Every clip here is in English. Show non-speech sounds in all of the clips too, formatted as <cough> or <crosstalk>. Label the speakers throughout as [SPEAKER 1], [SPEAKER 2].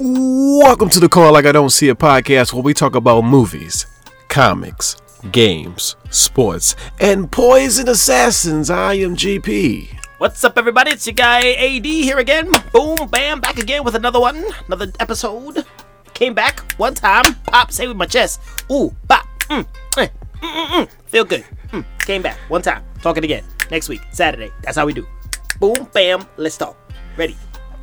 [SPEAKER 1] Welcome to the Call Like I Don't See a podcast where we talk about movies, comics, games, sports, and poison assassins. I am GP.
[SPEAKER 2] What's up, everybody? It's your guy AD here again. Boom, bam, back again with another one, another episode. Came back one time, pop, say with my chest. Ooh, pop, mm, eh, mm, mm, mm. feel good. Mm. Came back one time, talking again. Next week, Saturday. That's how we do. Boom, bam, let's talk. Ready?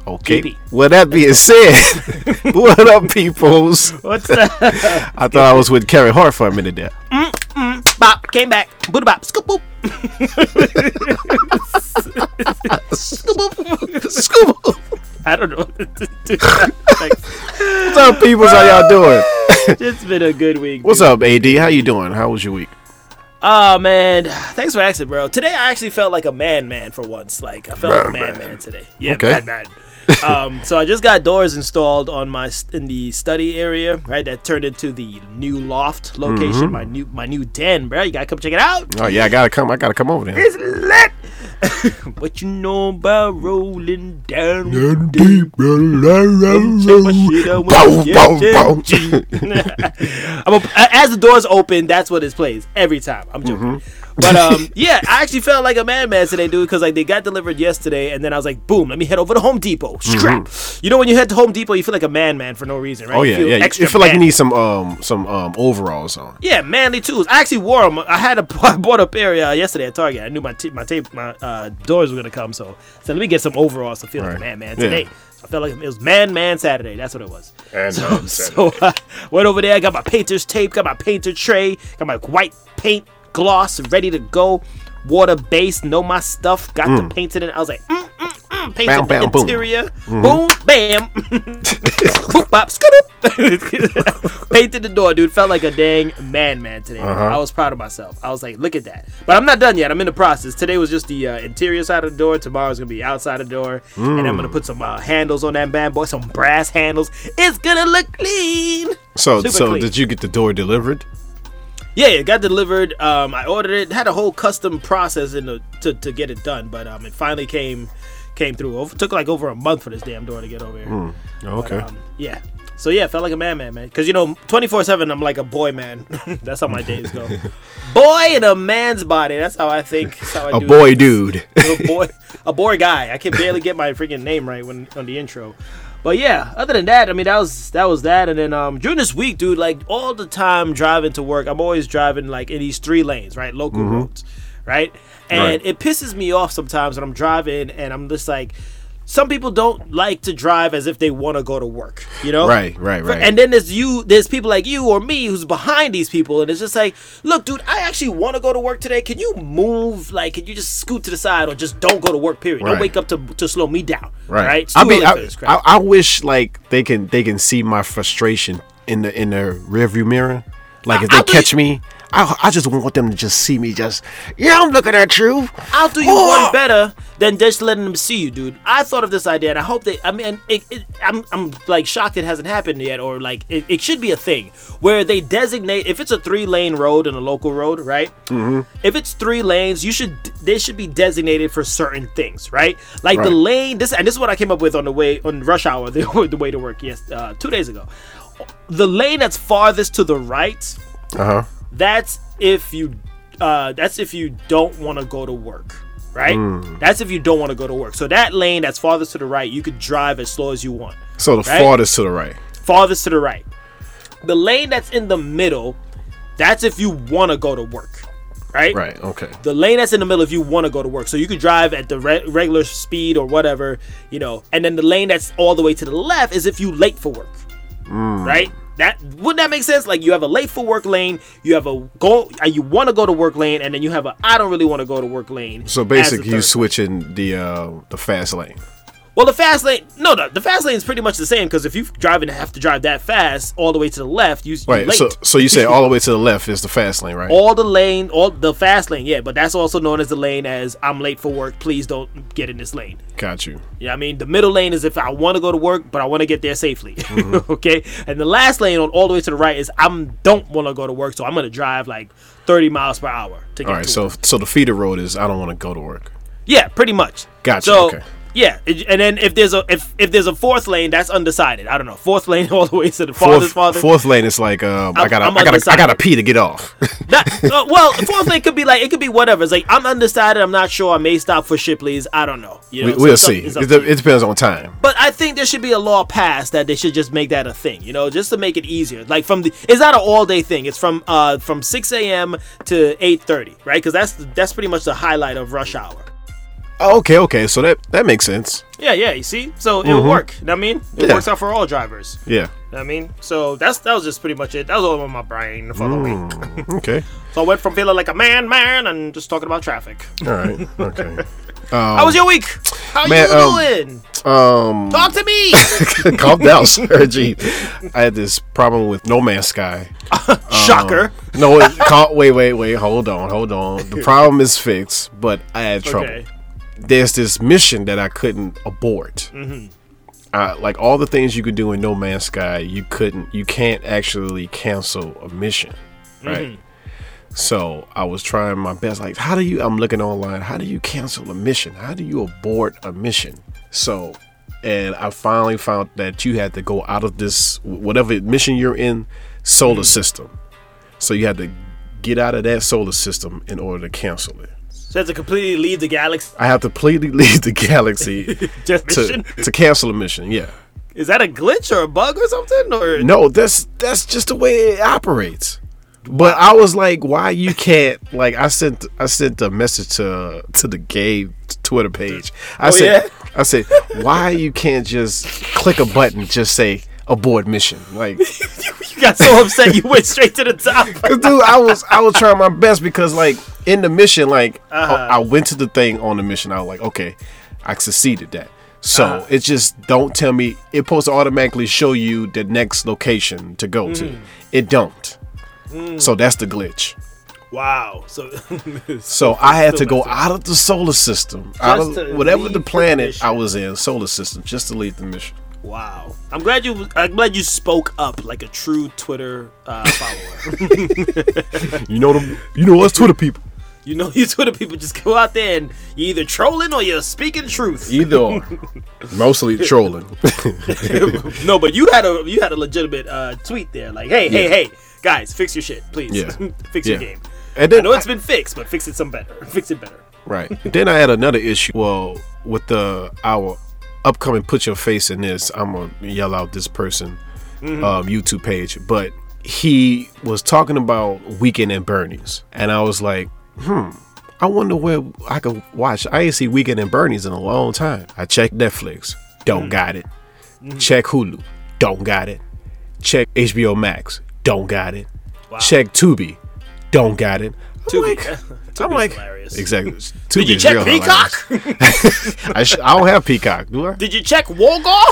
[SPEAKER 1] Okay.
[SPEAKER 2] GP.
[SPEAKER 1] Well, that being said, <laughs>
[SPEAKER 2] <laughs>
[SPEAKER 1] what up, peoples?
[SPEAKER 2] What's up?
[SPEAKER 1] <laughs> I thought I was with Karen Hart for a minute there.
[SPEAKER 2] bop, came back, booty bop, scoop
[SPEAKER 1] <laughs>
[SPEAKER 2] boop. scoop boop.
[SPEAKER 1] Scoop.
[SPEAKER 2] I don't know what to
[SPEAKER 1] <laughs>
[SPEAKER 2] do. Like,
[SPEAKER 1] What's up, peoples? How y'all doing?
[SPEAKER 2] it's been a good week.
[SPEAKER 1] What's up, AD? How you doing? How was your week?
[SPEAKER 2] Oh man, thanks for asking, bro. Today I actually felt like a man, man for once. Like I felt like a man, man, today. Yeah,
[SPEAKER 1] Okay.
[SPEAKER 2] man, man. um, so I just got doors installed on my st- in the study area, right? That turned into the new loft location, my new my new den, bro. You gotta come check it out.
[SPEAKER 1] Oh yeah, I gotta come. I gotta come over there.
[SPEAKER 2] It's lit. what you know about rolling down?
[SPEAKER 1] Bow,
[SPEAKER 2] Check my shit out when you
[SPEAKER 1] bow,
[SPEAKER 2] get
[SPEAKER 1] bow.
[SPEAKER 2] to G. <laughs> I'm a- as the doors open, that's what it plays every time. I'm joking,
[SPEAKER 1] Mm-hmm. <laughs>
[SPEAKER 2] but um, yeah, I actually felt like a madman today, dude, because like they got delivered yesterday, and then I was like, boom, let me head over to Home Depot. Strap. You know when you head to Home Depot, you feel like a madman for no reason, right?
[SPEAKER 1] Mm-hmm. Oh
[SPEAKER 2] You
[SPEAKER 1] yeah,
[SPEAKER 2] feel
[SPEAKER 1] yeah.
[SPEAKER 2] extra
[SPEAKER 1] You feel like you
[SPEAKER 2] man.
[SPEAKER 1] need some um some um overalls on.
[SPEAKER 2] Yeah, manly tools. I actually wore them. I had a <laughs> I bought a pair uh, yesterday at Target. I knew my t- my tape my uh, doors were gonna come, so so let me get some overalls to feel like a
[SPEAKER 1] Right.
[SPEAKER 2] man man
[SPEAKER 1] Yeah.
[SPEAKER 2] today. So I felt like it was man man Saturday. That's what it was.
[SPEAKER 1] And
[SPEAKER 2] so <laughs> so I went over there. I got my painter's tape. Got my painter tray. Got my white paint gloss ready to go. Water based. Know my stuff. Got the painted in. I was like. Mm, mm, mm, Painted
[SPEAKER 1] bam,
[SPEAKER 2] the
[SPEAKER 1] boom. Mm-hmm.
[SPEAKER 2] interior, boom,
[SPEAKER 1] <laughs>
[SPEAKER 2] bam, Boop, bop, scoop. <laughs> Painted the door, dude. Felt like a dang man, man today. bro.
[SPEAKER 1] Uh-huh.
[SPEAKER 2] I was proud of myself. I was like, look at that. But I'm not done yet. I'm in the process. Today was just the uh, interior side of the door. Tomorrow's gonna be outside of the door, and
[SPEAKER 1] Mm.
[SPEAKER 2] I'm gonna put some uh, handles on that bad boy. Some brass handles. It's gonna look clean.
[SPEAKER 1] So
[SPEAKER 2] Super
[SPEAKER 1] so
[SPEAKER 2] clean.
[SPEAKER 1] did you get the door delivered?
[SPEAKER 2] Yeah, it got delivered. Um, I ordered it. Had a whole custom process in the, to to get it done, but um, it finally came came through. Over, took like over a month for this damn door to get over here.
[SPEAKER 1] Mm. Okay.
[SPEAKER 2] Um, yeah. So yeah, felt like a man, man, man. Cause you know, twenty four seven, I'm like a boy, man. <laughs> that's how my days
[SPEAKER 1] <laughs>
[SPEAKER 2] go. boy in a man's body. That's how I think. That's how I
[SPEAKER 1] a
[SPEAKER 2] do
[SPEAKER 1] boy
[SPEAKER 2] things.
[SPEAKER 1] dude.
[SPEAKER 2] <laughs> a boy, a boy guy. I can barely get my freaking name right when on the intro. But yeah, other than that, I mean, that was that was that. And then um, during this week, dude, like all the time driving to work, I'm always driving like in these three lanes, right, local roads, right. And
[SPEAKER 1] Mm-hmm. Right.
[SPEAKER 2] it pisses me off sometimes when I'm driving and I'm just like, some people don't like to drive as if they want to go to work, you know?
[SPEAKER 1] Right, right,
[SPEAKER 2] For-
[SPEAKER 1] right.
[SPEAKER 2] And then there's you, there's people like you or me who's behind these people, and it's just like, look, dude, I actually want to go to work today. Can you move? Like, can you just scoot to the side or just don't go to work? Period.
[SPEAKER 1] Right.
[SPEAKER 2] Don't wake up to to slow me down.
[SPEAKER 1] right.
[SPEAKER 2] right? It's
[SPEAKER 1] I
[SPEAKER 2] too
[SPEAKER 1] mean,
[SPEAKER 2] early for
[SPEAKER 1] I,
[SPEAKER 2] this
[SPEAKER 1] I,
[SPEAKER 2] crap.
[SPEAKER 1] I wish like they can they can see my frustration in the in the rearview mirror. Like if
[SPEAKER 2] I-
[SPEAKER 1] they
[SPEAKER 2] I believe-
[SPEAKER 1] catch me, I I just want them to just see me. Just yeah, I'm looking at you.
[SPEAKER 2] I'll do you
[SPEAKER 1] Oh.
[SPEAKER 2] one better than just letting them see you, dude. I thought of this idea, and I hope they. I mean, it, it, I'm I'm like shocked it hasn't happened yet, or like it, it should be a thing where they designate if it's a three lane road and a local road, right? Mm-hmm. If it's three lanes, you should they should be designated for certain things, right? Like the
[SPEAKER 1] Right.
[SPEAKER 2] lane. This and this is what I came up with on the way on rush hour <laughs> the, the way to work. Yes, uh, two days ago, the lane that's farthest to the right
[SPEAKER 1] Uh huh.
[SPEAKER 2] that's if you uh, that's if you don't want to go to work right that's if you don't want to go to work so that lane that's farthest to the right you could drive as slow as you want
[SPEAKER 1] So the
[SPEAKER 2] Right.
[SPEAKER 1] farthest to the right.
[SPEAKER 2] farthest to the right the lane that's in the middle that's if you want to go to work right
[SPEAKER 1] Right. Okay.
[SPEAKER 2] the lane that's in the middle if you want to go to work so you can drive at the re- regular speed or whatever you know and then the lane that's all the way to the left is if you late for work
[SPEAKER 1] Mm.
[SPEAKER 2] right that wouldn't that make sense like you have a late for work lane you have a go uh, you want to go to work lane and then you have a i don't really want to go to work lane
[SPEAKER 1] So
[SPEAKER 2] as the
[SPEAKER 1] basically, you
[SPEAKER 2] third.
[SPEAKER 1] switching the uh the fast lane.
[SPEAKER 2] well the fast lane no no the fast lane is pretty much the same because if you drive and have to drive that fast all the way to the left you, you're
[SPEAKER 1] Right.
[SPEAKER 2] late
[SPEAKER 1] So so you say all the way to the left is the fast lane, right?
[SPEAKER 2] all the lane, all the fast lane, yeah, but that's also known as the lane as I'm late for work. Please don't get in this lane.
[SPEAKER 1] Got you.
[SPEAKER 2] You know what I mean? The middle lane is if I want to go to work, but I want to get there safely. <laughs>
[SPEAKER 1] Mm-hmm.
[SPEAKER 2] okay? And the last lane on all the way to the right is I am don't want to go to work, so I'm going to drive like 30 miles per hour to get
[SPEAKER 1] All
[SPEAKER 2] to
[SPEAKER 1] right.
[SPEAKER 2] work.
[SPEAKER 1] So so the feeder road is I don't want to go to work.
[SPEAKER 2] Yeah, pretty much.
[SPEAKER 1] Gotcha,
[SPEAKER 2] So
[SPEAKER 1] okay.
[SPEAKER 2] Yeah, it- and then if there's a if if there's a fourth lane, that's undecided. I don't know. Fourth lane <laughs> all the way to the farthest
[SPEAKER 1] Fourth,
[SPEAKER 2] farthest.
[SPEAKER 1] fourth lane is like um, I
[SPEAKER 2] I'm-
[SPEAKER 1] gotta,
[SPEAKER 2] I'm
[SPEAKER 1] I gotta, I
[SPEAKER 2] undecided.
[SPEAKER 1] gotta pee to get off. <laughs>
[SPEAKER 2] Not, uh, well, fourth lane could be like it could be whatever. It's like I'm undecided. I'm not sure. I may stop for Shipley's. I don't know. You know,
[SPEAKER 1] we,
[SPEAKER 2] so
[SPEAKER 1] will
[SPEAKER 2] it's up-
[SPEAKER 1] see.
[SPEAKER 2] it's up
[SPEAKER 1] It,
[SPEAKER 2] to
[SPEAKER 1] de-
[SPEAKER 2] you.
[SPEAKER 1] it depends on time.
[SPEAKER 2] But I think there should be a law passed that they should just make that a thing, you know, just to make it easier. Like from the, it's not an all day thing. It's from uh from 6 a.m. to 8:30, right? Because that's that's pretty much the highlight of rush hour.
[SPEAKER 1] Oh, okay, okay. So that that makes sense.
[SPEAKER 2] Yeah, yeah. You see, so it'll work. You know what I mean, it
[SPEAKER 1] Mm-hmm. Yeah.
[SPEAKER 2] works out for all drivers.
[SPEAKER 1] Yeah.
[SPEAKER 2] You know what I mean, so that's that was just pretty much it. That was all over my brain for the
[SPEAKER 1] Mm.
[SPEAKER 2] week.
[SPEAKER 1] Okay.
[SPEAKER 2] So I went from feeling like a man, man, and just talking about traffic.
[SPEAKER 1] All right. Okay. <laughs>
[SPEAKER 2] How was your week? How
[SPEAKER 1] Um, man,
[SPEAKER 2] you
[SPEAKER 1] um,
[SPEAKER 2] doing?
[SPEAKER 1] Um,
[SPEAKER 2] Talk
[SPEAKER 1] <laughs>
[SPEAKER 2] to me.
[SPEAKER 1] calm down, <laughs> Sergey. I had this problem with No Man's Sky. Um,
[SPEAKER 2] Shocker.
[SPEAKER 1] No, it, cal- wait, <laughs> wait, wait. Hold on, hold on. The problem is fixed, but I had trouble.
[SPEAKER 2] Okay.
[SPEAKER 1] There's this mission that I couldn't abort. Uh, like all the things you could do in No Man's Sky, you couldn't. You can't actually cancel a mission, right? So I was trying my best. Like, how do you? I'm looking online. How do you cancel a mission? How do you abort a mission? So, and I finally found that you had to go out of this whatever mission you're in solar system. So you had to get out of that solar system in order to cancel it.
[SPEAKER 2] So that's a completely leave the galaxy
[SPEAKER 1] I have to completely leave the galaxy
[SPEAKER 2] <laughs>
[SPEAKER 1] <laughs>
[SPEAKER 2] just
[SPEAKER 1] to,
[SPEAKER 2] mission.
[SPEAKER 1] to cancel a mission. Yeah.
[SPEAKER 2] Is that a glitch or a bug or something? Or
[SPEAKER 1] No, that's that's just the way it operates. But I was like, why you can't like I sent I sent a message to to the gay Twitter page. I said
[SPEAKER 2] Oh, yeah?
[SPEAKER 1] I said, why you can't just click a button just say abort mission. Like
[SPEAKER 2] you got
[SPEAKER 1] <laughs>
[SPEAKER 2] so upset you went straight to the top.
[SPEAKER 1] dude, I was I was trying my best because like in the mission, like I- I,
[SPEAKER 2] Uh-huh.
[SPEAKER 1] went to the thing on the mission. I was like, okay, I succeeded that. So
[SPEAKER 2] Uh-huh.
[SPEAKER 1] it just don't tell me it supposed to automatically show you the next location to go
[SPEAKER 2] Mm.
[SPEAKER 1] to. It don't. So that's the glitch.
[SPEAKER 2] Wow. So <laughs>
[SPEAKER 1] So I had to go out of the solar system, out
[SPEAKER 2] Just to
[SPEAKER 1] of whatever
[SPEAKER 2] leave
[SPEAKER 1] the
[SPEAKER 2] the
[SPEAKER 1] planet I
[SPEAKER 2] mission.
[SPEAKER 1] was in, solar system, just to leave the mission.
[SPEAKER 2] wow. I'm glad you. I'm glad you spoke up like a true Twitter uh,
[SPEAKER 1] <laughs>
[SPEAKER 2] follower.
[SPEAKER 1] You know them. You know us Twitter people.
[SPEAKER 2] you know, you Twitter people just go out there and you either trolling or you're speaking truth.
[SPEAKER 1] Either
[SPEAKER 2] <laughs>
[SPEAKER 1] or, mostly trolling.
[SPEAKER 2] no, but you had a you had a legitimate uh, tweet there. Like, hey, hey, hey, guys, fix your shit, please.
[SPEAKER 1] Yeah.
[SPEAKER 2] <laughs> fix your
[SPEAKER 1] Yeah.
[SPEAKER 2] game.
[SPEAKER 1] And
[SPEAKER 2] I
[SPEAKER 1] then
[SPEAKER 2] know it's been fixed, but fix it some better. <laughs> Fix it better.
[SPEAKER 1] Right. <laughs> then I had another issue. Well, with the our upcoming put your face in this, I'm gonna yell out this person um, YouTube page. But he was talking about Weekend and Bernie's, and I was like, hmm. I wonder where I could watch. I ain't see Weekend and Bernie's in a long time. I checked Netflix,
[SPEAKER 2] Mm.
[SPEAKER 1] don't got it.
[SPEAKER 2] Mm-hmm.
[SPEAKER 1] Check Hulu, don't got it. Check HBO Max, don't got it. Check Tubi, don't got it. I'm
[SPEAKER 2] Tubi, <laughs>
[SPEAKER 1] like,
[SPEAKER 2] yeah.
[SPEAKER 1] I'm
[SPEAKER 2] Tubi's
[SPEAKER 1] like,
[SPEAKER 2] hilarious.
[SPEAKER 1] exactly. Tubi's
[SPEAKER 2] Did you check
[SPEAKER 1] real hilarious.
[SPEAKER 2] Peacock? <laughs>
[SPEAKER 1] I, sh- I don't have Peacock, do I?
[SPEAKER 2] Did you check Wolgar?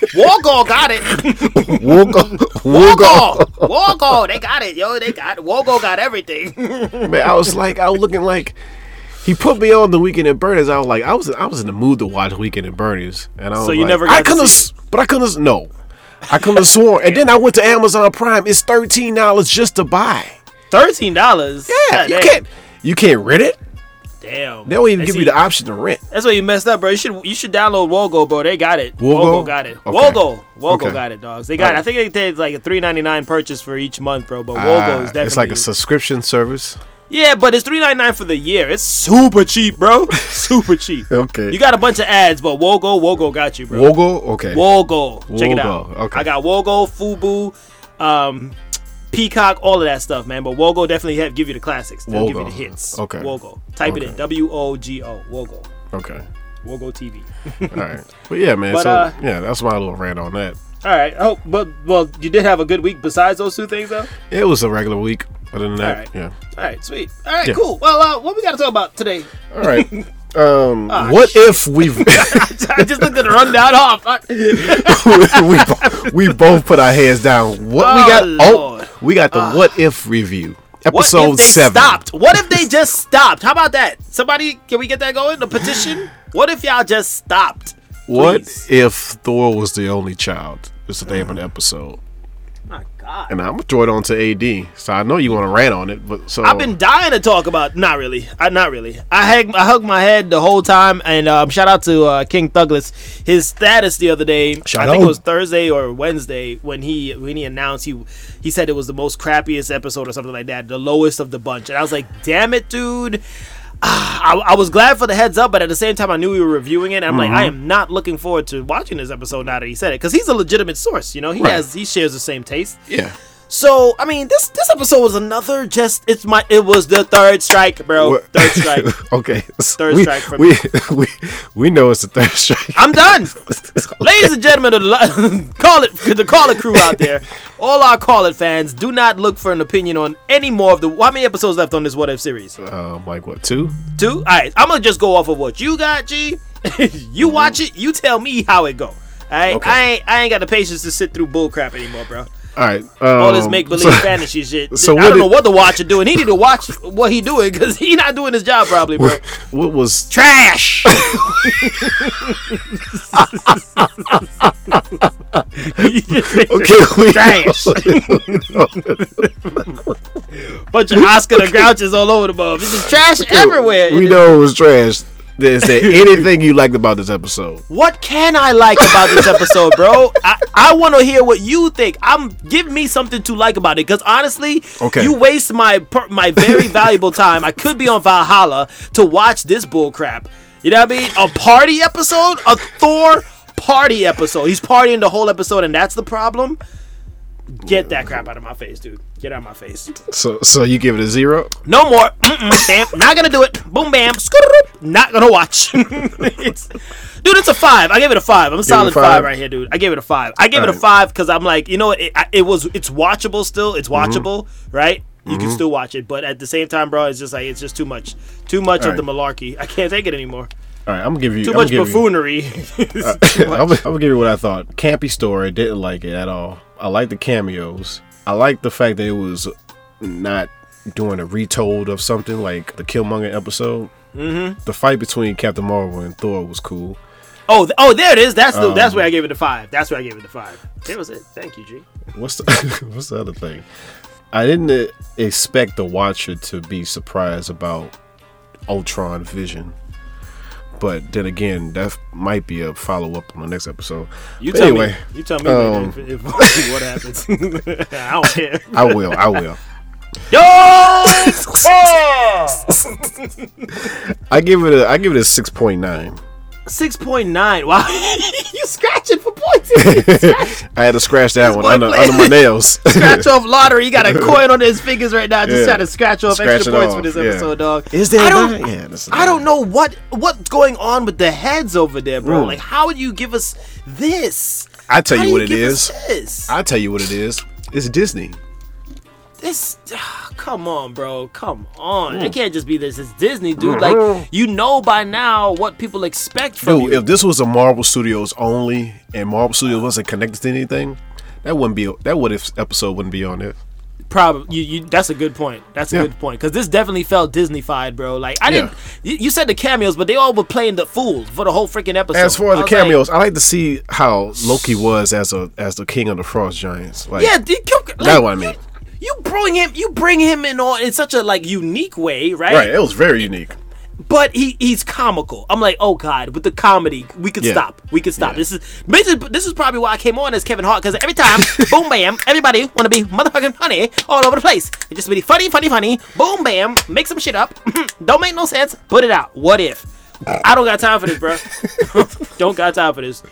[SPEAKER 1] <laughs>
[SPEAKER 2] Wolgar got it.
[SPEAKER 1] Wolgo, Wolgo.
[SPEAKER 2] Wolgar,
[SPEAKER 1] <laughs>
[SPEAKER 2] Wolgar, they got it, yo. They got Wolgar got everything.
[SPEAKER 1] Man, I was like, I was looking like he put me on the Weekend at Bernie's. I was like, I was, I was in the mood to watch Weekend at Bernie's, and I was
[SPEAKER 2] So you
[SPEAKER 1] like,
[SPEAKER 2] never
[SPEAKER 1] I
[SPEAKER 2] got to
[SPEAKER 1] couldn't, have,
[SPEAKER 2] see
[SPEAKER 1] s- but I couldn't, have s- no, I couldn't have sworn. And then I went to Amazon Prime. It's thirteen dollars just to buy.
[SPEAKER 2] <laughs> Thirteen dollars.
[SPEAKER 1] Yeah, you can't, you can't rent it.
[SPEAKER 2] Damn.
[SPEAKER 1] They don't even
[SPEAKER 2] And
[SPEAKER 1] give
[SPEAKER 2] see,
[SPEAKER 1] you the option to rent.
[SPEAKER 2] That's why you messed up, bro. You should you should download Wolgo, bro. They got it.
[SPEAKER 1] Wolgo?
[SPEAKER 2] got it.
[SPEAKER 1] Okay.
[SPEAKER 2] Wolgo, Wolgo
[SPEAKER 1] Okay.
[SPEAKER 2] got it, dogs. They got. it. I think they paid like a three ninety nine purchase for each month, bro. But Wolgo
[SPEAKER 1] Ah,
[SPEAKER 2] is definitely.
[SPEAKER 1] it's like a subscription service.
[SPEAKER 2] yeah, but it's three ninety nine for the year. It's super cheap,
[SPEAKER 1] <laughs>
[SPEAKER 2] bro. super cheap.
[SPEAKER 1] Okay.
[SPEAKER 2] You got a bunch of ads, but Wolgo, Wolgo got you, bro.
[SPEAKER 1] Wogo, okay.
[SPEAKER 2] Wogo. Check it out.
[SPEAKER 1] Wogo, okay.
[SPEAKER 2] I got Wogo, Fubu, um, Peacock, all of that stuff, man. But Wogo definitely have, give you the classics. They'll give you the
[SPEAKER 1] Wogo,
[SPEAKER 2] hits.
[SPEAKER 1] okay.
[SPEAKER 2] Wogo. Type it in. W O G O. Wogo.
[SPEAKER 1] okay.
[SPEAKER 2] Wogo TV.
[SPEAKER 1] All right. But yeah, man.
[SPEAKER 2] But,
[SPEAKER 1] so
[SPEAKER 2] uh,
[SPEAKER 1] yeah, that's my little rant on that.
[SPEAKER 2] All right. Oh, but well, you did have a good week besides those two things, though.
[SPEAKER 1] It was a regular week. Other than that,
[SPEAKER 2] Alright.
[SPEAKER 1] yeah.
[SPEAKER 2] All right, sweet. All right,
[SPEAKER 1] Yeah.
[SPEAKER 2] cool. Well, uh, what we got to talk about
[SPEAKER 1] <laughs>
[SPEAKER 2] today? <laughs>
[SPEAKER 1] All right. Um,
[SPEAKER 2] Ah,
[SPEAKER 1] what if we've
[SPEAKER 2] I just looked at the rundown Oh, off. I-
[SPEAKER 1] <laughs> we, bo- we both put our hands down? What we got?
[SPEAKER 2] Oh, Lord. Ah.
[SPEAKER 1] Oh, we got the what if review
[SPEAKER 2] What
[SPEAKER 1] episode
[SPEAKER 2] if they
[SPEAKER 1] seven.
[SPEAKER 2] stopped? What if they just stopped? How about that? Somebody, can we get that going? A petition? What if y'all just stopped?
[SPEAKER 1] What
[SPEAKER 2] Please.
[SPEAKER 1] if Thor was the only child? Is the name of the episode.
[SPEAKER 2] My God.
[SPEAKER 1] and I'm gonna throw it on to AD. So I know you want to rant on it, but so
[SPEAKER 2] I've been dying to talk about. Not really. I not really. I hag, I hugged my head the whole time. And um, shout out to uh, King Douglas. His status the other day.
[SPEAKER 3] Shout
[SPEAKER 2] I think
[SPEAKER 3] out.
[SPEAKER 2] it was Thursday or Wednesday when he when he announced he he said it was the most crappiest episode or something like that, the lowest of the bunch. And I was like, damn it, dude. Ah, I, I was glad for the heads up, but at the same time, I knew we were reviewing it. and I'm like, I am not looking forward to watching this episode now that he said it because he's a legitimate source. You know, he
[SPEAKER 1] Right.
[SPEAKER 2] has he shares the same taste.
[SPEAKER 1] <laughs> yeah.
[SPEAKER 2] So I mean, this this episode was another just it's my it was the third strike, bro.
[SPEAKER 1] What-
[SPEAKER 2] Oh,
[SPEAKER 1] <laughs>
[SPEAKER 2] Third strike.
[SPEAKER 1] okay.
[SPEAKER 2] Third
[SPEAKER 1] we,
[SPEAKER 2] strike for
[SPEAKER 1] we,
[SPEAKER 2] me.
[SPEAKER 1] <laughs> we we know it's the third <laughs> strike.
[SPEAKER 2] I'm done, ladies and gentlemen. Of the, li- <laughs> call it the call it crew out there. All our call it fans, do not look for an opinion on any more of the how many episodes left on this what if series.
[SPEAKER 1] um, like what two?
[SPEAKER 2] Two. All right, I'm gonna just go off of what you got, G. <laughs> you watch it. You tell me how it go. All right,
[SPEAKER 1] Okay.
[SPEAKER 2] I ain't I ain't got the patience to sit through bullcrap anymore, bro.
[SPEAKER 1] All right. Um,
[SPEAKER 2] all this make believe
[SPEAKER 1] so-
[SPEAKER 2] fantasy shit.
[SPEAKER 1] <laughs> so
[SPEAKER 2] I
[SPEAKER 1] what
[SPEAKER 2] don't know
[SPEAKER 1] did-
[SPEAKER 2] what the watcher doing. He need to watch what he doing because he not doing his job probably, bro.
[SPEAKER 1] <laughs> What was
[SPEAKER 2] <laughs> Trash.
[SPEAKER 1] okay? <laughs> We,
[SPEAKER 2] Trash. <laughs> Bunch of Oscar the Grouches all over the mother. This is trash everywhere.
[SPEAKER 1] we know it was trash. Is <laughs> there anything you liked about this episode?
[SPEAKER 2] What can I like about this episode, bro? I, I want to hear what you think. I'm give me something to like about it, because honestly,
[SPEAKER 1] Okay.
[SPEAKER 2] you waste my per- my very valuable time. I could be on Valhalla to watch this bullcrap. You know what I mean? A party episode, a Thor party episode. He's partying the whole episode, and that's the problem. Get that crap out of my face, dude. Get out of my face.
[SPEAKER 1] So so you give it a zero?
[SPEAKER 2] No more. Mm-mm, bam. Not gonna do it. Boom, bam. Skrrrup. Not gonna watch. <laughs> It's- dude, it's a five. I gave it a five. I'm a solid five.
[SPEAKER 1] five?
[SPEAKER 2] right here, dude. I gave it a five. I gave it a
[SPEAKER 1] Alright.
[SPEAKER 2] five because I'm like, you know what? It, I- it was. It's watchable still. It's
[SPEAKER 1] Mm-hmm.
[SPEAKER 2] watchable, right? You can still watch it, but at the same time, bro, it's just like it's just too much. Too much of
[SPEAKER 1] Alright.
[SPEAKER 2] the malarkey. I can't take it anymore.
[SPEAKER 1] All right, I'm gonna give you
[SPEAKER 2] Too
[SPEAKER 1] I'm
[SPEAKER 2] much
[SPEAKER 1] gonna give you- Uh,
[SPEAKER 2] buffoonery.
[SPEAKER 1] <laughs> I'm, gonna- I'm gonna give you what I thought. Campy story. Didn't like it at all. I like the cameos. I like the fact that it was not doing a retold of something like the Killmonger episode. Mm-hmm. The fight between Captain Marvel and Thor was cool.
[SPEAKER 2] <laughs> oh, th- oh, there it is. That's the,
[SPEAKER 1] um,
[SPEAKER 2] that's where I gave it a five. That's where I gave it a five. There was it. Thank you, G.
[SPEAKER 1] What's the, <laughs> what's the other thing? I didn't uh, expect the Watcher to be surprised about Ultron Vision, but then again, that might be a follow up on the next episode.
[SPEAKER 2] You
[SPEAKER 1] But
[SPEAKER 2] tell
[SPEAKER 1] anyway,
[SPEAKER 2] me. You tell me
[SPEAKER 1] um,
[SPEAKER 2] if, if, <laughs> if- what happens. <laughs> I don't care.
[SPEAKER 1] I will. I
[SPEAKER 2] <laughs>
[SPEAKER 1] will.
[SPEAKER 2] Yo!
[SPEAKER 1] I give it a I give it a six point nine. <laughs>
[SPEAKER 2] Six point nine. Wow, you scratching for points. You
[SPEAKER 1] <laughs> I had to scratch that one
[SPEAKER 2] boy
[SPEAKER 1] under,
[SPEAKER 2] playing-
[SPEAKER 1] under my nails.
[SPEAKER 2] <laughs> Scratch off lottery. He got a coin on his fingers right now. Just
[SPEAKER 1] Yeah.
[SPEAKER 2] trying to scratch off
[SPEAKER 1] Scratch
[SPEAKER 2] extra
[SPEAKER 1] it
[SPEAKER 2] points for
[SPEAKER 1] off,
[SPEAKER 2] this
[SPEAKER 1] yeah.
[SPEAKER 2] episode, dog.
[SPEAKER 1] Is there
[SPEAKER 2] I
[SPEAKER 1] not?
[SPEAKER 2] don't.
[SPEAKER 1] Yeah, that's
[SPEAKER 2] I don't know what what's going on with the heads over there, bro.
[SPEAKER 1] Mm.
[SPEAKER 2] Like, how would you give us this?
[SPEAKER 1] I tell
[SPEAKER 2] How
[SPEAKER 1] you
[SPEAKER 2] do
[SPEAKER 1] what it
[SPEAKER 2] give us
[SPEAKER 1] is.
[SPEAKER 2] This.
[SPEAKER 1] I tell you what it is. It's Disney.
[SPEAKER 2] this ah, come on bro come on
[SPEAKER 1] Mm.
[SPEAKER 2] it can't just be this it's disney dude like you know by now what people expect from
[SPEAKER 1] Dude,
[SPEAKER 2] you
[SPEAKER 1] if this was a Marvel Studios only and Marvel Studios wasn't connected to anything, that wouldn't be that would if episode wouldn't be on it.
[SPEAKER 2] probably you, you that's a good point that's a
[SPEAKER 1] Yeah.
[SPEAKER 2] good point because this definitely felt disney-fied bro like i
[SPEAKER 1] Yeah.
[SPEAKER 2] didn't you, you said the cameos but they all were playing the fool for the whole freaking episode
[SPEAKER 1] As far
[SPEAKER 2] I
[SPEAKER 1] as the
[SPEAKER 2] was like,
[SPEAKER 1] cameos, I like to see how Loki was as a as the king of the Frost Giants. Like
[SPEAKER 2] yeah dude, you- like,
[SPEAKER 1] That's what I mean.
[SPEAKER 2] you bring him you bring him in on in such a like unique way
[SPEAKER 1] right, it was very unique.
[SPEAKER 2] but he he's comical. I'm like, oh god, with the comedy, we could
[SPEAKER 1] Yeah.
[SPEAKER 2] stop. We could stop.
[SPEAKER 1] Yeah.
[SPEAKER 2] This is basically this is probably why I came on as Kevin Hart because every
[SPEAKER 1] <laughs>
[SPEAKER 2] time, boom bam, everybody want to be motherfucking funny all over the place. It just be funny, funny, funny. Boom bam, make some shit up. <laughs> don't make no sense. Put it out. What if? I don't got time for this, bro. <laughs> don't got time for this.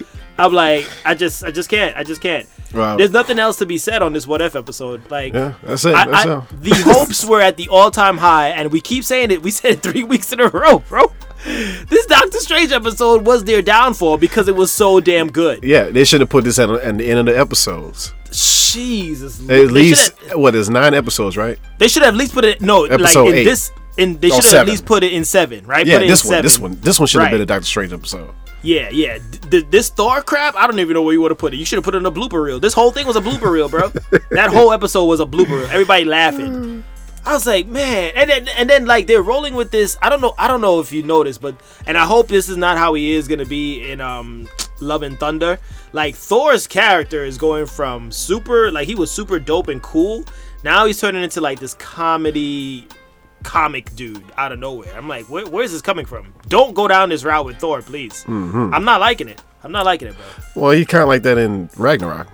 [SPEAKER 2] I'm like, I just, I just can't. I just can't.
[SPEAKER 1] Wow.
[SPEAKER 2] There's nothing else to be said on this what if episode. Like,
[SPEAKER 1] Yeah, that's it. that's
[SPEAKER 2] I, I,
[SPEAKER 1] all. <laughs>
[SPEAKER 2] the hopes were at the all-time high, and we keep saying it. We said it three <laughs> weeks in a row, bro. This Doctor Strange episode was their downfall because it was so damn good.
[SPEAKER 1] Yeah, they should have put this at, at the end of the episodes.
[SPEAKER 2] Jesus,
[SPEAKER 1] At least what is nine episodes, right?
[SPEAKER 2] they should have at least put it. No,
[SPEAKER 1] Episode
[SPEAKER 2] like in
[SPEAKER 1] eight. Oh,
[SPEAKER 2] this, in they should have at
[SPEAKER 1] seven.
[SPEAKER 2] least put it in seven, right?
[SPEAKER 1] Yeah,
[SPEAKER 2] put it
[SPEAKER 1] this
[SPEAKER 2] in
[SPEAKER 1] one,
[SPEAKER 2] seven.
[SPEAKER 1] this one, this one should have
[SPEAKER 2] Right.
[SPEAKER 1] been a Doctor Strange episode.
[SPEAKER 2] Yeah, yeah. Th- this Thor crap, I don't even know where you would have put it. You should have put it in a blooper reel. This whole thing was a blooper reel, bro. that whole episode was a blooper reel. Everybody laughing. I was like, man, and then and then like they're rolling with this. I don't know. I don't know if you noticed, but and I hope this is not how he is gonna be in um Love and Thunder. Like Thor's character is going from super like he was super dope and cool. Now he's turning into like this comedy comic dude out of nowhere. I'm like, where, where's this coming from? Don't go down this route with Thor, please.
[SPEAKER 1] Mm-hmm.
[SPEAKER 2] I'm not liking it. I'm not liking it, bro.
[SPEAKER 1] Well, he kind of like that in Ragnarok.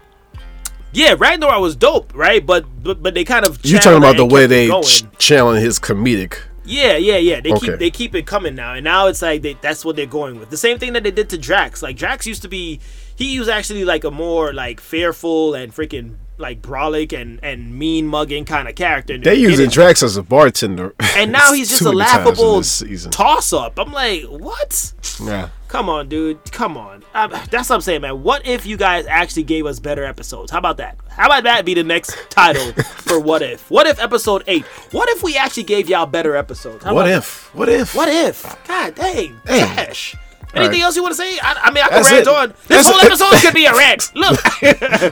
[SPEAKER 2] Yeah, Ragnarok was dope, right? But but, but they kind of
[SPEAKER 1] You talking
[SPEAKER 2] channeled
[SPEAKER 1] about
[SPEAKER 2] it
[SPEAKER 1] the
[SPEAKER 2] and
[SPEAKER 1] way
[SPEAKER 2] kept it
[SPEAKER 1] they
[SPEAKER 2] going.
[SPEAKER 1] ch- channeling his comedic?
[SPEAKER 2] Yeah, yeah, yeah. They
[SPEAKER 1] Okay.
[SPEAKER 2] keep they keep it coming now, and now it's like they, that's what they're going with. The same thing that they did to Drax. Like Drax used to be, he was actually like a more like fearful and freaking like brolic and and mean mugging kind of character. in the
[SPEAKER 1] They using
[SPEAKER 2] beginning.
[SPEAKER 1] Drax as a bartender, <laughs>
[SPEAKER 2] and now he's just
[SPEAKER 1] Too
[SPEAKER 2] a
[SPEAKER 1] many times in
[SPEAKER 2] laughable
[SPEAKER 1] this season.
[SPEAKER 2] toss up. I'm like, what?
[SPEAKER 1] yeah,
[SPEAKER 2] Come on, dude. Come on. Um, that's what I'm saying, man. What if you guys actually gave us better episodes? How about that? How about that be the next title
[SPEAKER 1] <laughs>
[SPEAKER 2] for What If? What if episode eight? What if we actually gave y'all better episodes? How
[SPEAKER 1] What
[SPEAKER 2] about
[SPEAKER 1] if? What if?
[SPEAKER 2] What if? God dang,
[SPEAKER 1] Dang.
[SPEAKER 2] Dash. Anything
[SPEAKER 1] right.
[SPEAKER 2] else you want to say? I, I mean, I can
[SPEAKER 1] That's
[SPEAKER 2] rant
[SPEAKER 1] it.
[SPEAKER 2] on. This
[SPEAKER 1] That's
[SPEAKER 2] whole
[SPEAKER 1] it.
[SPEAKER 2] episode could be a
[SPEAKER 1] <laughs>
[SPEAKER 2] rant. Look,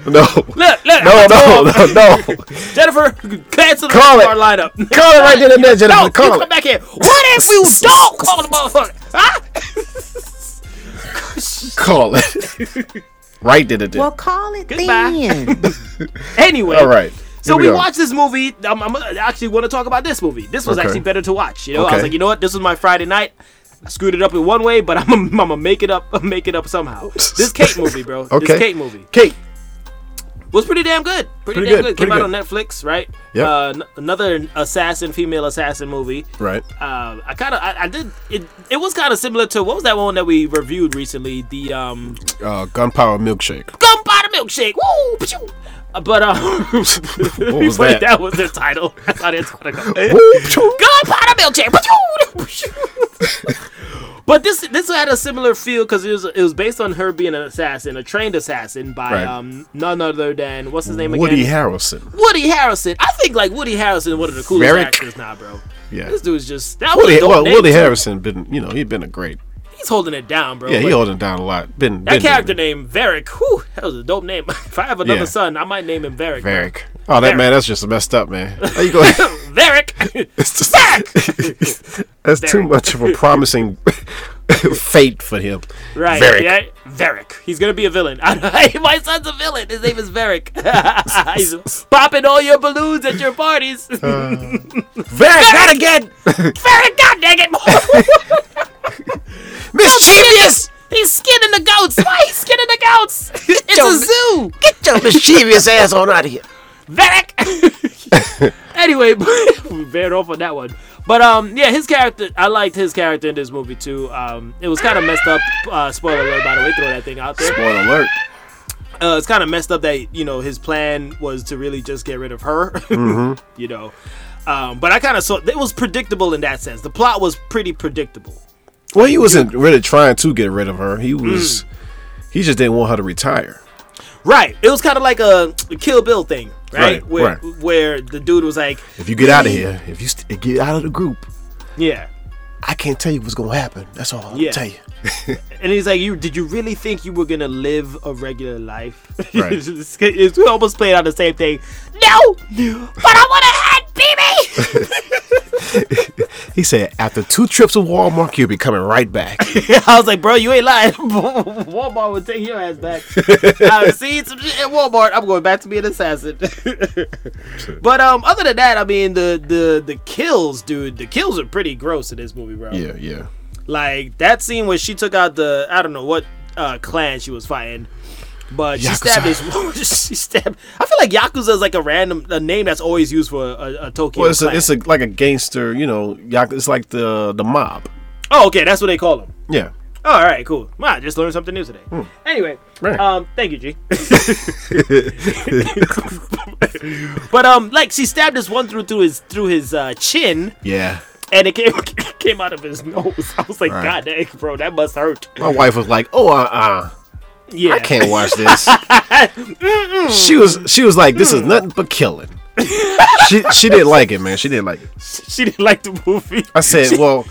[SPEAKER 1] No.
[SPEAKER 2] look, look.
[SPEAKER 1] No,
[SPEAKER 2] I'm
[SPEAKER 1] no,
[SPEAKER 2] told.
[SPEAKER 1] no,
[SPEAKER 2] <laughs>
[SPEAKER 1] no.
[SPEAKER 2] Jennifer, cancel the
[SPEAKER 1] Call
[SPEAKER 2] rest
[SPEAKER 1] it.
[SPEAKER 2] of our lineup.
[SPEAKER 1] Call it
[SPEAKER 2] <laughs>
[SPEAKER 1] right then and there, Jennifer.
[SPEAKER 2] No,
[SPEAKER 1] Call
[SPEAKER 2] you
[SPEAKER 1] it.
[SPEAKER 2] come back here. What if
[SPEAKER 1] <laughs>
[SPEAKER 2] you don't call the motherfucker? Ah, Huh?
[SPEAKER 1] Call it. <laughs> right did it. did.
[SPEAKER 3] Well, call it
[SPEAKER 2] Goodbye.
[SPEAKER 1] <laughs>
[SPEAKER 3] then.
[SPEAKER 2] <laughs> Anyway.
[SPEAKER 1] All right.
[SPEAKER 2] So
[SPEAKER 1] here
[SPEAKER 2] we,
[SPEAKER 1] go.
[SPEAKER 2] watched this movie. Um, I'm, I actually want to talk about this movie. This was
[SPEAKER 1] Okay.
[SPEAKER 2] actually better to watch. You know, I was
[SPEAKER 1] Okay.
[SPEAKER 2] like, you know what? This was my Friday night. I screwed it up in one way, but <laughs> I'm, I'm gonna make it up, <laughs> make it up somehow. This Kate movie, bro.
[SPEAKER 1] Okay.
[SPEAKER 2] This Kate movie.
[SPEAKER 1] Kate.
[SPEAKER 2] was pretty damn good. Pretty,
[SPEAKER 1] Pretty
[SPEAKER 2] damn
[SPEAKER 1] good,
[SPEAKER 2] good. Came
[SPEAKER 1] pretty
[SPEAKER 2] out on Netflix, right?
[SPEAKER 1] Yep.
[SPEAKER 2] Uh, n- another assassin, female assassin movie.
[SPEAKER 1] Right.
[SPEAKER 2] Uh, I kind of, I, I did. It, it was kind of similar to what was that one that we reviewed recently? The um,
[SPEAKER 1] Uh, Gunpowder milkshake. <laughs>
[SPEAKER 2] gunpowder milkshake. Woo! pshoo. Uh, But um, <laughs> what
[SPEAKER 1] was that?
[SPEAKER 2] That was the title. I thought it's gonna
[SPEAKER 1] <laughs>
[SPEAKER 2] go. <laughs>
[SPEAKER 1] Whoop.
[SPEAKER 2] Gunpowder milkshake. pshoo. But this this had a similar feel because it was it was based on her being an assassin, a trained assassin by
[SPEAKER 1] Right.
[SPEAKER 2] um none other than what's his name again?
[SPEAKER 1] Woody Harrelson.
[SPEAKER 2] Woody Harrison. I think like Woody Harrison, one of the coolest
[SPEAKER 1] Merrick.
[SPEAKER 2] actors now, bro.
[SPEAKER 1] Yeah.
[SPEAKER 2] This dude's just that was
[SPEAKER 1] Woody,
[SPEAKER 2] a dope
[SPEAKER 1] well,
[SPEAKER 2] name,
[SPEAKER 1] Woody
[SPEAKER 2] too.
[SPEAKER 1] Harrison been, you know, he'd been a great.
[SPEAKER 2] He's holding it down, bro.
[SPEAKER 1] Yeah, he
[SPEAKER 2] But
[SPEAKER 1] holding down a lot. Been,
[SPEAKER 2] that
[SPEAKER 1] been
[SPEAKER 2] character name Varric. Whew, that was a dope name. <laughs> if I have another
[SPEAKER 1] Yeah.
[SPEAKER 2] son, I might name him Varric. bro.
[SPEAKER 1] Varick. Oh, that
[SPEAKER 2] Varick.
[SPEAKER 1] man, that's just messed up, <laughs> man. How you going?
[SPEAKER 2] Varric. <laughs>
[SPEAKER 1] It's just- <laughs> that's too
[SPEAKER 2] Varick.
[SPEAKER 1] much of a promising <laughs> fate for him.
[SPEAKER 2] right.
[SPEAKER 1] Varick.
[SPEAKER 2] Yeah. Varric. He's gonna be a villain. <laughs> My son's a villain. His name is Varric. <laughs> He's popping all your balloons at your parties.
[SPEAKER 1] Varick, not again. <laughs>
[SPEAKER 2] Varric, god dang it! <laughs>
[SPEAKER 1] Mischievous.
[SPEAKER 2] He's skinning the goats. Why he's skinning the goats? It's
[SPEAKER 3] your-
[SPEAKER 2] a zoo.
[SPEAKER 3] Get your
[SPEAKER 1] Mischievous ass on out of here.
[SPEAKER 2] Varric. anyway, <laughs> we veered off on that one. But um, yeah, his character, I liked his character in this movie too. Um, it was kind of messed up. Uh, spoiler alert, by the way, throw that thing out there.
[SPEAKER 1] Spoiler alert.
[SPEAKER 2] Uh, it's kind of messed up that you know his plan was to really just get rid of her. <laughs>
[SPEAKER 1] Mm-hmm.
[SPEAKER 2] you know, um, but I kind of saw it was predictable in that sense. The plot was pretty predictable.
[SPEAKER 1] Well, he wasn't really trying to get rid of her. He was. He just didn't want her to retire.
[SPEAKER 2] Right. It was kind of like a Kill Bill thing, right?
[SPEAKER 1] Right,
[SPEAKER 2] where
[SPEAKER 1] right.
[SPEAKER 2] where the dude was like,
[SPEAKER 1] If you get out of here, if you st- get out of the group,
[SPEAKER 2] yeah,
[SPEAKER 1] I can't tell you what's gonna happen. That's all I
[SPEAKER 2] Yeah.
[SPEAKER 1] can tell you.
[SPEAKER 2] and he's like, you did you really think you were gonna live a regular life? <laughs>
[SPEAKER 1] Right.
[SPEAKER 2] It's- it's- it's- we almost played out the same thing. No, but I want to head, baby.
[SPEAKER 1] He said, after two trips to Walmart, you'll be coming right back.
[SPEAKER 2] <laughs> I was like, bro, you ain't lying. <laughs> Walmart would take your ass
[SPEAKER 1] <laughs>
[SPEAKER 2] back. I've seen some shit at Walmart. I'm going back to be an assassin. <laughs> but um, other than that, I mean, the the the kills, dude. The kills are pretty gross in this movie,
[SPEAKER 1] <laughs>
[SPEAKER 2] bro.
[SPEAKER 1] yeah, yeah.
[SPEAKER 2] Like that scene where she took out the I don't know what uh clan she was fighting. But she
[SPEAKER 1] Yakuza.
[SPEAKER 2] stabbed this woman. <laughs> She stabbed. I feel like Yakuza is like a random a name that's always used for a, a Tokyo
[SPEAKER 1] Well, it's a,
[SPEAKER 2] clan.
[SPEAKER 1] it's a, like a gangster, you know. Yak- It's like the the mob.
[SPEAKER 2] oh, okay, that's what they call them.
[SPEAKER 1] Yeah.
[SPEAKER 2] Oh, all right, cool. Wow, I just learned something new today. Anyway,
[SPEAKER 1] Hmm. Right.
[SPEAKER 2] um, thank you, G. <laughs> but um, like she stabbed this one through through his through his uh, chin,
[SPEAKER 1] Yeah.
[SPEAKER 2] and it came <laughs> came out of his nose. I was like,
[SPEAKER 1] Right.
[SPEAKER 2] God dang, bro, that must hurt.
[SPEAKER 1] My wife was like, "Oh, uh, uh
[SPEAKER 2] Yeah,
[SPEAKER 1] I can't watch <laughs> this." she was she was like, "This is nothing but killing." she she didn't like it, man. She didn't like it.
[SPEAKER 2] she didn't like the movie.
[SPEAKER 1] I said, "Well,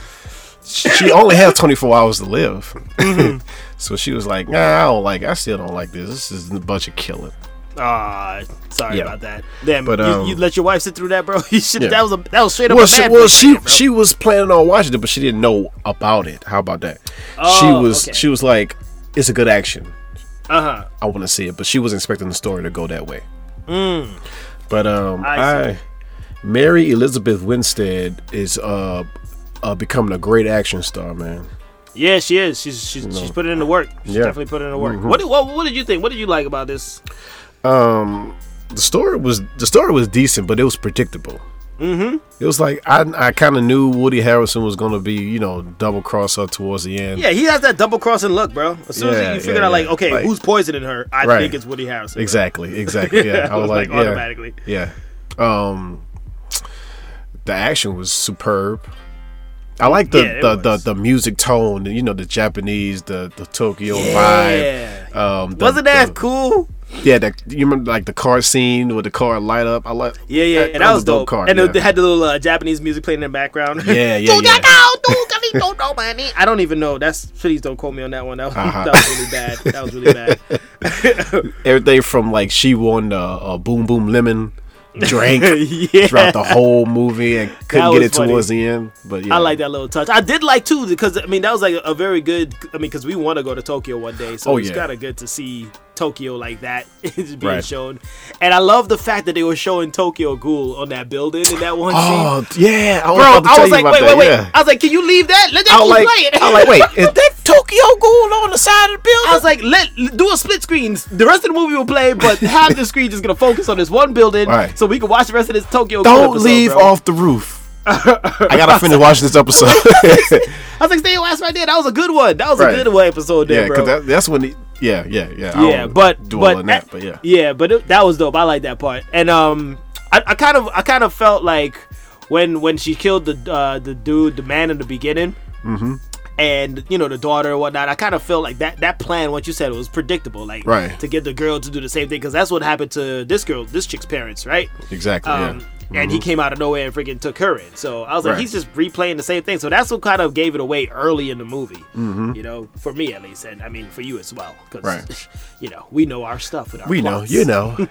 [SPEAKER 1] she only has 24 hours to live." Mm-hmm. <laughs> so she was like, "Nah, I don't like. It. I still don't like this. This is a bunch of killing."
[SPEAKER 2] <laughs> Ah, sorry
[SPEAKER 1] Yeah.
[SPEAKER 2] about that. Damn,
[SPEAKER 1] But,
[SPEAKER 2] you,
[SPEAKER 1] um,
[SPEAKER 2] you let your wife sit through that, bro? <laughs> You should.
[SPEAKER 1] Yeah.
[SPEAKER 2] That was a that was straight up.
[SPEAKER 1] Well,
[SPEAKER 2] a
[SPEAKER 1] she,
[SPEAKER 2] bad
[SPEAKER 1] well,
[SPEAKER 2] boy
[SPEAKER 1] she
[SPEAKER 2] thing, bro.
[SPEAKER 1] she was planning on watching it, but she didn't know about it. How about that? she
[SPEAKER 2] Oh,
[SPEAKER 1] was
[SPEAKER 2] okay.
[SPEAKER 1] she was like, it's a good action.
[SPEAKER 2] Uh huh.
[SPEAKER 1] I want to see it, but she wasn't expecting the story to go that way. But um, I,
[SPEAKER 2] Mm. I
[SPEAKER 1] Mary Elizabeth Winstead is uh, uh becoming a great action star, man.
[SPEAKER 2] Yeah, she is. She's she's, she's put it in the work. She's
[SPEAKER 1] Yeah. Mm-hmm.
[SPEAKER 2] definitely put it in the work. What, did, what what did you think? What did you like about this?
[SPEAKER 1] The story was the story was decent, but it was predictable. Mm-hmm. It was like I I kind of knew Woody Harrelson was gonna be you know double cross her towards the end.
[SPEAKER 2] Yeah, he has that double crossing look, bro. As soon
[SPEAKER 1] Yeah,
[SPEAKER 2] as you figure
[SPEAKER 1] yeah,
[SPEAKER 2] out, like,
[SPEAKER 1] yeah.
[SPEAKER 2] okay,
[SPEAKER 1] Like-
[SPEAKER 2] who's poisoning her? I
[SPEAKER 1] Right.
[SPEAKER 2] think it's Woody Harrelson. bro. <laughs>
[SPEAKER 1] Exactly, exactly. Yeah, I was like, yeah,
[SPEAKER 2] automatically.
[SPEAKER 1] yeah. Um, the action was superb. I like the
[SPEAKER 2] Yeah, it
[SPEAKER 1] the, the
[SPEAKER 2] was.
[SPEAKER 1] the music tone. You know, the Japanese, the the Tokyo
[SPEAKER 2] Yeah.
[SPEAKER 1] vibe. Um, the-
[SPEAKER 2] Wasn't
[SPEAKER 1] the-
[SPEAKER 2] that cool?
[SPEAKER 1] Yeah, that you remember like the car scene with the car light up. I like.
[SPEAKER 2] Yeah, yeah, and that, was dope.
[SPEAKER 1] car,
[SPEAKER 2] and
[SPEAKER 1] yeah.
[SPEAKER 2] they had the little uh, Japanese music playing in the background.
[SPEAKER 1] Yeah, yeah, yeah.
[SPEAKER 2] <laughs> Oh, I don't even know. That's please don't quote me on that one. That was, <laughs>
[SPEAKER 1] Uh-huh.
[SPEAKER 2] that was really bad. That was really
[SPEAKER 1] <laughs>
[SPEAKER 2] bad. <laughs>
[SPEAKER 1] everything from like she won uh, uh, Boom Boom
[SPEAKER 2] <laughs>
[SPEAKER 1] Lemon, Drake
[SPEAKER 2] yeah,
[SPEAKER 1] throughout the whole movie and couldn't get
[SPEAKER 2] was
[SPEAKER 1] it
[SPEAKER 2] funny.
[SPEAKER 1] towards the end. But yeah,
[SPEAKER 2] I like that little touch. I did like too because I mean that was like a very good. I mean because we want to go to Tokyo one day, so
[SPEAKER 1] Oh,
[SPEAKER 2] it's
[SPEAKER 1] yeah.
[SPEAKER 2] kind of good to see Tokyo like that <laughs> is being
[SPEAKER 1] Right.
[SPEAKER 2] shown. And I love the fact that they were showing Tokyo Ghoul on that building in that one scene.
[SPEAKER 1] Oh yeah, I was,
[SPEAKER 2] Bro,
[SPEAKER 1] about to
[SPEAKER 2] I
[SPEAKER 1] tell
[SPEAKER 2] was
[SPEAKER 1] you
[SPEAKER 2] like,
[SPEAKER 1] about
[SPEAKER 2] wait,
[SPEAKER 1] that,
[SPEAKER 2] wait, wait.
[SPEAKER 1] yeah.
[SPEAKER 2] I was like, can you leave that? Let that
[SPEAKER 1] I
[SPEAKER 2] keep
[SPEAKER 1] was like,
[SPEAKER 2] playing.
[SPEAKER 1] I was like, wait,
[SPEAKER 2] <laughs>
[SPEAKER 1] is that Tokyo Ghoul on the side of the building?
[SPEAKER 2] I was like, let do a split screen. The rest of the movie will
[SPEAKER 1] <laughs>
[SPEAKER 2] play, but half the screen is gonna focus on this one building,
[SPEAKER 1] Right.
[SPEAKER 2] so we can watch the rest of this Tokyo. Ghoul
[SPEAKER 1] Don't
[SPEAKER 2] episode,
[SPEAKER 1] leave
[SPEAKER 2] bro.
[SPEAKER 1] off the <laughs> roof. I gotta
[SPEAKER 2] <laughs>
[SPEAKER 1] finish watching this episode. <laughs>
[SPEAKER 2] I was like, stay your ass right there. That was a good one. That was
[SPEAKER 1] Right.
[SPEAKER 2] a good one episode there,
[SPEAKER 1] yeah,
[SPEAKER 2] bro.
[SPEAKER 1] because that, that's when. He, yeah, yeah, yeah. I
[SPEAKER 2] yeah,
[SPEAKER 1] don't
[SPEAKER 2] but
[SPEAKER 1] dwell
[SPEAKER 2] but
[SPEAKER 1] on that, but yeah.
[SPEAKER 2] yeah, but it, that was dope. I like that part, and um, I, I kind of I kind of felt like when when she killed the uh, the dude, the man in the beginning.
[SPEAKER 1] Mm-hmm.
[SPEAKER 2] And you know the daughter and whatnot. I kind of feel like that that plan, what you said, was predictable. Like
[SPEAKER 1] Right.
[SPEAKER 2] to get the girl to do the same thing, because that's what happened to this girl, this chick's parents, right?
[SPEAKER 1] Exactly.
[SPEAKER 2] Um,
[SPEAKER 1] yeah. Mm-hmm.
[SPEAKER 2] And he came out of nowhere and freaking took her in. So I was like,
[SPEAKER 1] Right.
[SPEAKER 2] he's just replaying the same thing. So that's what kind of gave it away early in the movie, you know, for me at least, and I mean for you as well, because
[SPEAKER 1] Mm-hmm. Right.
[SPEAKER 2] <laughs> you know we know our stuff. With our
[SPEAKER 1] We know,
[SPEAKER 2] plots.
[SPEAKER 1] you
[SPEAKER 2] <laughs>
[SPEAKER 1] know.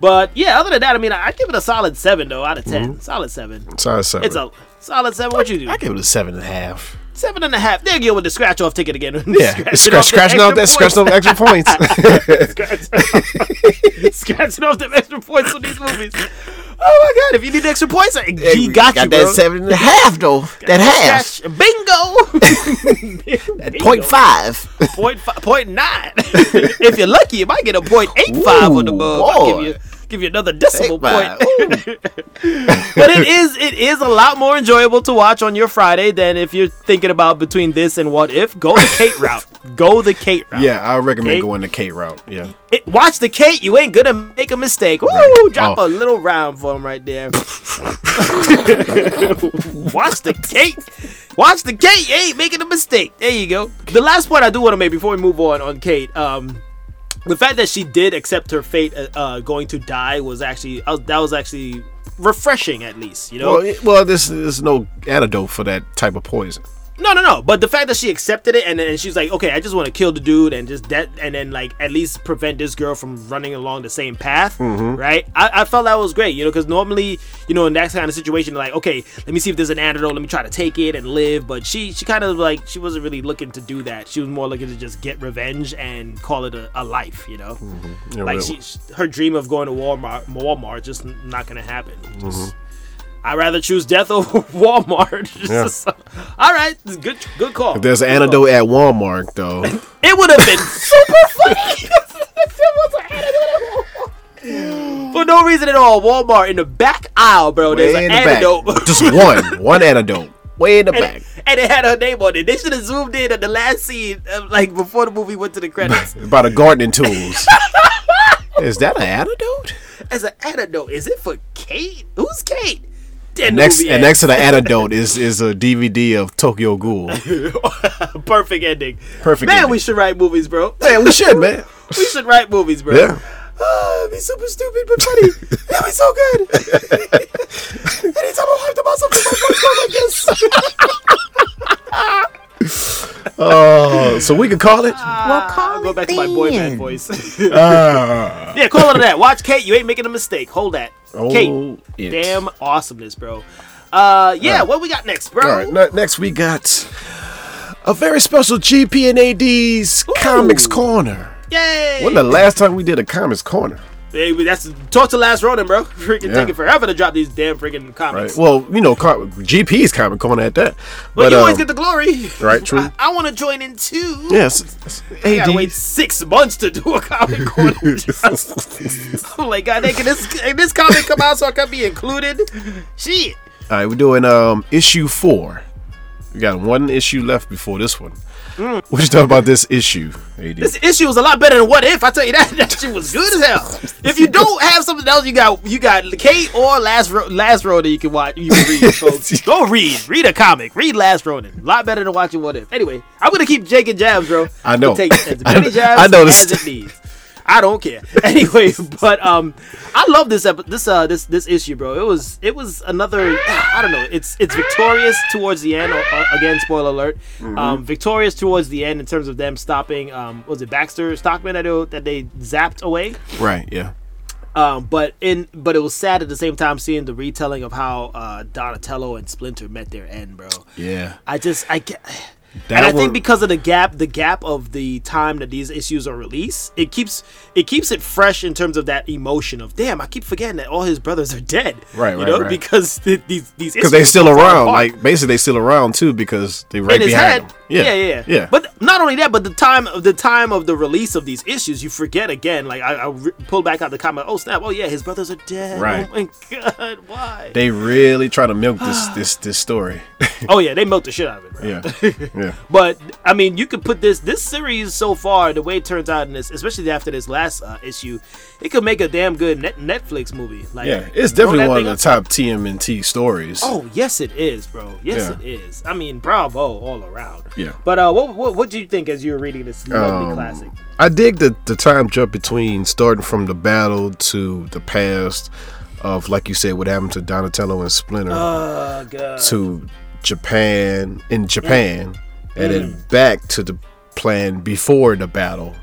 [SPEAKER 2] But yeah, other than that, I mean, I I'd give it a solid seven though out of 10 Solid seven.
[SPEAKER 1] Sorry, seven.
[SPEAKER 2] It's a solid seven. What you do?
[SPEAKER 1] Mm-hmm. I give it a seven and a
[SPEAKER 2] <laughs>
[SPEAKER 1] half.
[SPEAKER 2] Seven and a half. They'll get with the scratch off ticket again. <laughs>
[SPEAKER 1] Yeah, scratch, scratching off that, scratching off extra points.
[SPEAKER 2] <laughs> scratching off the extra points on these
[SPEAKER 1] <laughs>
[SPEAKER 2] movies. Oh my god! If you need extra points, he got, you, bro.
[SPEAKER 1] seven and a half though. That
[SPEAKER 2] Scratch.
[SPEAKER 1] <laughs>
[SPEAKER 2] Bingo. Bingo.
[SPEAKER 1] five.
[SPEAKER 2] Point fi-
[SPEAKER 1] <laughs>
[SPEAKER 2] point nine. if you're lucky, you might get a point eight five on the
[SPEAKER 1] Ooh,
[SPEAKER 2] mug. I'll
[SPEAKER 1] boy.
[SPEAKER 2] give you give you another decimal
[SPEAKER 1] Eight
[SPEAKER 2] point. but it is it is a lot more enjoyable to watch on your Friday than if you're thinking about between this and what if. Go the Kate route. Go the Kate route.
[SPEAKER 1] Yeah, I recommend
[SPEAKER 2] Eight.
[SPEAKER 1] going the Kate route. Yeah,
[SPEAKER 2] It- watch the Kate. You ain't gonna make a mistake. Woo!
[SPEAKER 1] Right.
[SPEAKER 2] Drop
[SPEAKER 1] Oh.
[SPEAKER 2] a little round for him
[SPEAKER 1] <laughs>
[SPEAKER 2] right there. watch the Kate. Watch the Kate. You ain't making a mistake. There you go. The last point I do want to make before we move on on Kate. Um, the fact that she did accept her fate, uh, uh, going to die, was actually uh, that was actually refreshing. At least you know.
[SPEAKER 1] well, it- well, this there's no antidote for that type of poison.
[SPEAKER 2] No, no, no. But the fact that she accepted it and then she's like, okay, I just want to kill the dude and just that, and then like at least prevent this girl from running along the same path, right? I, I felt that was great, you know, because normally, you know, in that kind of situation, like, okay, let me see if there's an antidote, let me try to take it and live. But she, she kind of like she wasn't really looking to do that. She was more looking to just get revenge and call it a, a life, you know.
[SPEAKER 1] You know,
[SPEAKER 2] Like
[SPEAKER 1] that-
[SPEAKER 2] she, her dream of going to Walmart, Walmart, just n- not gonna happen.
[SPEAKER 1] Mm-hmm.
[SPEAKER 2] Just- I'd rather choose death <laughs> over Walmart. <laughs> Just- All right, it's good, good call.
[SPEAKER 1] if there's an
[SPEAKER 2] Good
[SPEAKER 1] antidote at Walmart
[SPEAKER 2] <laughs>
[SPEAKER 1] though.
[SPEAKER 2] call. It would have
[SPEAKER 1] <laughs>
[SPEAKER 2] been super funny. <laughs> If there was an antidote at Walmart. For no reason at all, Walmart in the back aisle, bro. There's
[SPEAKER 1] way in
[SPEAKER 2] an
[SPEAKER 1] the
[SPEAKER 2] antidote,
[SPEAKER 1] back, <laughs> just one, one antidote, way in
[SPEAKER 2] <laughs>
[SPEAKER 1] the back.
[SPEAKER 2] and it had her name on it. They should have zoomed in at the last scene, uh, like before the movie went to
[SPEAKER 1] <laughs>
[SPEAKER 2] the credits.
[SPEAKER 1] About the gardening
[SPEAKER 2] <laughs>
[SPEAKER 1] tools. Is that an antidote?
[SPEAKER 2] As an antidote, is it for Kate? Who's Kate? That
[SPEAKER 1] Next,
[SPEAKER 2] movie
[SPEAKER 1] and
[SPEAKER 2] had-
[SPEAKER 1] next to the antidote is is a DVD of Tokyo
[SPEAKER 2] <laughs>
[SPEAKER 1] Ghoul.
[SPEAKER 2] Perfect ending.
[SPEAKER 1] Perfect
[SPEAKER 2] Man,
[SPEAKER 1] ending.
[SPEAKER 2] we should write movies, bro.
[SPEAKER 1] Man, we should, man.
[SPEAKER 2] we should write movies,
[SPEAKER 1] <laughs>
[SPEAKER 2] bro.
[SPEAKER 1] Yeah.
[SPEAKER 2] Oh, it'd be super stupid
[SPEAKER 1] <laughs>
[SPEAKER 2] but funny. That'd be so good. Anytime I'm hyped about something, my voice goes
[SPEAKER 1] <laughs>
[SPEAKER 2] like this.
[SPEAKER 1] Oh, so we could call it.
[SPEAKER 2] Well, call go back to my boy band voice. <laughs>
[SPEAKER 1] Ah.
[SPEAKER 2] yeah, call it that. Watch Kate. You ain't making a mistake. Hold that.
[SPEAKER 1] Oh,
[SPEAKER 2] Kate.
[SPEAKER 1] it.
[SPEAKER 2] Damn awesomeness, bro. Uh, yeah. What we got next, bro?
[SPEAKER 1] All right, ne- next we got a very special GP and AD's Comics Corner.
[SPEAKER 2] Yay!
[SPEAKER 1] When the last time we did a Comics Corner?
[SPEAKER 2] Hey, that's talk to Last Ronin, bro. <laughs> Freaking
[SPEAKER 1] Yeah.
[SPEAKER 2] taking forever to drop these damn freaking comics.
[SPEAKER 1] Right. Well, you know, co- GP's Comic Corner at that.
[SPEAKER 2] but,
[SPEAKER 1] But,
[SPEAKER 2] you always
[SPEAKER 1] um,
[SPEAKER 2] get the glory,
[SPEAKER 1] right, true.
[SPEAKER 2] <laughs> I, I want to join in too.
[SPEAKER 1] yes,
[SPEAKER 2] I gotta wait
[SPEAKER 1] AD's.
[SPEAKER 2] six months to do a comic corner. I'm like, God, dang, can this can this comic come out so I can be included? Shit.
[SPEAKER 1] <laughs> All right, we're doing um issue four. We got one issue left before this one. We're just talking about this issue, AD.
[SPEAKER 2] Mm. This issue was a lot better than what if I tell you that <laughs> that shit was good as hell. If you don't have something else, you got you got Kate or Last Ro- Last Ronin you can watch. You can read, folks. Go read, read a comic, read Last Ronin. A lot better than watching What If. Anyway, I'm gonna keep Jake and Jabs, bro.
[SPEAKER 1] I know.
[SPEAKER 2] We'll Take as
[SPEAKER 1] <laughs> I-
[SPEAKER 2] many jabs
[SPEAKER 1] I noticed.
[SPEAKER 2] as it needs. I don't care. <laughs> Anyway, but um, I love this epi- this uh this this issue, bro. It was it was another I don't know. It's it's victorious towards the end. Uh, again, spoiler alert.
[SPEAKER 1] Mm-hmm.
[SPEAKER 2] Um, victorious towards the end in terms of them stopping. Um, was it Baxter Stockman that they, that they zapped away?
[SPEAKER 1] Right, yeah.
[SPEAKER 2] Um, but in but it was sad at the same time seeing the retelling of how uh Donatello and Splinter met their end, bro.
[SPEAKER 1] Yeah.
[SPEAKER 2] I just I get.
[SPEAKER 1] That
[SPEAKER 2] And I think
[SPEAKER 1] one-
[SPEAKER 2] because of the gap, the gap of the time that these issues are released, it keeps it keeps it fresh in terms of that emotion of damn. I keep forgetting that all his brothers are dead,
[SPEAKER 1] Right,
[SPEAKER 2] You
[SPEAKER 1] right,
[SPEAKER 2] know,
[SPEAKER 1] right.
[SPEAKER 2] because <laughs> th- these these
[SPEAKER 1] because they're still around. Like basically, they still around too because they right
[SPEAKER 2] in his
[SPEAKER 1] behind
[SPEAKER 2] head.
[SPEAKER 1] them.
[SPEAKER 2] Yeah. yeah, yeah,
[SPEAKER 1] yeah.
[SPEAKER 2] But not only that, but the time of the time of the release of these issues, you forget again. Like I, I re- pull back out the comment. Oh snap! Oh yeah, his brothers are dead.
[SPEAKER 1] Right.
[SPEAKER 2] Oh my <laughs> god, why?
[SPEAKER 1] they really try to milk this
[SPEAKER 2] <gasps>
[SPEAKER 1] this this story. <laughs>
[SPEAKER 2] oh yeah, they milked the shit out of it. Bro. <laughs>
[SPEAKER 1] yeah, yeah,
[SPEAKER 2] But I mean, you could put this this series so far, the way it turns out in this, especially after this last uh, issue, it could make a damn good net- Netflix movie. Like,
[SPEAKER 1] yeah. It's
[SPEAKER 2] throw
[SPEAKER 1] definitely
[SPEAKER 2] that
[SPEAKER 1] one
[SPEAKER 2] thing
[SPEAKER 1] of the
[SPEAKER 2] up-
[SPEAKER 1] top TMNT stories.
[SPEAKER 2] Oh yes, it is, bro. Yes,
[SPEAKER 1] Yeah.
[SPEAKER 2] it is. I mean, bravo all around.
[SPEAKER 1] Yeah.
[SPEAKER 2] But uh, what what what do you think as you were reading this lovely
[SPEAKER 1] Um,
[SPEAKER 2] classic?
[SPEAKER 1] I dig the the time jump between starting from the battle to the past of like you said what happened to Donatello and Splinter
[SPEAKER 2] Oh god.
[SPEAKER 1] to Japan in Japan and then
[SPEAKER 2] Mm.
[SPEAKER 1] back to the plan before the battle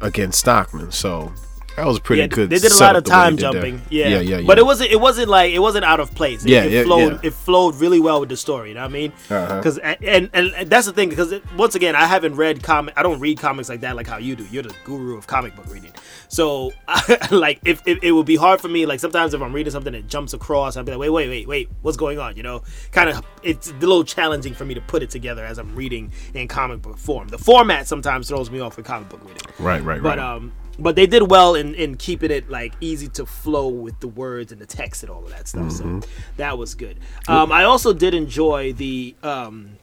[SPEAKER 1] against Stockman. So that was a pretty
[SPEAKER 2] Mm-hmm. Yeah,
[SPEAKER 1] good.
[SPEAKER 2] They did a lot
[SPEAKER 1] setup
[SPEAKER 2] of
[SPEAKER 1] the way
[SPEAKER 2] time
[SPEAKER 1] they did that.
[SPEAKER 2] jumping. Yeah.
[SPEAKER 1] yeah, yeah, yeah.
[SPEAKER 2] But it wasn't. It wasn't like it wasn't out of place. It,
[SPEAKER 1] Yeah,
[SPEAKER 2] it
[SPEAKER 1] yeah,
[SPEAKER 2] flowed.
[SPEAKER 1] yeah.
[SPEAKER 2] It flowed really well with the story. You know what I mean?
[SPEAKER 1] Uh-huh.
[SPEAKER 2] Because and, and and that's the thing. Because once again, I haven't read comic. I don't read comics like that, like how you do. You're the guru of comic book reading. So <laughs> like, if it, it would be hard for me. Like sometimes if I'm reading something that jumps across, I'd be like, wait, wait, wait, wait, what's going on? You know, kind of. It's a little challenging for me to put it together as I'm reading in comic book form. The format sometimes throws me off with comic book reading.
[SPEAKER 1] Right, right, right.
[SPEAKER 2] But um, but they did well in in keeping it like easy to flow with the words and the text and all of that stuff. So that was good. Um, I also did enjoy the um,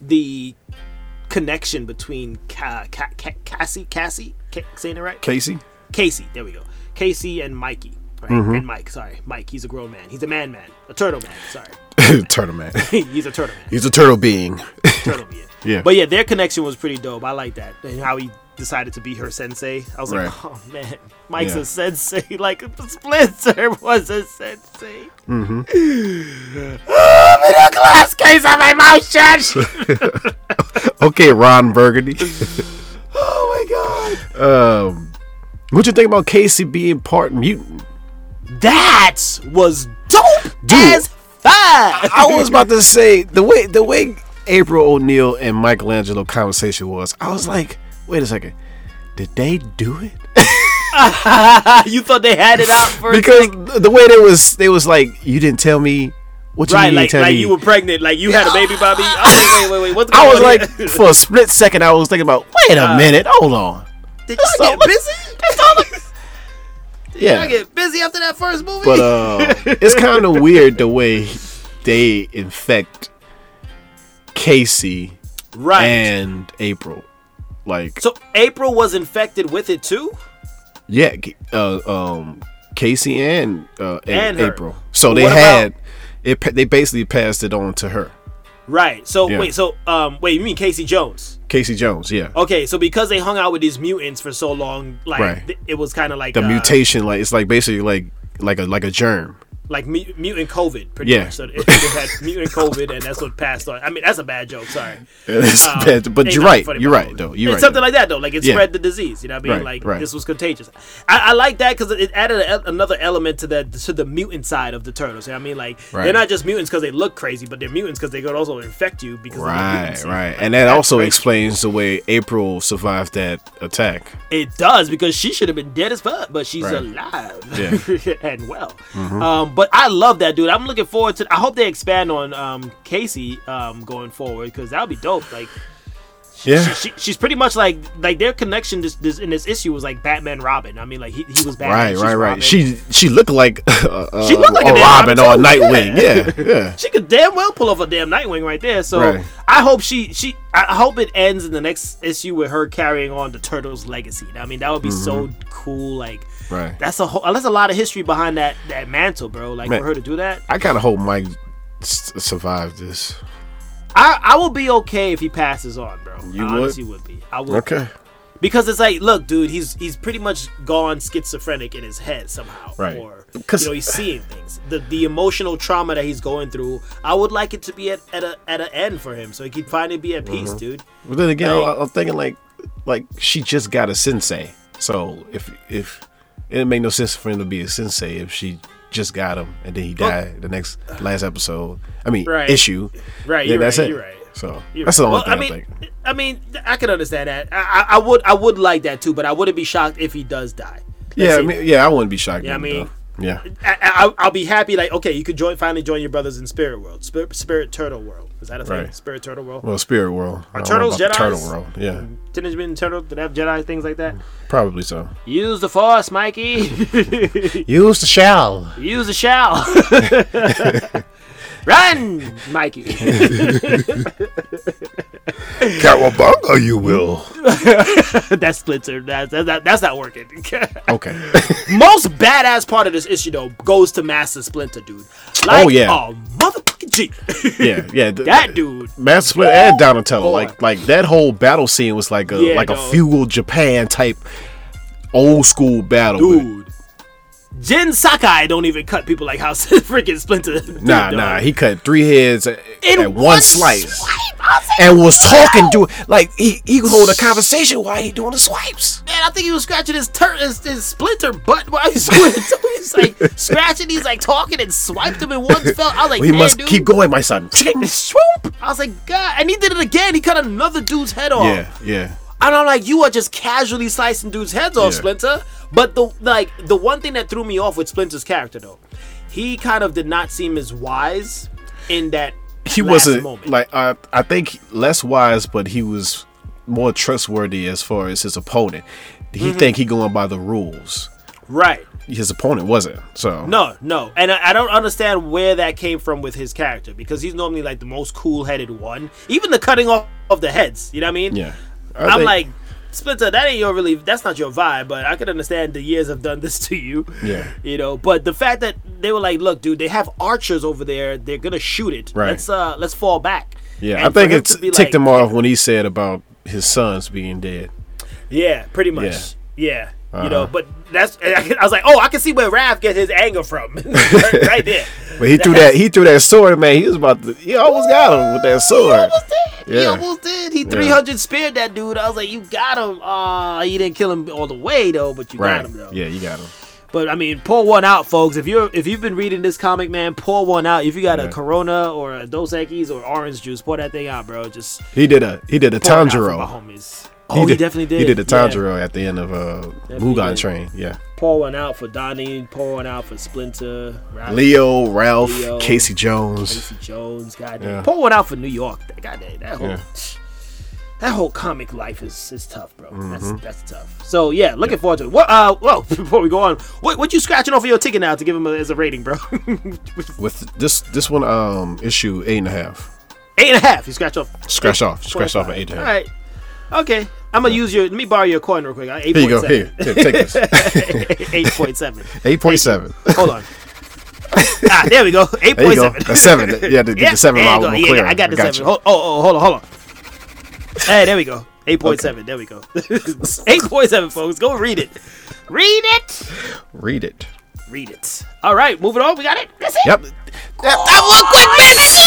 [SPEAKER 2] the connection between Ca- Ca- Ca- Cassie, Cassie, Ca- saying it right,
[SPEAKER 1] Casey. <laughs>
[SPEAKER 2] Casey. There we go, Casey and Mikey. Right? And Mike, sorry, Mike. He's a grown man. He's a man, man, a turtle man. Sorry, <laughs>
[SPEAKER 1] turtle man.
[SPEAKER 2] he's a turtle man
[SPEAKER 1] He's a turtle being.
[SPEAKER 2] turtle being.
[SPEAKER 1] Yeah.
[SPEAKER 2] But yeah, their connection was pretty dope. I like that. And how he decided to be her sensei. I was
[SPEAKER 1] Right.
[SPEAKER 2] like, oh man, Mike's
[SPEAKER 1] Yeah.
[SPEAKER 2] a sensei. <laughs> Like Splinter <laughs> was a sensei. Mm-hmm. <sighs> middle class case of my
[SPEAKER 1] <laughs>
[SPEAKER 2] mouth
[SPEAKER 1] <laughs>
[SPEAKER 2] shut.
[SPEAKER 1] okay, Ron <laughs> Burgundy.
[SPEAKER 2] oh my
[SPEAKER 1] um, what you think about Casey being part mutant?
[SPEAKER 2] god. That was dope
[SPEAKER 1] Dude.
[SPEAKER 2] as fuck. <laughs>
[SPEAKER 1] I was about to say the way the way April O'Neil and Michelangelo conversation was. I was like, wait a second, did they do it?
[SPEAKER 2] you thought they had it out <laughs> for
[SPEAKER 1] because the way they was they was like you didn't tell me what you
[SPEAKER 2] Right,
[SPEAKER 1] mean you
[SPEAKER 2] like,
[SPEAKER 1] didn't tell
[SPEAKER 2] like
[SPEAKER 1] me
[SPEAKER 2] you were pregnant, like you had a baby,
[SPEAKER 1] <laughs>
[SPEAKER 2] Bobby. I was like, wait, wait, wait, what's going <laughs>
[SPEAKER 1] i was
[SPEAKER 2] on here?
[SPEAKER 1] like <laughs> for a split second i was thinking about wait
[SPEAKER 2] Uh,
[SPEAKER 1] a minute hold on
[SPEAKER 2] did
[SPEAKER 1] <laughs>
[SPEAKER 2] you
[SPEAKER 1] so-
[SPEAKER 2] get busy? That's all <laughs> I- I
[SPEAKER 1] yeah
[SPEAKER 2] get busy after that first movie.
[SPEAKER 1] but
[SPEAKER 2] <laughs>
[SPEAKER 1] uh it's kind of weird the way they infect casey
[SPEAKER 2] <laughs> right.
[SPEAKER 1] and april like
[SPEAKER 2] so April was infected with it too.
[SPEAKER 1] yeah K- uh, um casey and uh A-
[SPEAKER 2] And her.
[SPEAKER 1] april so they
[SPEAKER 2] What about-
[SPEAKER 1] had it pa- they basically passed it on to her
[SPEAKER 2] Right. So
[SPEAKER 1] Yeah.
[SPEAKER 2] wait. So um. Wait. You mean Casey Jones?
[SPEAKER 1] casey jones yeah
[SPEAKER 2] Okay. So because they hung out with these mutants for so long, like
[SPEAKER 1] Right.
[SPEAKER 2] th- it was kind of like
[SPEAKER 1] the
[SPEAKER 2] uh,
[SPEAKER 1] mutation like it's like basically like like a like a germ <laughs>
[SPEAKER 2] like mu- mutant COVID, pretty
[SPEAKER 1] Yeah.
[SPEAKER 2] much. So it, it
[SPEAKER 1] <laughs>
[SPEAKER 2] had mutant COVID, and that's what passed on. I mean, that's a bad joke. Sorry,
[SPEAKER 1] It's
[SPEAKER 2] Um,
[SPEAKER 1] bad, <laughs> but
[SPEAKER 2] ain't
[SPEAKER 1] you're
[SPEAKER 2] nothing
[SPEAKER 1] right.
[SPEAKER 2] funny
[SPEAKER 1] You're
[SPEAKER 2] about
[SPEAKER 1] right,
[SPEAKER 2] COVID.
[SPEAKER 1] though. You're
[SPEAKER 2] It's
[SPEAKER 1] right.
[SPEAKER 2] Something like that, though. Like it
[SPEAKER 1] Yeah.
[SPEAKER 2] spread the disease. You know what I mean?
[SPEAKER 1] Right,
[SPEAKER 2] like
[SPEAKER 1] right.
[SPEAKER 2] this was contagious. I, I like that because it added a, another element to the to the mutant side of the turtles. You know what I mean? Like
[SPEAKER 1] Right.
[SPEAKER 2] they're not just mutants because they look crazy, but they're mutants because they could also infect you because of the
[SPEAKER 1] Right,
[SPEAKER 2] mutancy.
[SPEAKER 1] right.
[SPEAKER 2] Like,
[SPEAKER 1] And that
[SPEAKER 2] that's
[SPEAKER 1] also
[SPEAKER 2] crazy.
[SPEAKER 1] explains the way April survived that attack.
[SPEAKER 2] It does because she should have been dead as fuck, but she's
[SPEAKER 1] Right.
[SPEAKER 2] alive
[SPEAKER 1] Yeah.
[SPEAKER 2] <laughs>
[SPEAKER 1] Mm-hmm.
[SPEAKER 2] and well. Um, but I love that dude. I'm looking forward to. I hope they expand on um, Casey um, going forward because that'll be dope. Like
[SPEAKER 1] Yeah.
[SPEAKER 2] she, she's pretty much like like their connection this, this in this issue was like Batman Robin. I mean like he, he was Batman.
[SPEAKER 1] Right,
[SPEAKER 2] she's
[SPEAKER 1] right, right.
[SPEAKER 2] Robin.
[SPEAKER 1] She she looked like uh, uh,
[SPEAKER 2] She looked like a
[SPEAKER 1] a
[SPEAKER 2] damn
[SPEAKER 1] Robin or a
[SPEAKER 2] Robin too,
[SPEAKER 1] Nightwing. Yeah,
[SPEAKER 2] <laughs>
[SPEAKER 1] yeah.
[SPEAKER 2] she could damn well pull off a damn Nightwing right there. So
[SPEAKER 1] Right.
[SPEAKER 2] I hope she she I hope it ends in the next issue with her carrying on the Turtles legacy. I mean that would be so
[SPEAKER 1] Mm-hmm.
[SPEAKER 2] cool. Like
[SPEAKER 1] Right.
[SPEAKER 2] that's a whole that's a lot of history behind that that mantle, bro. Like
[SPEAKER 1] Man.
[SPEAKER 2] for her to do that,
[SPEAKER 1] I kind of hope Mike s- survived this.
[SPEAKER 2] I I will be okay if he passes on, bro.
[SPEAKER 1] You
[SPEAKER 2] I
[SPEAKER 1] would?
[SPEAKER 2] honestly would be. I would
[SPEAKER 1] Okay.
[SPEAKER 2] because it's like look, dude, he's he's pretty much gone schizophrenic in his head somehow,
[SPEAKER 1] Right.
[SPEAKER 2] Or
[SPEAKER 1] 'Cause-
[SPEAKER 2] you know he's seeing things. The the emotional trauma that he's going through, I would like it to be at at a at an end for him, so he can finally be at
[SPEAKER 1] Mm-hmm.
[SPEAKER 2] peace, dude.
[SPEAKER 1] But then again,
[SPEAKER 2] Like-
[SPEAKER 1] I, I'm thinking like like she just got a sensei. So if if it didn't make no sense for him to be a sensei if she just got him and then he died the next last episode. I mean
[SPEAKER 2] Right.
[SPEAKER 1] issue.
[SPEAKER 2] Right,
[SPEAKER 1] Yeah,
[SPEAKER 2] you're
[SPEAKER 1] that's
[SPEAKER 2] right,
[SPEAKER 1] it.
[SPEAKER 2] you're right.
[SPEAKER 1] So
[SPEAKER 2] You're
[SPEAKER 1] that's the
[SPEAKER 2] right.
[SPEAKER 1] only
[SPEAKER 2] Well,
[SPEAKER 1] thing I,
[SPEAKER 2] I mean,
[SPEAKER 1] think.
[SPEAKER 2] I mean, th- I can understand that. I, I, I would, I would like that too, but I wouldn't be shocked if he does die. Let's
[SPEAKER 1] Yeah, I
[SPEAKER 2] see.
[SPEAKER 1] mean, yeah, I wouldn't be shocked.
[SPEAKER 2] Yeah, I
[SPEAKER 1] either,
[SPEAKER 2] mean-
[SPEAKER 1] though. yeah,
[SPEAKER 2] I, I, I'll be happy. Like, okay, you could join finally join your brothers in Spirit World, Spirit, Spirit Turtle World. Is that a thing?
[SPEAKER 1] Right.
[SPEAKER 2] Spirit Turtle World.
[SPEAKER 1] well, spirit world. I don't know
[SPEAKER 2] turtles
[SPEAKER 1] about the
[SPEAKER 2] Jedis?
[SPEAKER 1] Turtle world. Yeah,
[SPEAKER 2] Teenage Mutant Turtle. Did they have Jedi things like
[SPEAKER 1] Hmm.
[SPEAKER 2] that?
[SPEAKER 1] probably so.
[SPEAKER 2] Use the Force, Mikey.
[SPEAKER 1] <laughs> Use the shell.
[SPEAKER 2] Use the shell. <laughs> Run, Mikey. <laughs>
[SPEAKER 1] Cowabunga, you will.
[SPEAKER 2] that's Splinter. That's that, that, that's not working. <laughs>
[SPEAKER 1] Okay. <laughs>
[SPEAKER 2] Most badass part of this issue though goes to Master Splinter, dude. Like
[SPEAKER 1] Oh, yeah.
[SPEAKER 2] a motherfucking G.
[SPEAKER 1] yeah, yeah. th-
[SPEAKER 2] <laughs> that dude.
[SPEAKER 1] Matt Splinter and Donatello,
[SPEAKER 2] Boy.
[SPEAKER 1] like like that whole battle scene was like a
[SPEAKER 2] Yeah,
[SPEAKER 1] like a
[SPEAKER 2] dog.
[SPEAKER 1] feudal Japan type old school battle.
[SPEAKER 2] dude. Jin Sakai don't even cut people like how <laughs> freaking Splinter. did,
[SPEAKER 1] Nah,
[SPEAKER 2] dog.
[SPEAKER 1] nah, he cut three heads at,
[SPEAKER 2] In
[SPEAKER 1] at one
[SPEAKER 2] one
[SPEAKER 1] slice
[SPEAKER 2] swipe, I was like,
[SPEAKER 1] and was talking doing like he he could hold a conversation while he doing the swipes.
[SPEAKER 2] man, I think he was scratching his, tur- his, his Splinter butt while <laughs> he's doing it. too.
[SPEAKER 1] <laughs>
[SPEAKER 2] He's like scratching, he's like talking and swiped him in one fell. I was like,
[SPEAKER 1] We
[SPEAKER 2] damn,
[SPEAKER 1] must
[SPEAKER 2] dude.
[SPEAKER 1] keep going, my son.
[SPEAKER 2] <laughs> Swoop. I was like, God, and he did it again. He cut another dude's head off.
[SPEAKER 1] yeah, yeah.
[SPEAKER 2] And I'm like, you are just casually slicing dudes' heads off,
[SPEAKER 1] Yeah.
[SPEAKER 2] Splinter. But the like the one thing that threw me off with Splinter's character though, he kind of did not seem as wise in that
[SPEAKER 1] He
[SPEAKER 2] last
[SPEAKER 1] wasn't
[SPEAKER 2] moment.
[SPEAKER 1] like I I think less wise, but he was more trustworthy as far as his opponent. He
[SPEAKER 2] Mm-hmm.
[SPEAKER 1] think he going by the rules.
[SPEAKER 2] right.
[SPEAKER 1] His opponent wasn't. So
[SPEAKER 2] No, no, and I, I don't understand where that came from with his character because he's normally like the most cool-headed one. Even the cutting off of the heads, you know what I mean?
[SPEAKER 1] Yeah. I
[SPEAKER 2] I'm
[SPEAKER 1] think-
[SPEAKER 2] like, Splinter, that ain't your really. That's not your vibe. But I could understand the years have done this <laughs> to you.
[SPEAKER 1] Yeah.
[SPEAKER 2] You know, but the fact that they were like, look, dude, they have archers over there. They're gonna shoot it.
[SPEAKER 1] Right.
[SPEAKER 2] Let's uh, let's fall back.
[SPEAKER 1] Yeah,
[SPEAKER 2] And
[SPEAKER 1] I
[SPEAKER 2] for
[SPEAKER 1] think
[SPEAKER 2] him
[SPEAKER 1] it
[SPEAKER 2] to
[SPEAKER 1] t-
[SPEAKER 2] be
[SPEAKER 1] ticked
[SPEAKER 2] like-
[SPEAKER 1] him off when he said about his sons being dead.
[SPEAKER 2] Yeah, pretty much. Yeah. You
[SPEAKER 1] Uh-huh.
[SPEAKER 2] know, but that's I, can- I was like, oh, I can see where Raph gets his anger from, <laughs> right, right there.
[SPEAKER 1] But he threw that he threw that sword, man. He was about to he almost got him with that sword.
[SPEAKER 2] almost did. He
[SPEAKER 1] <laughs> Yeah.
[SPEAKER 2] almost did. He 300 speared that dude. I was like, you got him. Uh, you didn't kill him all the way though, but you
[SPEAKER 1] Right.
[SPEAKER 2] got him though.
[SPEAKER 1] Yeah, you got him.
[SPEAKER 2] But I mean, pour one out, folks. If you're if you've been reading this comic, man, pour one out. If you got
[SPEAKER 1] Yeah.
[SPEAKER 2] a Corona or a Dos Equis or orange juice, pour that thing out, bro. Just
[SPEAKER 1] He did a he did a
[SPEAKER 2] pour it out for my
[SPEAKER 1] Tanjiro.
[SPEAKER 2] homies. Oh, he, definitely did.
[SPEAKER 1] He did a
[SPEAKER 2] Yeah.
[SPEAKER 1] Tanjiro at the end of uh
[SPEAKER 2] Definitely
[SPEAKER 1] Mugen
[SPEAKER 2] did.
[SPEAKER 1] Train. Yeah.
[SPEAKER 2] Pour one out for Donnie. Pour one out for Splinter. Ralph,
[SPEAKER 1] Leo, Ralph,
[SPEAKER 2] Leo.
[SPEAKER 1] Casey Jones.
[SPEAKER 2] Casey Jones. Goddamn.
[SPEAKER 1] Yeah.
[SPEAKER 2] Pour one out for New York. Goddamn. That whole
[SPEAKER 1] Yeah.
[SPEAKER 2] that whole comic life is is tough, bro.
[SPEAKER 1] Mm-hmm.
[SPEAKER 2] That's that's tough. So yeah, looking forward to it. What? Uh, well, <laughs> before we go on, what what you scratching off of your ticket now to give him a, as a rating, bro? <laughs>
[SPEAKER 1] With this this one um issue eight and a half.
[SPEAKER 2] Eight and a half. You scratch off.
[SPEAKER 1] Scratch off. Scratch off an eight and a
[SPEAKER 2] All
[SPEAKER 1] half.
[SPEAKER 2] right. Okay. I'm gonna use your. Let me borrow your coin real quick. Uh,
[SPEAKER 1] Here you go. Here, here, take
[SPEAKER 2] <laughs>
[SPEAKER 1] this. <laughs>
[SPEAKER 2] 8.7. Eight point seven.
[SPEAKER 1] Eight point
[SPEAKER 2] <laughs>
[SPEAKER 1] seven.
[SPEAKER 2] Hold on. ah, there we go.
[SPEAKER 1] <laughs>
[SPEAKER 2] Eight
[SPEAKER 1] There you
[SPEAKER 2] point
[SPEAKER 1] go.
[SPEAKER 2] seven.
[SPEAKER 1] A seven. Yeah, the,
[SPEAKER 2] Yeah,
[SPEAKER 1] the seven
[SPEAKER 2] there you
[SPEAKER 1] mile
[SPEAKER 2] go.
[SPEAKER 1] will
[SPEAKER 2] Yeah,
[SPEAKER 1] clear.
[SPEAKER 2] yeah, I got the
[SPEAKER 1] Gotcha.
[SPEAKER 2] seven. Hold, oh, oh, hold on, hold on. Hey, there we go. Eight point seven. There we <laughs> go. Eight point seven, folks. Go read it. Read it.
[SPEAKER 1] Read it.
[SPEAKER 2] Read it. All right, moving on. We got it. That's it.
[SPEAKER 1] Yep. That, that was good menu.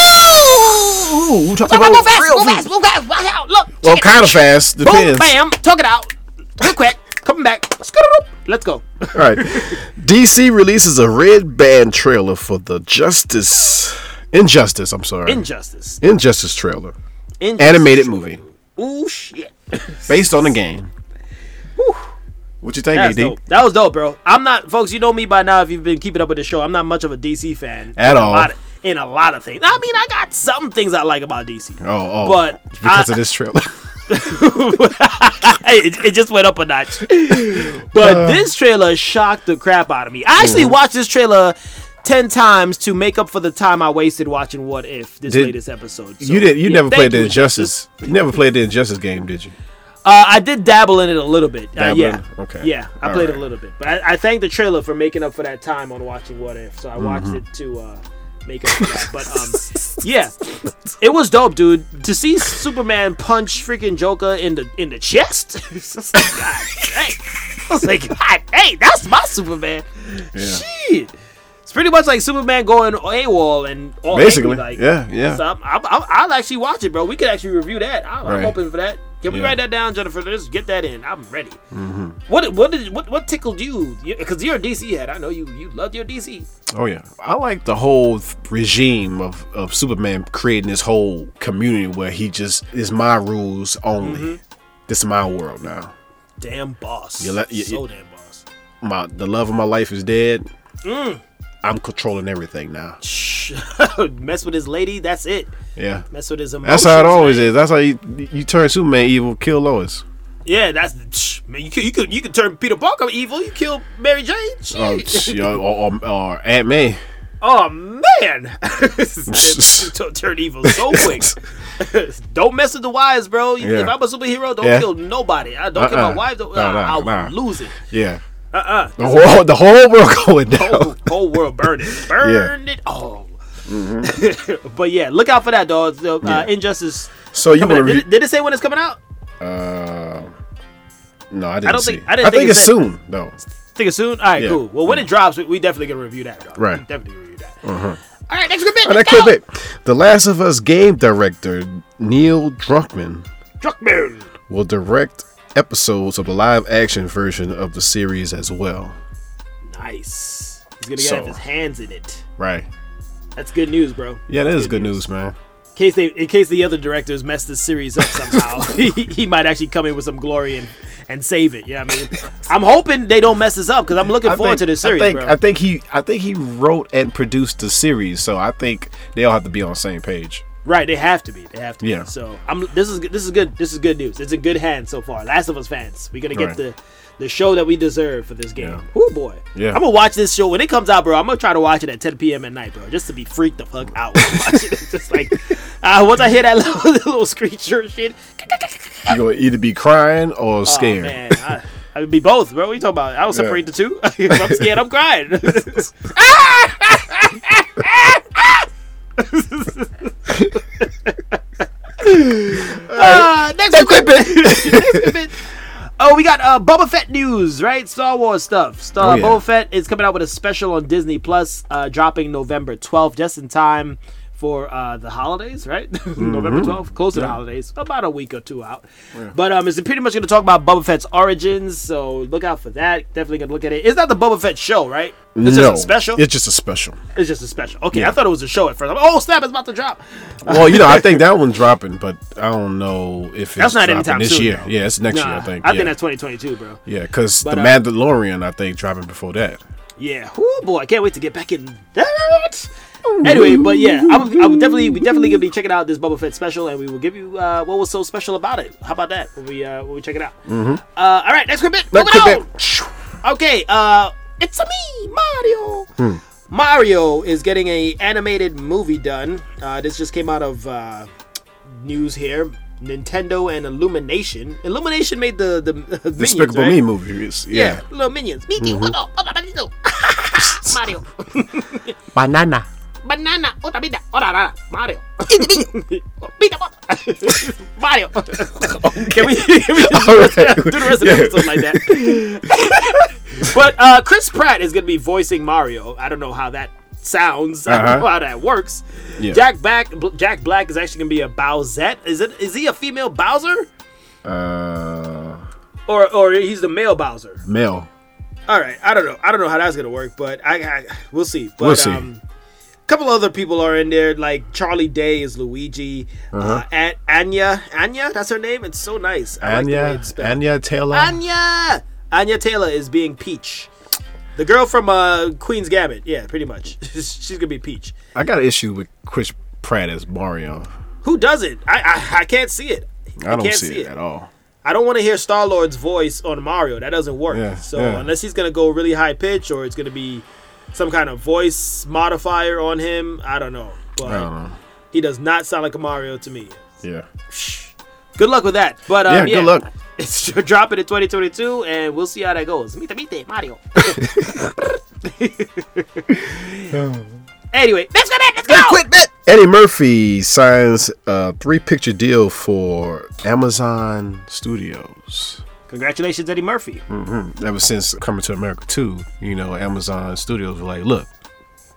[SPEAKER 1] Ooh, talk
[SPEAKER 2] Talk about
[SPEAKER 1] about
[SPEAKER 2] move fast,
[SPEAKER 1] real
[SPEAKER 2] move
[SPEAKER 1] food.
[SPEAKER 2] fast, move fast. Watch out. Look. check
[SPEAKER 1] Well,
[SPEAKER 2] it.
[SPEAKER 1] kind of fast.
[SPEAKER 2] Boom,
[SPEAKER 1] Depends.
[SPEAKER 2] bam. Talk it out. Real quick. Coming back. Scoot-a-doop.
[SPEAKER 1] <laughs>
[SPEAKER 2] Let's go.
[SPEAKER 1] All right. DC releases a red band trailer for the Justice Injustice. I'm sorry.
[SPEAKER 2] Injustice.
[SPEAKER 1] Injustice trailer,
[SPEAKER 2] Injustice.
[SPEAKER 1] animated movie
[SPEAKER 2] Ooh, shit.
[SPEAKER 1] based on the game. What you think,
[SPEAKER 2] That's
[SPEAKER 1] AD?
[SPEAKER 2] dope. That was dope, bro. I'm not, folks. You know me by now. If you've been keeping up with the show, I'm not much of a DC fan
[SPEAKER 1] At
[SPEAKER 2] in
[SPEAKER 1] all.
[SPEAKER 2] A lot of, in a lot of things. I mean, I got some things I like about DC.
[SPEAKER 1] Oh, oh.
[SPEAKER 2] But
[SPEAKER 1] because
[SPEAKER 2] I-
[SPEAKER 1] of this
[SPEAKER 2] <laughs>
[SPEAKER 1] trailer.
[SPEAKER 2] it, it just went up a notch. But
[SPEAKER 1] Uh.
[SPEAKER 2] this trailer shocked the crap out of me. I
[SPEAKER 1] Mm-hmm.
[SPEAKER 2] actually watched this trailer ten times to make up for the time I wasted watching What If this
[SPEAKER 1] Did-
[SPEAKER 2] latest episode.
[SPEAKER 1] <laughs>
[SPEAKER 2] So,
[SPEAKER 1] you did. You
[SPEAKER 2] yeah,
[SPEAKER 1] never
[SPEAKER 2] thank
[SPEAKER 1] played the
[SPEAKER 2] you,
[SPEAKER 1] Injustice. You never played the Injustice game, did you?
[SPEAKER 2] Uh, I did dabble in it a little bit. Uh,
[SPEAKER 1] Dabble in
[SPEAKER 2] yeah.
[SPEAKER 1] it? Okay.
[SPEAKER 2] Yeah, I
[SPEAKER 1] All
[SPEAKER 2] played
[SPEAKER 1] right.
[SPEAKER 2] it a little bit, but I, I thank the trailer for making up for that time on watching What If. So I watched
[SPEAKER 1] Mm-hmm.
[SPEAKER 2] it to uh, make up for that. But um, yeah, it was dope, dude. To see Superman punch freaking Joker in the in the chest. <laughs> it's just like, God, dang. I was like, God, hey, that's my Superman. Shit. It's pretty much like Superman going AWOL and all angry,
[SPEAKER 1] Basically,
[SPEAKER 2] like,
[SPEAKER 1] yeah, yeah.
[SPEAKER 2] So I'm, I'm, I'm, I'll actually watch it, bro. We could actually review that. I'm, I'm
[SPEAKER 1] Right.
[SPEAKER 2] open for that. Can we
[SPEAKER 1] Yeah. Mm-hmm.
[SPEAKER 2] write that down, Jennifer? Let's get that in. I'm ready. What what did what what tickled you? Because you're a DC head. I know you you loved your DC.
[SPEAKER 1] Oh yeah, I like the whole th- regime of of Superman creating this whole community where he just is my rules only.
[SPEAKER 2] Mm-hmm.
[SPEAKER 1] This is my world now.
[SPEAKER 2] Damn boss.
[SPEAKER 1] You let- you-
[SPEAKER 2] so
[SPEAKER 1] you-
[SPEAKER 2] damn boss. <laughs>
[SPEAKER 1] My the love of my life is dead.
[SPEAKER 2] Mm.
[SPEAKER 1] I'm controlling everything now.
[SPEAKER 2] Shh. Mess with his lady. That's it.
[SPEAKER 1] Yeah,
[SPEAKER 2] Mess with his
[SPEAKER 1] that's
[SPEAKER 2] emotions.
[SPEAKER 1] how it always
[SPEAKER 2] man.
[SPEAKER 1] is. That's how you you turn Superman evil, kill Lois.
[SPEAKER 2] Yeah, that's shh, man. You could you could you could turn Peter Parker evil. You kill Mary Jane. Shit.
[SPEAKER 1] Oh, <laughs> t- or, or, or Aunt May.
[SPEAKER 2] Oh man, <laughs> don't turn evil
[SPEAKER 1] <laughs>
[SPEAKER 2] so quick. <laughs> don't mess with the wives, bro. You-
[SPEAKER 1] Yeah.
[SPEAKER 2] If I'm a superhero, don't
[SPEAKER 1] Yeah.
[SPEAKER 2] kill nobody. I don't kill
[SPEAKER 1] Uh-uh.
[SPEAKER 2] my wife. Don't,
[SPEAKER 1] Nah,
[SPEAKER 2] I-
[SPEAKER 1] nah,
[SPEAKER 2] I'll
[SPEAKER 1] nah.
[SPEAKER 2] lose
[SPEAKER 1] <laughs>
[SPEAKER 2] it.
[SPEAKER 1] Yeah,
[SPEAKER 2] Uh-uh.
[SPEAKER 1] the whole the whole world <laughs> going down.
[SPEAKER 2] Whole, whole world burn it, burn it all. <laughs> but yeah, look out for that, dog. The, uh, Injustice.
[SPEAKER 1] Mm-hmm. So you
[SPEAKER 2] <laughs> Coming
[SPEAKER 1] want
[SPEAKER 2] out.
[SPEAKER 1] to? Re-
[SPEAKER 2] Did, did it say when it's coming out?
[SPEAKER 1] uh, no, I didn't
[SPEAKER 2] don't
[SPEAKER 1] see.
[SPEAKER 2] think- I didn't think
[SPEAKER 1] think
[SPEAKER 2] it
[SPEAKER 1] it's
[SPEAKER 2] said-
[SPEAKER 1] soon though.
[SPEAKER 2] Think it's soon. All right,
[SPEAKER 1] Yeah. Mm.
[SPEAKER 2] cool. Well, when it drops, we, we definitely gonna review that, dog.
[SPEAKER 1] Right. Mm.
[SPEAKER 2] We definitely gonna review that. All right, next clip.
[SPEAKER 1] And that could be The Last of Us game director Neil Druckmann
[SPEAKER 2] Druckmann.
[SPEAKER 1] will direct episodes of the live action version of the series as well.
[SPEAKER 2] Nice. He's gonna
[SPEAKER 1] So.
[SPEAKER 2] get his hands in it.
[SPEAKER 1] Right.
[SPEAKER 2] That's good news, bro.
[SPEAKER 1] Yeah, that is good news, man.
[SPEAKER 2] In case they, in case the other directors mess this series
[SPEAKER 1] <laughs>
[SPEAKER 2] up somehow, <laughs> he, he might actually come in with some glory and, and save it. Yeah, I mean, I'm hoping they don't mess this up because I'm looking forward to this series,
[SPEAKER 1] I think
[SPEAKER 2] bro.
[SPEAKER 1] I think he I think he wrote and produced the series, so I think they all have to be on the same page.
[SPEAKER 2] right, they have to be. They have to.
[SPEAKER 1] Yeah.
[SPEAKER 2] Be. So I'm. This is this is good. This is good news. It's a good hand so far. Last of Us fans, we're gonna get
[SPEAKER 1] Right.
[SPEAKER 2] the the show that we deserve for this game.
[SPEAKER 1] Yeah.
[SPEAKER 2] Oh boy.
[SPEAKER 1] Yeah.
[SPEAKER 2] I'm gonna watch this show when it comes out, bro. I'm gonna try to watch it at 10 p.m. at night, bro, just to be freaked the fuck out. when I watch it. <laughs> It's just like uh, once I hear that <laughs> little, little screecher shit.
[SPEAKER 1] You're gonna either be crying or scared.
[SPEAKER 2] Oh, Man, I, I would be both, bro. What you talking about? I don't
[SPEAKER 1] Yeah.
[SPEAKER 2] separate the two. if <laughs> I'm scared, I'm crying.
[SPEAKER 1] <laughs>
[SPEAKER 2] uh, next equipment. next equipment. Oh, we got uh, Boba Fett news, right? Star Wars stuff. Star
[SPEAKER 1] Oh, yeah.
[SPEAKER 2] Boba Fett is coming out with a special on Disney Plus, uh, dropping November 12th, just in time for uh, the holidays, right? <laughs>
[SPEAKER 1] Mm-hmm.
[SPEAKER 2] November 12th, close to the holidays, about a week or two out. But um, it's pretty much going to talk about Boba Fett's origins, so look out for that. Definitely going to look at it. It's not the Boba Fett show, right? It's
[SPEAKER 1] no,
[SPEAKER 2] just a special.
[SPEAKER 1] It's just a special.
[SPEAKER 2] It's just a special. Okay,
[SPEAKER 1] Yeah.
[SPEAKER 2] I thought it was a show at first. I'm, oh snap! It's about to drop.
[SPEAKER 1] Well, you know, I think that one's dropping, but I don't know if it's
[SPEAKER 2] That's not
[SPEAKER 1] dropping
[SPEAKER 2] anytime
[SPEAKER 1] this
[SPEAKER 2] soon,
[SPEAKER 1] year.
[SPEAKER 2] though.
[SPEAKER 1] Yeah, it's next
[SPEAKER 2] Nah,
[SPEAKER 1] year, I think.
[SPEAKER 2] I
[SPEAKER 1] yeah.
[SPEAKER 2] think that's 2022, bro.
[SPEAKER 1] Yeah, because the
[SPEAKER 2] uh,
[SPEAKER 1] Mandalorian, I think, dropping before that.
[SPEAKER 2] Yeah. Oh boy, I can't wait to get back in that. Anyway, but yeah, I would, I would definitely, we definitely gonna be checking out this Boba Fett special, and we will give you uh, what was so special about it. How about that? When we uh, when we check it out. Mm-hmm. Uh, all right, next quick bit.
[SPEAKER 1] Next
[SPEAKER 2] Moving
[SPEAKER 1] quick
[SPEAKER 2] on. Okay. Uh, it's a me, Mario.
[SPEAKER 1] Hmm.
[SPEAKER 2] Mario is getting a animated movie done. Uh, this just came out of uh, news here. Nintendo and Illumination. Illumination made the <laughs> the, the
[SPEAKER 1] Despicable Me movie. Is,
[SPEAKER 2] yeah.
[SPEAKER 1] yeah.
[SPEAKER 2] Mm-hmm. little minions. Minions. Oh, oh, oh, oh, oh. Mario.
[SPEAKER 1] Banana.
[SPEAKER 2] <laughs> banana, Oh, otra vida, ora, ora, Mario. Pita, pota. Mario. Can we, <laughs> can
[SPEAKER 1] <laughs>
[SPEAKER 2] we just
[SPEAKER 1] All
[SPEAKER 2] <laughs>
[SPEAKER 1] right.
[SPEAKER 2] do the rest of the
[SPEAKER 1] Yeah.
[SPEAKER 2] episode
[SPEAKER 1] <laughs>
[SPEAKER 2] like that? but uh, Chris Pratt is going to be voicing Mario. I don't know how that sounds. I
[SPEAKER 1] Uh-huh.
[SPEAKER 2] don't know how that works.
[SPEAKER 1] Yeah.
[SPEAKER 2] Jack Black, Jack Black is actually going to be a Bowsette. Is it? Is he a female Bowser?
[SPEAKER 1] Uh,
[SPEAKER 2] Or, or he's the male Bowser.
[SPEAKER 1] Mel.
[SPEAKER 2] All right, I don't know. I don't know how that's gonna work, but I, I we'll see. But
[SPEAKER 1] We'll see.
[SPEAKER 2] um a couple other people are in there, like Charlie Day is Luigi, uh
[SPEAKER 1] Uh-huh.
[SPEAKER 2] and Anya, Anya, that's her name. It's so nice. I like the way
[SPEAKER 1] Anya.
[SPEAKER 2] it's spelled.
[SPEAKER 1] Anya Taylor.
[SPEAKER 2] Anya, Anya Taylor is being Peach, the girl from uh, Queen's Gambit. Yeah, pretty much. <laughs> She's gonna be Peach.
[SPEAKER 1] I got an issue with Chris Pratt as Mario.
[SPEAKER 2] Who does it? I I, I can't see it.
[SPEAKER 1] I don't
[SPEAKER 2] can't
[SPEAKER 1] see,
[SPEAKER 2] see
[SPEAKER 1] it,
[SPEAKER 2] it.
[SPEAKER 1] at all.
[SPEAKER 2] I don't want to hear Star Lord's voice on Mario. That doesn't work.
[SPEAKER 1] Yeah,
[SPEAKER 2] so
[SPEAKER 1] yeah.
[SPEAKER 2] unless he's gonna go really high pitch or it's gonna be some kind of voice modifier on him, I don't know. But
[SPEAKER 1] I don't know.
[SPEAKER 2] he does not sound like a Mario to me.
[SPEAKER 1] Yeah.
[SPEAKER 2] Good luck with that. But um,
[SPEAKER 1] Yeah, good luck.
[SPEAKER 2] <laughs> It's dropping in 2022, and we'll see how that goes. Mite
[SPEAKER 1] <laughs>
[SPEAKER 2] mite Mario. <laughs> anyway, let's go back. Let's go.
[SPEAKER 1] Eddie Murphy signs a three-picture deal for Amazon Studios.
[SPEAKER 2] Congratulations, Eddie Murphy.
[SPEAKER 1] Ever since coming to America too, you know, Amazon Studios were like, "Look,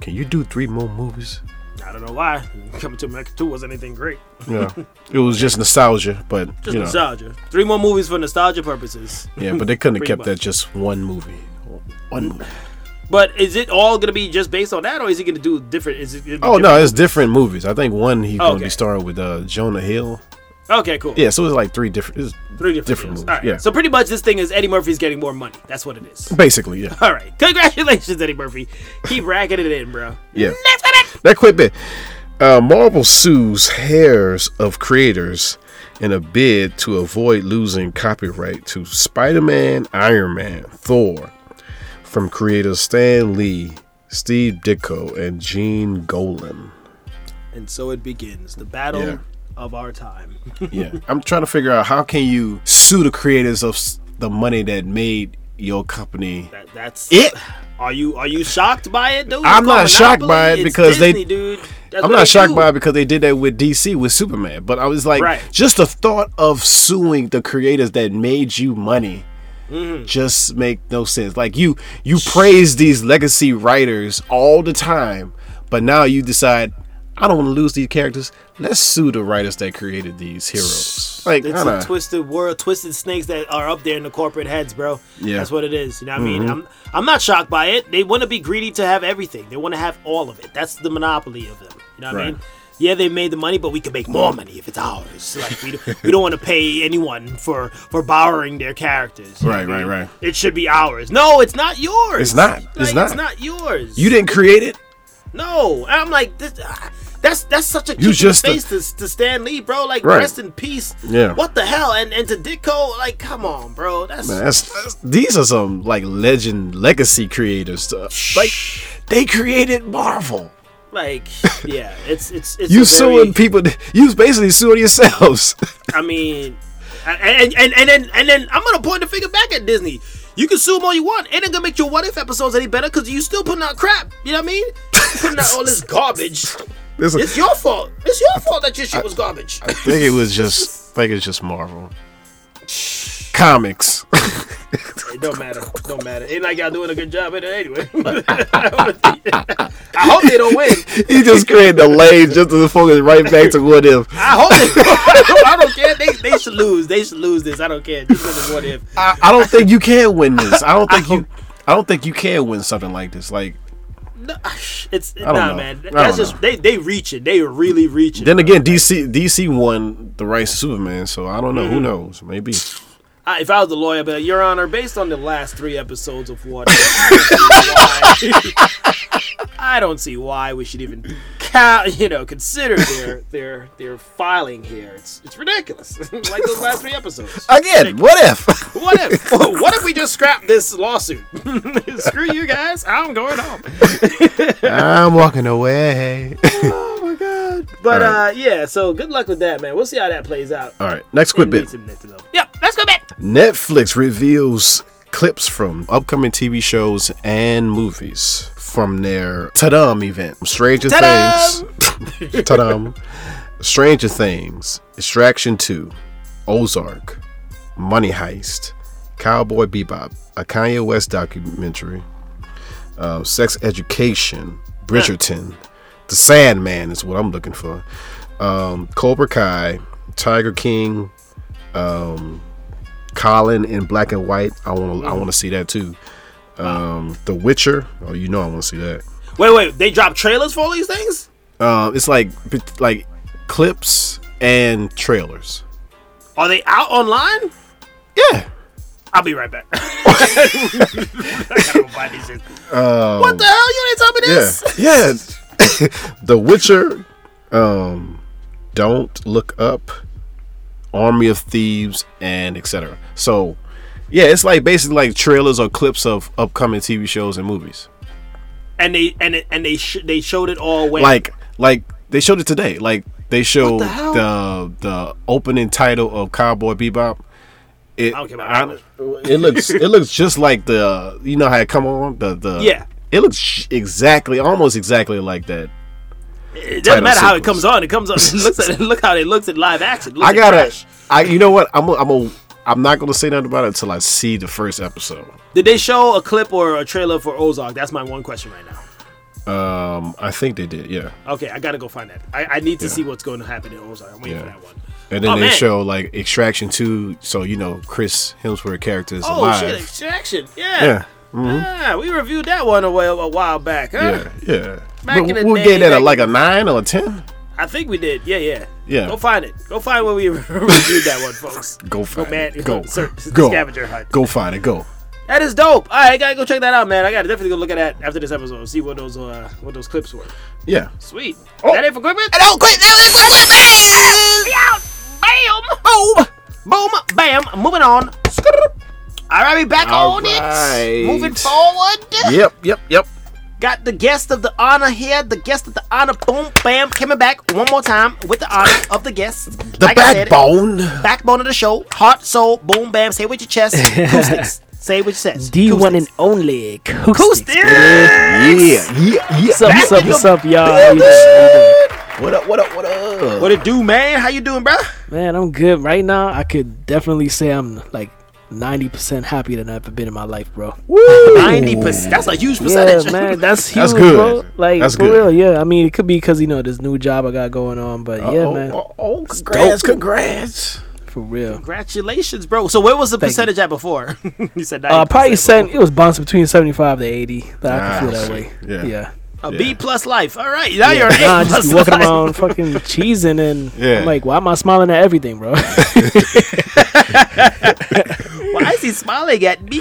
[SPEAKER 1] can you do three more movies?"
[SPEAKER 2] I don't know why coming to America 2 was anything great.
[SPEAKER 1] Yeah,
[SPEAKER 2] <laughs>
[SPEAKER 1] it was just nostalgia, but
[SPEAKER 2] Just
[SPEAKER 1] you know,
[SPEAKER 2] nostalgia. Three more movies for nostalgia purposes.
[SPEAKER 1] yeah, but they couldn't have
[SPEAKER 2] Pretty
[SPEAKER 1] kept that just one movie. One movie.
[SPEAKER 2] But is it all gonna be just based on that, or is he gonna do different? Is it?
[SPEAKER 1] Oh no, it's different movies. I think one he's gonna
[SPEAKER 2] Okay.
[SPEAKER 1] be starring with uh, Jonah Hill.
[SPEAKER 2] no. Okay, cool.
[SPEAKER 1] Yeah, so it's like three different. It's
[SPEAKER 2] Three different,
[SPEAKER 1] different
[SPEAKER 2] deals.
[SPEAKER 1] movies,
[SPEAKER 2] All right.
[SPEAKER 1] yeah.
[SPEAKER 2] So pretty much this thing is Eddie Murphy's getting more money. That's what it is.
[SPEAKER 1] basically yeah,
[SPEAKER 2] All right. <laughs> Congratulations, Eddie Murphy. Keep racking it in, bro.
[SPEAKER 1] yeah.
[SPEAKER 2] Let's get it.
[SPEAKER 1] That quick bit. Uh, Marvel sues hairs of creators in a bid to avoid losing copyright to Spider Man, Iron Man, Thor from creators Stan Lee, Steve Ditko, and Gene Golan.
[SPEAKER 2] And so it begins the battle
[SPEAKER 1] Yeah.
[SPEAKER 2] of our time.
[SPEAKER 1] Yeah. I'm trying to figure out how can you sue the creators of s- the money that made your company.
[SPEAKER 2] That, that's
[SPEAKER 1] It?
[SPEAKER 2] Are you are you shocked by it, dude? It's
[SPEAKER 1] I'm
[SPEAKER 2] called
[SPEAKER 1] not shocked by
[SPEAKER 2] Monopoly.
[SPEAKER 1] it
[SPEAKER 2] It's
[SPEAKER 1] because they-
[SPEAKER 2] Disney, dude. That's
[SPEAKER 1] I'm
[SPEAKER 2] what
[SPEAKER 1] not
[SPEAKER 2] they
[SPEAKER 1] shocked
[SPEAKER 2] do.
[SPEAKER 1] by it because they did that with DC with Superman, but I was like,
[SPEAKER 2] Right.
[SPEAKER 1] just the thought of suing the creators that made you money
[SPEAKER 2] Mm-hmm.
[SPEAKER 1] just make no sense. Like you, you praise these legacy writers all the time, but now you decide I don't want to lose these characters. Let's sue the writers that created these heroes. Like,
[SPEAKER 2] It's
[SPEAKER 1] kinda-
[SPEAKER 2] some twisted world, twisted snakes that are up there in the corporate heads, bro.
[SPEAKER 1] Yeah. Mm-hmm.
[SPEAKER 2] that's what it is. You know what I mean? I'm I'm not shocked by it. They want to be greedy to have everything. They want to have all of it. That's the monopoly of them. You know what I
[SPEAKER 1] Right.
[SPEAKER 2] mean? Yeah, they made the money, but we can make more money if it's ours. Like we, don't- we don't want to pay anyone for for borrowing their characters. you know
[SPEAKER 1] Right,
[SPEAKER 2] what I
[SPEAKER 1] right,
[SPEAKER 2] mean?
[SPEAKER 1] right.
[SPEAKER 2] It should be ours. No, it's not yours.
[SPEAKER 1] It's not. It's
[SPEAKER 2] Like,
[SPEAKER 1] not.
[SPEAKER 2] It's not yours.
[SPEAKER 1] you didn't create it.
[SPEAKER 2] No, and I'm like, this, ah, that's that's such a
[SPEAKER 1] You
[SPEAKER 2] kick
[SPEAKER 1] just
[SPEAKER 2] in the face to, to Stan Lee, bro. Like,
[SPEAKER 1] Right.
[SPEAKER 2] rest in peace.
[SPEAKER 1] Yeah.
[SPEAKER 2] What the hell? And and to Ditko, like, come on, bro. That's
[SPEAKER 1] Man, that's, that's- these are some like legend legacy creators. stuff. Like they created Marvel. <laughs>
[SPEAKER 2] like, yeah. It's it's it's.
[SPEAKER 1] You
[SPEAKER 2] a
[SPEAKER 1] suing
[SPEAKER 2] very,
[SPEAKER 1] people. You basically suing yourselves. <laughs>
[SPEAKER 2] I mean, and and and then and then I'm gonna point the finger back at Disney. You can sue them all you want. It ain't gonna make your what if episodes any better because you still putting out crap. You know what I mean? putting out
[SPEAKER 1] <laughs>
[SPEAKER 2] all this garbage.
[SPEAKER 1] This-
[SPEAKER 2] It's your fault. It's your fault that your shit was garbage.
[SPEAKER 1] I think it was just. I think it's just Marvel. <laughs> Comics.
[SPEAKER 2] It don't matter. Don't matter. Ain't like y'all doing a good job at it anyway. <laughs> I hope they don't win.
[SPEAKER 1] he just created the lane just to focus right back to what if.
[SPEAKER 2] I hope they. I don't care. They, they should lose. They should lose this. I don't care. This is what if.
[SPEAKER 1] I, I don't think you can win this. I don't think you. I don't think you can win something like this. Like
[SPEAKER 2] No, It's
[SPEAKER 1] don't
[SPEAKER 2] nah,
[SPEAKER 1] know.
[SPEAKER 2] man.
[SPEAKER 1] I don't
[SPEAKER 2] That's just
[SPEAKER 1] know.
[SPEAKER 2] they. They reach it. They really reach it.
[SPEAKER 1] then again, DC DC won the rights to Superman, so I don't know. Who knows? Maybe.
[SPEAKER 2] I, if I was the lawyer, I'd be like, Your Honor, based on the last three episodes of Water, I don't see why, <laughs> I don't see why we should even, ca- you know, consider their their their filing here. It's it's ridiculous. <laughs> like those last three episodes.
[SPEAKER 1] Again, what <laughs> if?
[SPEAKER 2] What if? What if we just scrap this lawsuit? <laughs> Screw you guys! I'm going home.
[SPEAKER 1] I'm walking away.
[SPEAKER 2] Oh my god! But
[SPEAKER 1] All right.
[SPEAKER 2] uh, yeah. So good luck with that, man. We'll see how that plays out.
[SPEAKER 1] All right, next quick
[SPEAKER 2] Need
[SPEAKER 1] bit.
[SPEAKER 2] some Nintendo. Yep, let's go back.
[SPEAKER 1] Netflix reveals clips from upcoming TV shows and movies from their Tadam event. Stranger Things. <laughs> Tadam. Stranger Things, Extraction 2, Ozark, Money Heist, Cowboy Bebop, a Kanye West documentary, uh, Sex Education, Bridgerton, The Sandman is what I'm looking for, um, Cobra Kai, Tiger King, um, Colin in Black and White. I want to I want to see that too. Um, The Witcher. Oh, you know I want to see that.
[SPEAKER 2] Wait, wait. They drop trailers for all these things?
[SPEAKER 1] Uh, it's like bit- like clips and trailers.
[SPEAKER 2] Are they out online?
[SPEAKER 1] Yeah.
[SPEAKER 2] I'll be right back. <laughs> I gotta go buy these shit. what the hell? You didn't tell me
[SPEAKER 1] Yeah.
[SPEAKER 2] this?
[SPEAKER 1] Yeah. <laughs> the Witcher. Um, don't look up. Army of Thieves and etc. So, yeah, it's like basically like trailers or clips of upcoming TV shows and movies.
[SPEAKER 2] And they and it, and they sh- they showed it all when
[SPEAKER 1] like like they showed it today. Like they showed
[SPEAKER 2] the hell?
[SPEAKER 1] the, the opening title of Cowboy Bebop. It
[SPEAKER 2] I don't care about that.
[SPEAKER 1] it looks it <laughs> looks just like the you know how it come on the the
[SPEAKER 2] Yeah.
[SPEAKER 1] It looks sh- exactly almost exactly like that.
[SPEAKER 2] it doesn't matter how it
[SPEAKER 1] sequence.
[SPEAKER 2] comes on. It comes on. <laughs> It looks at, look how they looks at live action. Look
[SPEAKER 1] I
[SPEAKER 2] at
[SPEAKER 1] gotta
[SPEAKER 2] Crash.
[SPEAKER 1] I you know what I'm a, I'm a I'm not gonna say nothing about it until I see the first episode.
[SPEAKER 2] Did they show a clip or a trailer for Ozark? That's my one question right now.
[SPEAKER 1] Um, I think they did, yeah.
[SPEAKER 2] Okay, I gotta go find that. I, I need to see what's going to happen in Ozark. I'm waiting
[SPEAKER 1] Yeah.
[SPEAKER 2] for that one.
[SPEAKER 1] And then
[SPEAKER 2] Oh,
[SPEAKER 1] they
[SPEAKER 2] man.
[SPEAKER 1] show like Extraction Two, so you know Chris Hemsworth character is
[SPEAKER 2] Oh
[SPEAKER 1] alive.
[SPEAKER 2] shit! Extraction. Yeah.
[SPEAKER 1] Yeah. Mm-hmm.
[SPEAKER 2] Ah, we reviewed that one a while, a while back. Huh?
[SPEAKER 1] Yeah, yeah.
[SPEAKER 2] Back in the
[SPEAKER 1] we'll
[SPEAKER 2] day,
[SPEAKER 1] get that
[SPEAKER 2] back-
[SPEAKER 1] at like a nine or a ten.
[SPEAKER 2] I think we did. Yeah, yeah.
[SPEAKER 1] Yeah.
[SPEAKER 2] Go find it. Go find where we <laughs> reviewed that one, folks.
[SPEAKER 1] Go find
[SPEAKER 2] man-
[SPEAKER 1] it. Go,
[SPEAKER 2] sir,
[SPEAKER 1] go,
[SPEAKER 2] scavenger hunt.
[SPEAKER 1] Go find it. Go.
[SPEAKER 2] That is dope. All right, I gotta go check that out, man. I gotta definitely go look at that after this episode. See what those uh, what those clips were.
[SPEAKER 1] Yeah.
[SPEAKER 2] Sweet. That it for equipment.
[SPEAKER 1] Oh, quick!
[SPEAKER 2] We out. Bam. Boom. Boom. Bam. Moving on. Skrrt. All right, we back
[SPEAKER 1] All
[SPEAKER 2] on
[SPEAKER 1] right.
[SPEAKER 2] it. Moving forward.
[SPEAKER 1] Yep, yep, yep.
[SPEAKER 2] Got the guest of the honor here. The guest of the honor. Boom. Bam. Coming back one more time with the honor of the guest.
[SPEAKER 1] The
[SPEAKER 2] Like I said,
[SPEAKER 1] backbone.
[SPEAKER 2] backbone of the show. Heart, soul, boom, bam. Say it with your
[SPEAKER 3] <laughs>
[SPEAKER 2] chest. Acoustics. Say it with your chest.
[SPEAKER 3] The one and only Acoustics.
[SPEAKER 2] Acoustics. Acoustics.
[SPEAKER 1] Yeah, yeah, yeah.
[SPEAKER 3] What's up, what's up,
[SPEAKER 2] in
[SPEAKER 3] what's
[SPEAKER 2] the
[SPEAKER 3] up, y'all? How you doing? How you
[SPEAKER 1] What up? What up? What up?
[SPEAKER 2] What it do, man? How you doing, bro?
[SPEAKER 3] doing? Man, I'm good right now. I could definitely say I'm like 90% happier than I've ever been in my life, bro.
[SPEAKER 2] Ninety percent. That's a huge
[SPEAKER 3] Yeah,
[SPEAKER 2] percentage.
[SPEAKER 3] man, that's huge,
[SPEAKER 1] That's good.
[SPEAKER 3] bro. Like
[SPEAKER 1] That's
[SPEAKER 3] for
[SPEAKER 1] good.
[SPEAKER 3] real, yeah. I mean, it could be because you know this new job I got going on, but yeah,
[SPEAKER 1] oh,
[SPEAKER 3] man,
[SPEAKER 1] Oh, oh, congrats, congrats.
[SPEAKER 3] for
[SPEAKER 2] <laughs>
[SPEAKER 3] real.
[SPEAKER 2] Congratulations, bro. So where was the percentage at before? <laughs> you said ninety.
[SPEAKER 3] Uh, probably sent. It was bouncing between 75 to 80. That I
[SPEAKER 1] Ah,
[SPEAKER 3] could feel that
[SPEAKER 1] shit.
[SPEAKER 3] way.
[SPEAKER 1] Yeah.
[SPEAKER 3] Yeah.
[SPEAKER 2] a B plus life. All right, now you're an A
[SPEAKER 3] <laughs> Nah, I
[SPEAKER 2] plus
[SPEAKER 3] just be walking
[SPEAKER 2] life.
[SPEAKER 3] around fucking cheesing and
[SPEAKER 1] Yeah.
[SPEAKER 3] I'm like, why am I smiling at
[SPEAKER 1] <laughs>
[SPEAKER 3] everything, bro?
[SPEAKER 2] Why is he smiling at me? <laughs>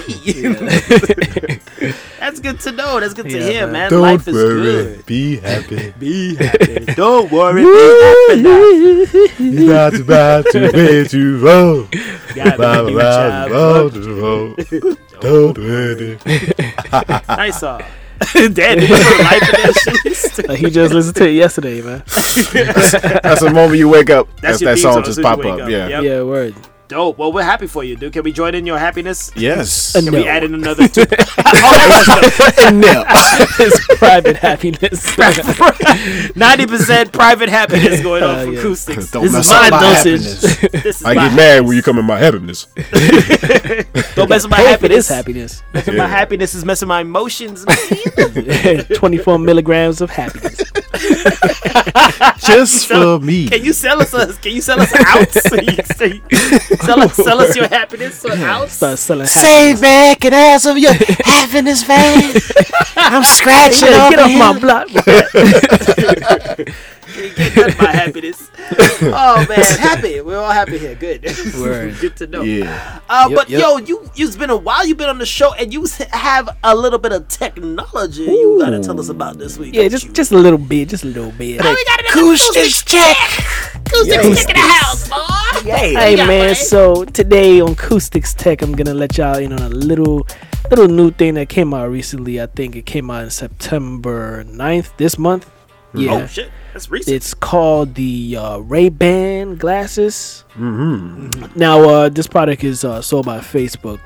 [SPEAKER 2] That's good to know. That's good to
[SPEAKER 3] Yeah,
[SPEAKER 2] hear,
[SPEAKER 3] man.
[SPEAKER 2] man. life is good.
[SPEAKER 1] Be happy.
[SPEAKER 2] <laughs> Be happy. <laughs> Don't worry.
[SPEAKER 1] You're not about
[SPEAKER 2] <laughs>
[SPEAKER 1] to be too low.
[SPEAKER 2] Got a new job. <laughs>
[SPEAKER 1] Don't do it.
[SPEAKER 2] I <laughs> saw. Dead. Did you put life in <laughs> that shit?
[SPEAKER 3] like, he just listened to it yesterday, man.
[SPEAKER 1] That's the moment you wake up.
[SPEAKER 2] That's
[SPEAKER 1] That's
[SPEAKER 2] your
[SPEAKER 1] that
[SPEAKER 2] theme
[SPEAKER 1] song
[SPEAKER 2] song as
[SPEAKER 1] just
[SPEAKER 2] soon as you
[SPEAKER 1] pop
[SPEAKER 2] wake
[SPEAKER 1] up.
[SPEAKER 2] up.
[SPEAKER 1] Yeah.
[SPEAKER 2] Yep.
[SPEAKER 3] Yeah, <laughs> word.
[SPEAKER 2] Dope. Well, we're happy for you, dude. Can we join in your happiness?
[SPEAKER 1] Yes.
[SPEAKER 3] And
[SPEAKER 2] Can we
[SPEAKER 3] No.
[SPEAKER 2] add in another <laughs> two? Oh,
[SPEAKER 3] <laughs>
[SPEAKER 1] no.
[SPEAKER 3] His private
[SPEAKER 1] <laughs>
[SPEAKER 3] happiness. <laughs>
[SPEAKER 2] Ninety percent private <laughs> happiness going on
[SPEAKER 3] Uh,
[SPEAKER 2] for
[SPEAKER 3] yeah.
[SPEAKER 2] acoustics.
[SPEAKER 1] Don't
[SPEAKER 3] This
[SPEAKER 1] mess
[SPEAKER 3] is
[SPEAKER 1] up
[SPEAKER 3] my
[SPEAKER 1] my
[SPEAKER 3] dosage.
[SPEAKER 4] <laughs>
[SPEAKER 1] happiness.
[SPEAKER 2] This is
[SPEAKER 1] I
[SPEAKER 2] my-
[SPEAKER 1] get mad when you come in my happiness.
[SPEAKER 2] Don't mess with my
[SPEAKER 3] Pay for
[SPEAKER 2] happiness.
[SPEAKER 3] this happiness. <laughs>
[SPEAKER 2] My happiness is messing my emotions. <laughs> man.
[SPEAKER 3] 24 milligrams of happiness.
[SPEAKER 1] Just for me.
[SPEAKER 2] Can you sell us? A, can you sell us an <laughs> ounce? sell, us, sell us your happiness to an ounce.
[SPEAKER 3] Start
[SPEAKER 4] <laughs>
[SPEAKER 3] Uh, selling happiness.
[SPEAKER 4] Say back and ass of
[SPEAKER 3] <laughs>
[SPEAKER 4] your happiness van. I'm scratching
[SPEAKER 3] Hey,
[SPEAKER 4] off
[SPEAKER 3] Get off my block.
[SPEAKER 2] Get rid of my
[SPEAKER 3] <laughs>
[SPEAKER 2] happiness. Oh man, happy. We're all happy here. Good. <laughs>
[SPEAKER 3] Word.
[SPEAKER 2] Good to know.
[SPEAKER 1] Yeah.
[SPEAKER 2] Uh,
[SPEAKER 3] Yep,
[SPEAKER 2] but
[SPEAKER 3] yep.
[SPEAKER 2] yo, you it's been a while. You've been on the show, and you s- have a little bit of technology. You gotta tell us about this week.
[SPEAKER 3] Yeah,
[SPEAKER 2] don't
[SPEAKER 3] just
[SPEAKER 2] you?
[SPEAKER 3] just a little bit, just a little bit.
[SPEAKER 2] Oh, we got another
[SPEAKER 4] acoustics check.
[SPEAKER 2] Acoustics in the house, boy.
[SPEAKER 3] Hey
[SPEAKER 2] Yeah,
[SPEAKER 3] man,
[SPEAKER 2] right.
[SPEAKER 3] so today on Acoustics Tech, I'm gonna let y'all in on a little little new thing that came out recently. I think it came out in September 9th this month. Yeah.
[SPEAKER 2] Oh shit, that's recent.
[SPEAKER 3] It's called the uh, Ray Ban glasses. Mm-hmm. Now, uh, this product is uh, sold by Facebook,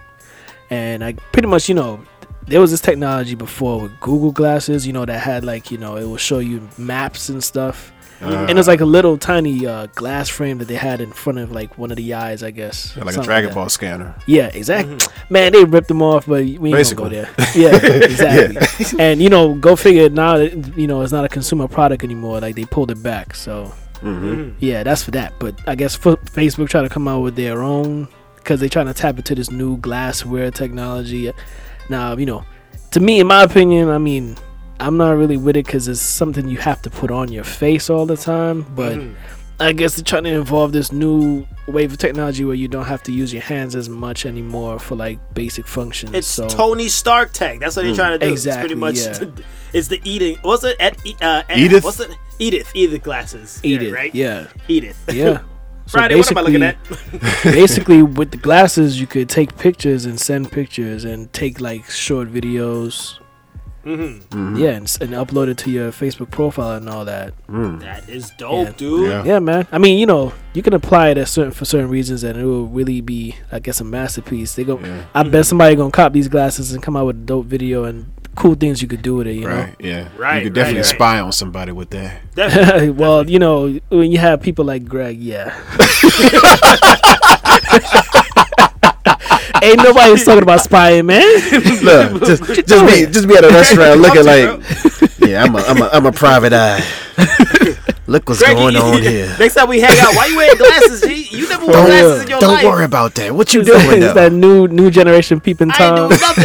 [SPEAKER 3] and I pretty much, you know, there was this technology before with Google glasses, you know, that had like, you know, it will show you maps and stuff.
[SPEAKER 1] Uh-huh.
[SPEAKER 3] and it was like a little tiny uh, glass frame that they had in front of like one of the eyes, I guess.
[SPEAKER 1] like a
[SPEAKER 3] something
[SPEAKER 1] Dragon
[SPEAKER 3] that.
[SPEAKER 1] Ball scanner.
[SPEAKER 3] Yeah, exactly. Man, they ripped them off, but we ain't gonna go
[SPEAKER 1] Basically.
[SPEAKER 3] there. Yeah, exactly. And you know, go figure. Now that, you know it's not a consumer product anymore. Like they pulled it back. So yeah, that's for that. But I guess Fo- Facebook trying to come out with their own because they trying to tap into this new glassware technology. Now you know, to me, in my opinion, I mean, I'm not really with it because it's something you have to put on your face all the time. But
[SPEAKER 2] Mm-hmm.
[SPEAKER 3] I guess they're trying to involve this new wave of technology where you don't have to use your hands as much anymore for like basic functions.
[SPEAKER 2] It's
[SPEAKER 3] so Mm,
[SPEAKER 2] Tony Stark tech. That's what they're trying to do.
[SPEAKER 3] Exactly,
[SPEAKER 2] it's
[SPEAKER 3] yeah.
[SPEAKER 2] pretty much <laughs> it's the eating. What's it? Ed, E- uh, Ed-
[SPEAKER 1] Edith?
[SPEAKER 2] What's it? Edith. Edith glasses.
[SPEAKER 3] eat
[SPEAKER 2] Yeah,
[SPEAKER 3] it,
[SPEAKER 2] right? <laughs>
[SPEAKER 3] yeah,
[SPEAKER 2] Edith.
[SPEAKER 3] yeah. So
[SPEAKER 2] Friday. What am I looking
[SPEAKER 3] basically-
[SPEAKER 2] at?
[SPEAKER 3] basically with the glasses you could take pictures and send pictures and take like short videos
[SPEAKER 2] Mm-hmm.
[SPEAKER 3] yeah and, s- and upload it to your facebook profile and all that
[SPEAKER 2] <laughs> That is dope,
[SPEAKER 3] Yeah.
[SPEAKER 2] dude.
[SPEAKER 1] Yeah.
[SPEAKER 3] yeah man i mean you know you can apply it at certain for certain reasons and it will really be i guess a masterpiece they go
[SPEAKER 1] Yeah.
[SPEAKER 3] i
[SPEAKER 4] Mm-hmm.
[SPEAKER 3] bet somebody gonna cop these glasses and come out with a dope video and cool things you could do with it you
[SPEAKER 1] Right. Yeah.
[SPEAKER 2] Right,
[SPEAKER 1] You could
[SPEAKER 2] right,
[SPEAKER 1] definitely
[SPEAKER 2] right.
[SPEAKER 1] spy on somebody with that.
[SPEAKER 2] Definitely.
[SPEAKER 3] know <laughs> well you know when you have people like
[SPEAKER 4] <laughs>
[SPEAKER 3] greg yeah ain't nobody's talking about
[SPEAKER 4] <laughs>
[SPEAKER 3] spying man
[SPEAKER 4] <laughs>
[SPEAKER 3] <laughs>
[SPEAKER 4] Look, just, just be just be at a
[SPEAKER 1] <laughs>
[SPEAKER 4] restaurant looking like, yeah, I'm a I'm a I'm a private eye. Look what's
[SPEAKER 2] Greg,
[SPEAKER 4] going
[SPEAKER 2] you-
[SPEAKER 4] on here.
[SPEAKER 2] Next time we hang out, why you wearing glasses? G? You never wore
[SPEAKER 4] Don't-
[SPEAKER 2] glasses in your
[SPEAKER 4] Don't
[SPEAKER 2] life.
[SPEAKER 4] worry about that. What you <laughs>
[SPEAKER 3] It's that-
[SPEAKER 4] doing
[SPEAKER 3] it's that
[SPEAKER 4] though?
[SPEAKER 3] new new generation peeping
[SPEAKER 2] I ain't
[SPEAKER 3] tom.
[SPEAKER 2] doing nothing.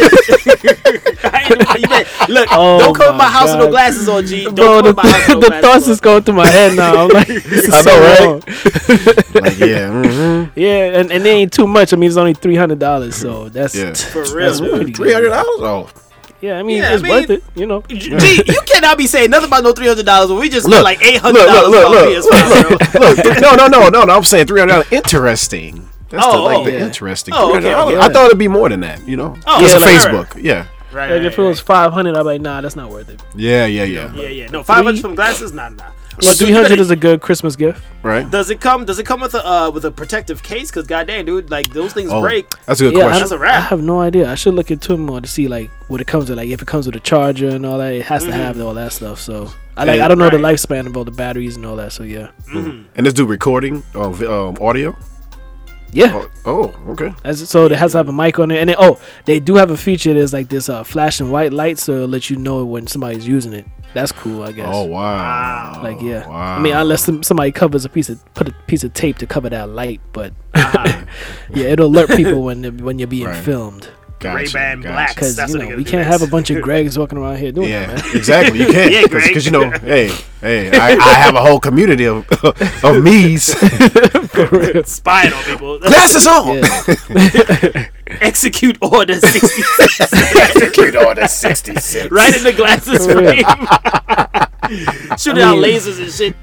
[SPEAKER 2] I ain't doing nothing. You bet. <laughs> Look,
[SPEAKER 3] Oh
[SPEAKER 2] don't come to my
[SPEAKER 3] my
[SPEAKER 2] house with no
[SPEAKER 3] God.
[SPEAKER 2] glasses on, G. Don't
[SPEAKER 3] Bro,
[SPEAKER 2] come
[SPEAKER 3] the,
[SPEAKER 2] to my house with no
[SPEAKER 3] <laughs> the
[SPEAKER 2] glasses
[SPEAKER 3] thoughts
[SPEAKER 2] on.
[SPEAKER 3] is going through my head now. I'm like, this is
[SPEAKER 4] I know,
[SPEAKER 3] so
[SPEAKER 4] right?
[SPEAKER 3] wrong.
[SPEAKER 1] Like, yeah.
[SPEAKER 4] <laughs>
[SPEAKER 1] mhm.
[SPEAKER 3] Yeah, and, and they ain't too much. I mean, it's only three hundred dollars, so that's
[SPEAKER 1] Yeah.
[SPEAKER 2] For real,
[SPEAKER 3] That's
[SPEAKER 2] dude.
[SPEAKER 3] pretty
[SPEAKER 1] Three
[SPEAKER 3] good.
[SPEAKER 1] hundred dollars. Oh,
[SPEAKER 3] Yeah, I mean,
[SPEAKER 2] Yeah, I
[SPEAKER 3] it's worth
[SPEAKER 2] mean-
[SPEAKER 3] it. You know,
[SPEAKER 2] G, you cannot be saying nothing about no three hundred dollars when we just spent
[SPEAKER 1] Look,
[SPEAKER 2] like eight hundred
[SPEAKER 1] look,
[SPEAKER 2] dollars
[SPEAKER 1] look,
[SPEAKER 2] on
[SPEAKER 1] look,
[SPEAKER 2] PS5. bro.
[SPEAKER 1] look.
[SPEAKER 2] <laughs>
[SPEAKER 1] th- no, no, no, no, no. I'm saying three hundred dollars. Interesting. That's the,
[SPEAKER 2] Oh,
[SPEAKER 1] like
[SPEAKER 2] oh,
[SPEAKER 1] the
[SPEAKER 3] yeah.
[SPEAKER 1] interesting.
[SPEAKER 2] Oh, okay,
[SPEAKER 1] $300.
[SPEAKER 3] yeah.
[SPEAKER 1] I thought it'd be more than that. You know,
[SPEAKER 2] Oh,
[SPEAKER 1] just
[SPEAKER 2] yeah,
[SPEAKER 1] a
[SPEAKER 2] like-
[SPEAKER 1] Facebook. Yeah.
[SPEAKER 2] Right,
[SPEAKER 3] like
[SPEAKER 2] right,
[SPEAKER 3] if it
[SPEAKER 2] right.
[SPEAKER 3] was five hundred, I'm like, nah, that's not worth it.
[SPEAKER 1] Yeah. Yeah. Yeah.
[SPEAKER 2] yeah, yeah, no, five hundred
[SPEAKER 3] Three-
[SPEAKER 2] from glasses, nah, nah.
[SPEAKER 3] But
[SPEAKER 2] So
[SPEAKER 3] three
[SPEAKER 2] you
[SPEAKER 3] hundred
[SPEAKER 2] gotta-
[SPEAKER 3] is a good Christmas gift.
[SPEAKER 1] Right.
[SPEAKER 2] Does it come? Does it come with a uh, with a protective case? Cause goddamn, dude, like those things
[SPEAKER 1] Oh, <laughs>
[SPEAKER 2] break.
[SPEAKER 1] that's a good
[SPEAKER 3] Yeah, I,
[SPEAKER 1] question.
[SPEAKER 2] That's a
[SPEAKER 3] don't-
[SPEAKER 2] wrap.
[SPEAKER 3] I have no idea. I should look into it more to see like what it comes with. Like if it comes with a charger and all that, it has to have all that stuff. So I like
[SPEAKER 1] Hey,
[SPEAKER 3] I don't know the
[SPEAKER 2] Mm-hmm. right.
[SPEAKER 3] lifespan of all the batteries and all that. So yeah,
[SPEAKER 1] And let's do recording of um, audio.
[SPEAKER 3] yeah.
[SPEAKER 1] Oh, oh, okay.
[SPEAKER 3] As, so it has to have a mic on it, and then, oh, they do have a feature that's like this uh, flashing white light, so it'll let you know when somebody's using it. That's cool, I guess.
[SPEAKER 1] Oh wow.
[SPEAKER 3] like yeah,
[SPEAKER 1] Oh, Wow.
[SPEAKER 3] I mean, unless some, somebody covers a piece of put a piece of tape to cover that light, but <laughs> yeah, it'll alert people when they're- when you're being
[SPEAKER 1] Ah. Right.
[SPEAKER 3] filmed
[SPEAKER 1] Gotcha,
[SPEAKER 2] Ray-Ban
[SPEAKER 1] gotcha.
[SPEAKER 2] Black.
[SPEAKER 3] because
[SPEAKER 2] That's
[SPEAKER 3] you
[SPEAKER 2] what
[SPEAKER 3] know
[SPEAKER 2] they
[SPEAKER 3] we
[SPEAKER 2] gotta do
[SPEAKER 3] can't
[SPEAKER 2] next.
[SPEAKER 3] have a bunch of
[SPEAKER 1] <laughs>
[SPEAKER 3] Gregs walking around here
[SPEAKER 2] <laughs>
[SPEAKER 3] doing that. Man.
[SPEAKER 1] Yeah, exactly. You can't.
[SPEAKER 2] Yeah, Greg.
[SPEAKER 1] Because, you
[SPEAKER 2] <laughs>
[SPEAKER 1] know, hey, hey, I, I have a whole community of, <laughs> of me's.
[SPEAKER 2] Spying on people.
[SPEAKER 1] Glasses on!
[SPEAKER 3] Yeah.
[SPEAKER 2] Execute order sixty six. <laughs>
[SPEAKER 1] Execute order 66.
[SPEAKER 2] right in
[SPEAKER 1] <laughs>
[SPEAKER 2] the glasses <laughs>
[SPEAKER 3] For real.
[SPEAKER 2] frame. Shoot out
[SPEAKER 3] mean-
[SPEAKER 2] lasers and shit.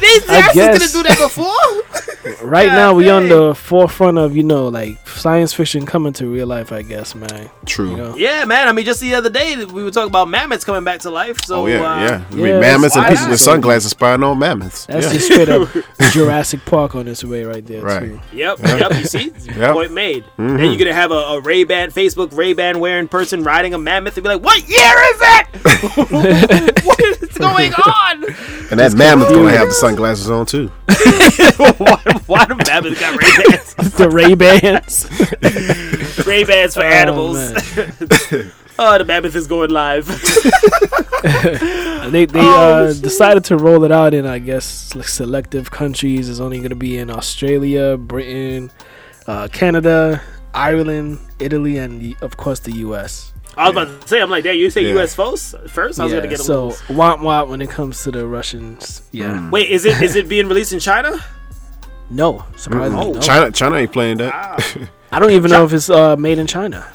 [SPEAKER 2] These glasses
[SPEAKER 3] I
[SPEAKER 2] didn't
[SPEAKER 3] guess.
[SPEAKER 2] do that before.
[SPEAKER 3] right
[SPEAKER 2] God
[SPEAKER 3] now, we on
[SPEAKER 2] dang.
[SPEAKER 3] the forefront of you know like science fiction coming to real life, I guess, man.
[SPEAKER 1] True.
[SPEAKER 3] You know?
[SPEAKER 2] yeah, man. I mean, just the other day we were talking about mammoths coming back to life. So
[SPEAKER 1] Oh, yeah,
[SPEAKER 2] uh,
[SPEAKER 1] yeah. I mean,
[SPEAKER 3] yeah,
[SPEAKER 1] mammoths and
[SPEAKER 2] why
[SPEAKER 1] people
[SPEAKER 2] not?
[SPEAKER 1] with sunglasses spying on mammoths.
[SPEAKER 3] That's
[SPEAKER 1] yeah.
[SPEAKER 3] just
[SPEAKER 1] <laughs>
[SPEAKER 3] straight up Jurassic Park on its way right there.
[SPEAKER 1] Right.
[SPEAKER 3] Too.
[SPEAKER 2] Yep, yep.
[SPEAKER 1] <laughs>
[SPEAKER 2] You see,
[SPEAKER 1] Yep.
[SPEAKER 2] point made.
[SPEAKER 1] Mm-hmm.
[SPEAKER 2] Then you're gonna have a, a Ray Ban Facebook Ray Ban wearing person riding a mammoth and be like, "What year is it? what is going on?
[SPEAKER 1] and that mammoth's going to have the sunglasses on, too.
[SPEAKER 2] why, <laughs> why do mammoths got Ray
[SPEAKER 1] <laughs>
[SPEAKER 2] Bans?
[SPEAKER 3] the Ray Bans.
[SPEAKER 2] Ray Bans for animals?
[SPEAKER 3] man.
[SPEAKER 2] <laughs> oh, the mammoth is going live. <laughs>
[SPEAKER 3] they
[SPEAKER 2] Oh,
[SPEAKER 3] they uh, decided to roll it out in I guess like selective countries. It's only gonna be in Australia, Britain, uh, Canada, Ireland, Italy, and the, of course the U.S.
[SPEAKER 2] I was about to say, I'm like, "Damn, you say
[SPEAKER 1] Yeah.
[SPEAKER 2] U.S. first? First, I was gonna
[SPEAKER 3] Yeah,
[SPEAKER 2] get a
[SPEAKER 3] so
[SPEAKER 2] little.
[SPEAKER 3] womp womp when it comes to the Russians. Yeah,
[SPEAKER 2] Wait, is it is it being released in China?
[SPEAKER 3] no, surprisingly, no.
[SPEAKER 1] China China ain't playing that.
[SPEAKER 2] Ah.
[SPEAKER 3] I don't even know if it's uh, made in China.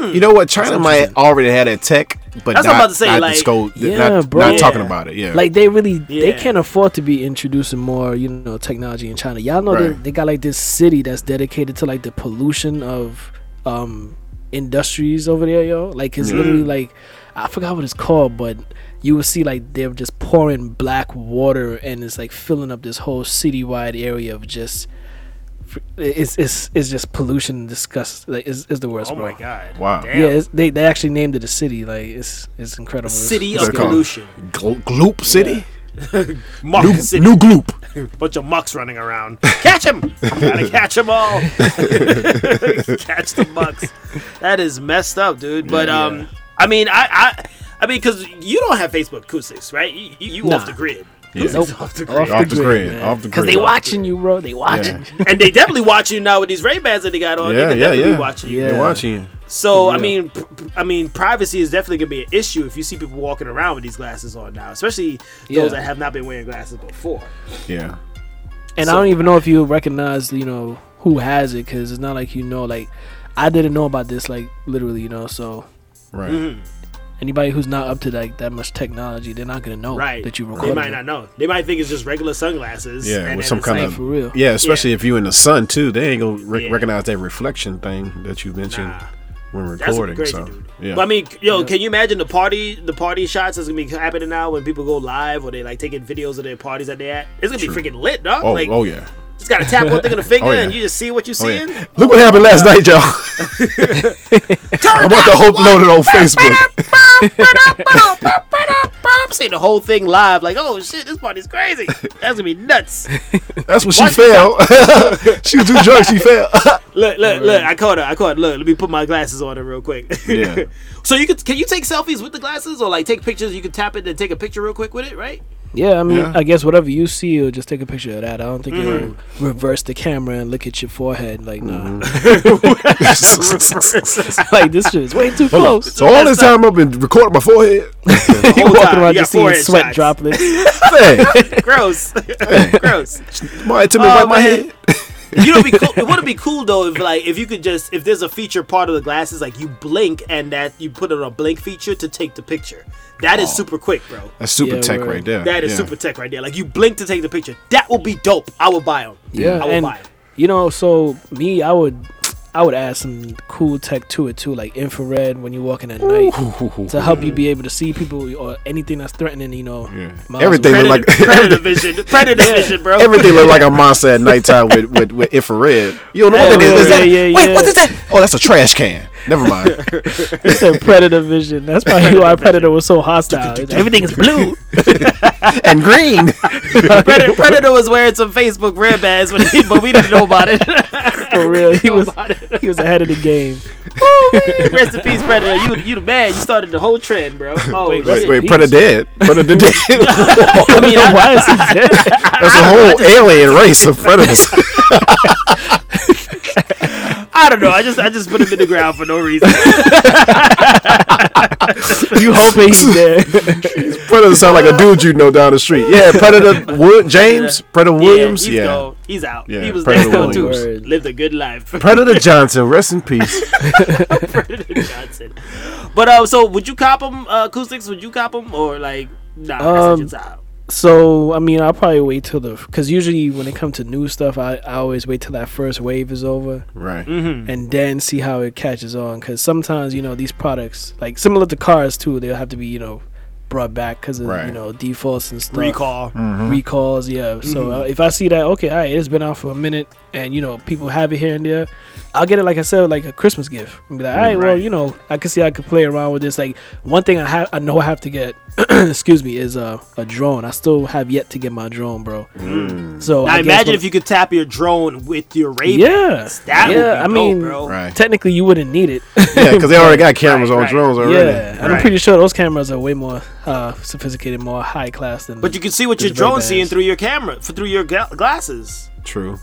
[SPEAKER 1] You know what? China might already have that tech, but
[SPEAKER 2] That's what I'm
[SPEAKER 1] not,
[SPEAKER 2] about to say,
[SPEAKER 1] not,
[SPEAKER 2] like-
[SPEAKER 1] disco-
[SPEAKER 3] Yeah,
[SPEAKER 1] not,
[SPEAKER 3] bro.
[SPEAKER 1] not talking
[SPEAKER 2] Yeah.
[SPEAKER 1] about it. Yeah.
[SPEAKER 3] Like they really, they
[SPEAKER 2] Yeah.
[SPEAKER 3] can't afford to be introducing more, you know, technology in China. Y'all know they,
[SPEAKER 1] Right.
[SPEAKER 3] they got like this city that's dedicated to like the pollution of um industries over there, yo. Like it's literally like I forgot what it's called, but you will see like they're just pouring black water and it's like filling up this whole citywide area of just fr- it's it's it's just pollution and disgust. Like is is the worst.
[SPEAKER 2] Oh
[SPEAKER 3] bro.
[SPEAKER 2] my god.
[SPEAKER 1] Wow.
[SPEAKER 2] Damn.
[SPEAKER 3] Yeah, it's, they they actually named it a city. Like it's it's incredible. It's-
[SPEAKER 2] City
[SPEAKER 1] What's
[SPEAKER 2] of
[SPEAKER 1] it called?
[SPEAKER 2] pollution.
[SPEAKER 1] Gl- Gloop City?
[SPEAKER 2] Mock
[SPEAKER 1] New,
[SPEAKER 2] City.
[SPEAKER 1] new
[SPEAKER 2] <laughs>
[SPEAKER 1] Gloop.
[SPEAKER 2] Bunch of mucks running around. Catch him!
[SPEAKER 1] <laughs>
[SPEAKER 2] Gotta catch them all. <laughs> catch the mucks. That is messed up, dude. But um, I mean, I I, I mean, because you don't have Facebook acoustics, right? You, you, you off
[SPEAKER 3] Nah.
[SPEAKER 2] the grid.
[SPEAKER 1] Yeah.
[SPEAKER 2] Acoustics off the grid.
[SPEAKER 3] Off
[SPEAKER 1] Off
[SPEAKER 3] the
[SPEAKER 1] the
[SPEAKER 3] grid,
[SPEAKER 1] grid.
[SPEAKER 3] man.
[SPEAKER 1] Off the
[SPEAKER 3] Cause
[SPEAKER 1] grid.
[SPEAKER 3] they watching you, bro. They watching.
[SPEAKER 2] and they definitely watch you now with these Ray Bans that they got on.
[SPEAKER 1] Yeah,
[SPEAKER 2] they
[SPEAKER 1] yeah,
[SPEAKER 2] definitely
[SPEAKER 1] yeah.
[SPEAKER 2] watching you.
[SPEAKER 1] They're watching you.
[SPEAKER 2] So I
[SPEAKER 1] Yeah.
[SPEAKER 2] mean, p- p- I mean, privacy is definitely gonna be an issue if you see people walking around with these glasses on now, especially those
[SPEAKER 3] Yeah.
[SPEAKER 2] that have not been wearing glasses before.
[SPEAKER 1] Yeah.
[SPEAKER 3] And I
[SPEAKER 2] So-
[SPEAKER 3] don't even know if you recognize, you know, who has it, because it's not like you know. Like, I didn't know about this, like literally, you know. So
[SPEAKER 1] Right.
[SPEAKER 2] Mm-hmm.
[SPEAKER 3] anybody who's not up to like that much technology, they're not gonna know
[SPEAKER 2] Right?
[SPEAKER 3] that you recorded.
[SPEAKER 2] they might
[SPEAKER 3] it.
[SPEAKER 2] not know. They might think it's just regular sunglasses.
[SPEAKER 1] Yeah, with
[SPEAKER 2] then
[SPEAKER 1] some
[SPEAKER 2] it's
[SPEAKER 1] kind
[SPEAKER 3] Like,
[SPEAKER 1] of-
[SPEAKER 3] for real.
[SPEAKER 1] Yeah, especially if you in the sun too. They ain't gonna re-
[SPEAKER 2] Yeah.
[SPEAKER 1] recognize that reflection thing that you mentioned
[SPEAKER 2] Nah.
[SPEAKER 1] when
[SPEAKER 2] That's
[SPEAKER 1] recording.
[SPEAKER 2] crazy,
[SPEAKER 1] so
[SPEAKER 2] dude.
[SPEAKER 1] yeah,
[SPEAKER 2] But I mean, yo, can you imagine the party, the party shots that's gonna be happening now when people go live or they like taking videos of their parties that they at? It's gonna be freaking lit, dog.
[SPEAKER 1] oh,
[SPEAKER 2] like,
[SPEAKER 1] oh yeah.
[SPEAKER 2] just gotta tap one
[SPEAKER 1] <laughs>
[SPEAKER 2] thing on the finger
[SPEAKER 1] Oh, yeah.
[SPEAKER 2] and you just see what you
[SPEAKER 1] Oh, yeah.
[SPEAKER 2] seeing.
[SPEAKER 1] <laughs> Look what happened last night, y'all. I want the whole loaded on Facebook.
[SPEAKER 2] I'm seeing the whole thing live. Like, oh shit, this party's crazy. That's gonna
[SPEAKER 1] <laughs>
[SPEAKER 2] be nuts.
[SPEAKER 1] That's when she
[SPEAKER 2] Watch
[SPEAKER 1] fell. <laughs> she was too drunk. She fell.
[SPEAKER 2] Look, look, look! I caught her. I caught her. Look, let me put my glasses on her real quick. <laughs>
[SPEAKER 1] Yeah.
[SPEAKER 2] so you could can you take selfies with the glasses or like take pictures? You could tap it and take a picture real quick with it, right?
[SPEAKER 3] Yeah, I mean,
[SPEAKER 1] Yeah.
[SPEAKER 3] I guess whatever you see, you'll just take a picture of that. I don't think it'll reverse the camera and look at your forehead. Like, nah. <laughs> like, this shit is way too close.
[SPEAKER 1] <laughs>
[SPEAKER 3] <laughs>
[SPEAKER 1] so all this time I've been recording my forehead.
[SPEAKER 3] You're
[SPEAKER 2] whole
[SPEAKER 3] walking
[SPEAKER 2] time,
[SPEAKER 3] around
[SPEAKER 2] you
[SPEAKER 3] just
[SPEAKER 2] got
[SPEAKER 3] seeing
[SPEAKER 2] forehead
[SPEAKER 3] sweat
[SPEAKER 2] shots.
[SPEAKER 3] droplets.
[SPEAKER 1] Man,
[SPEAKER 2] Gross. Gross.
[SPEAKER 1] my to me
[SPEAKER 2] Oh,
[SPEAKER 1] wipe my
[SPEAKER 2] man.
[SPEAKER 1] head.
[SPEAKER 2] You know, it'd be cool. It would be cool though if like if you could just if there's a feature part of the glasses like you blink and that you put on a blink feature to take the picture. That is super quick, bro.
[SPEAKER 1] That's super
[SPEAKER 3] Yeah,
[SPEAKER 1] tech
[SPEAKER 3] word.
[SPEAKER 1] right there.
[SPEAKER 2] That is
[SPEAKER 1] yeah.
[SPEAKER 2] super tech right there. Like you blink to take the picture. That would be dope. I would buy them.
[SPEAKER 3] Yeah,
[SPEAKER 2] I would
[SPEAKER 3] and
[SPEAKER 2] buy them.
[SPEAKER 3] you know, so me, I would, I would add some cool tech to it too, like infrared when you're walking at night to help you be able to see people or anything that's threatening. You know,
[SPEAKER 1] Yeah.
[SPEAKER 3] miles
[SPEAKER 1] Everything
[SPEAKER 3] away.
[SPEAKER 1] look
[SPEAKER 2] Predator,
[SPEAKER 1] like
[SPEAKER 2] predator vision. Predator vision, bro.
[SPEAKER 1] <laughs> everything look like a monster at nighttime with with, with infrared. You don't know what that
[SPEAKER 3] Yeah,
[SPEAKER 1] is. Is that-
[SPEAKER 3] yeah, yeah,
[SPEAKER 1] wait,
[SPEAKER 3] yeah.
[SPEAKER 1] what is that? Oh, that's a trash can. Never mind.
[SPEAKER 3] It's a predator vision. That's probably why predator was so <laughs> hostile. It's like, Everything is blue.
[SPEAKER 1] and green.
[SPEAKER 2] Predator, Predator was wearing some Facebook red bands, when he, but we didn't know about it.
[SPEAKER 3] For real, he was he was ahead of the <laughs> game.
[SPEAKER 2] Rest in peace, Predator. You, you the man. You started the whole
[SPEAKER 1] <laughs>
[SPEAKER 2] trend, bro. Oh,
[SPEAKER 3] Wait,
[SPEAKER 1] Wait,
[SPEAKER 2] shit.
[SPEAKER 1] wait, Predator dead. Predator dead. <laughs>
[SPEAKER 3] I mean, why is he dead? <laughs>
[SPEAKER 1] That's a whole alien race of <laughs> predators.
[SPEAKER 2] I don't know. I just I just put him in the ground for
[SPEAKER 1] <laughs>
[SPEAKER 2] no reason.
[SPEAKER 1] you
[SPEAKER 3] Hoping he's dead. <laughs>
[SPEAKER 1] predator sound like a dude you know down the street. Yeah, Predator Wood James, Predator Williams,
[SPEAKER 2] he's
[SPEAKER 1] yeah.
[SPEAKER 2] gone. He's out.
[SPEAKER 1] Yeah,
[SPEAKER 2] he was
[SPEAKER 1] Predator
[SPEAKER 2] next door too.
[SPEAKER 1] Williams.
[SPEAKER 3] Word.
[SPEAKER 2] Lived a good life.
[SPEAKER 1] Predator Johnson, rest in peace.
[SPEAKER 2] Predator Johnson. But uh, so would you cop him uh, acoustics? Would you cop him or like nah?
[SPEAKER 3] Um,
[SPEAKER 2] that's just out.
[SPEAKER 3] So I mean, I'll probably wait till the because usually when it comes to new stuff, I, I always wait till that first wave is over
[SPEAKER 1] <laughs> Right.
[SPEAKER 2] Mm-hmm.
[SPEAKER 3] and then see how it catches on. Because sometimes you know these products, like similar to cars too, they'll have to be you know brought back because of you
[SPEAKER 1] Right.
[SPEAKER 3] know defaults and stuff,
[SPEAKER 2] Recall. Mm-hmm.
[SPEAKER 3] recalls. Yeah. So uh, if I see that, okay, all right, it's been out for a minute, and you know people have it here and there, I'll get it like I said, like a Christmas gift. And be like, all right, well,
[SPEAKER 2] right.
[SPEAKER 3] you know, I can see I could play around with this. Like one thing I have, I know I have to get. <clears throat> excuse me, is uh, a drone. I still have yet to get my drone, bro. So
[SPEAKER 2] Now
[SPEAKER 3] I
[SPEAKER 2] imagine if you could tap your drone with your Ray.
[SPEAKER 3] Yeah.
[SPEAKER 2] That would
[SPEAKER 3] yeah,
[SPEAKER 2] be
[SPEAKER 3] I
[SPEAKER 2] dope,
[SPEAKER 3] mean,
[SPEAKER 2] bro.
[SPEAKER 1] Right.
[SPEAKER 3] technically you wouldn't need it.
[SPEAKER 1] Yeah, because they already got cameras
[SPEAKER 2] Right,
[SPEAKER 1] on
[SPEAKER 2] right.
[SPEAKER 1] drones already.
[SPEAKER 3] <laughs> yeah, I'm
[SPEAKER 2] Right.
[SPEAKER 3] pretty sure those cameras are way more uh, sophisticated, more high class than.
[SPEAKER 2] But you can see what your
[SPEAKER 3] Just Ray-Bans.
[SPEAKER 2] drone's seeing through your camera, f- through your ga- glasses.
[SPEAKER 1] True.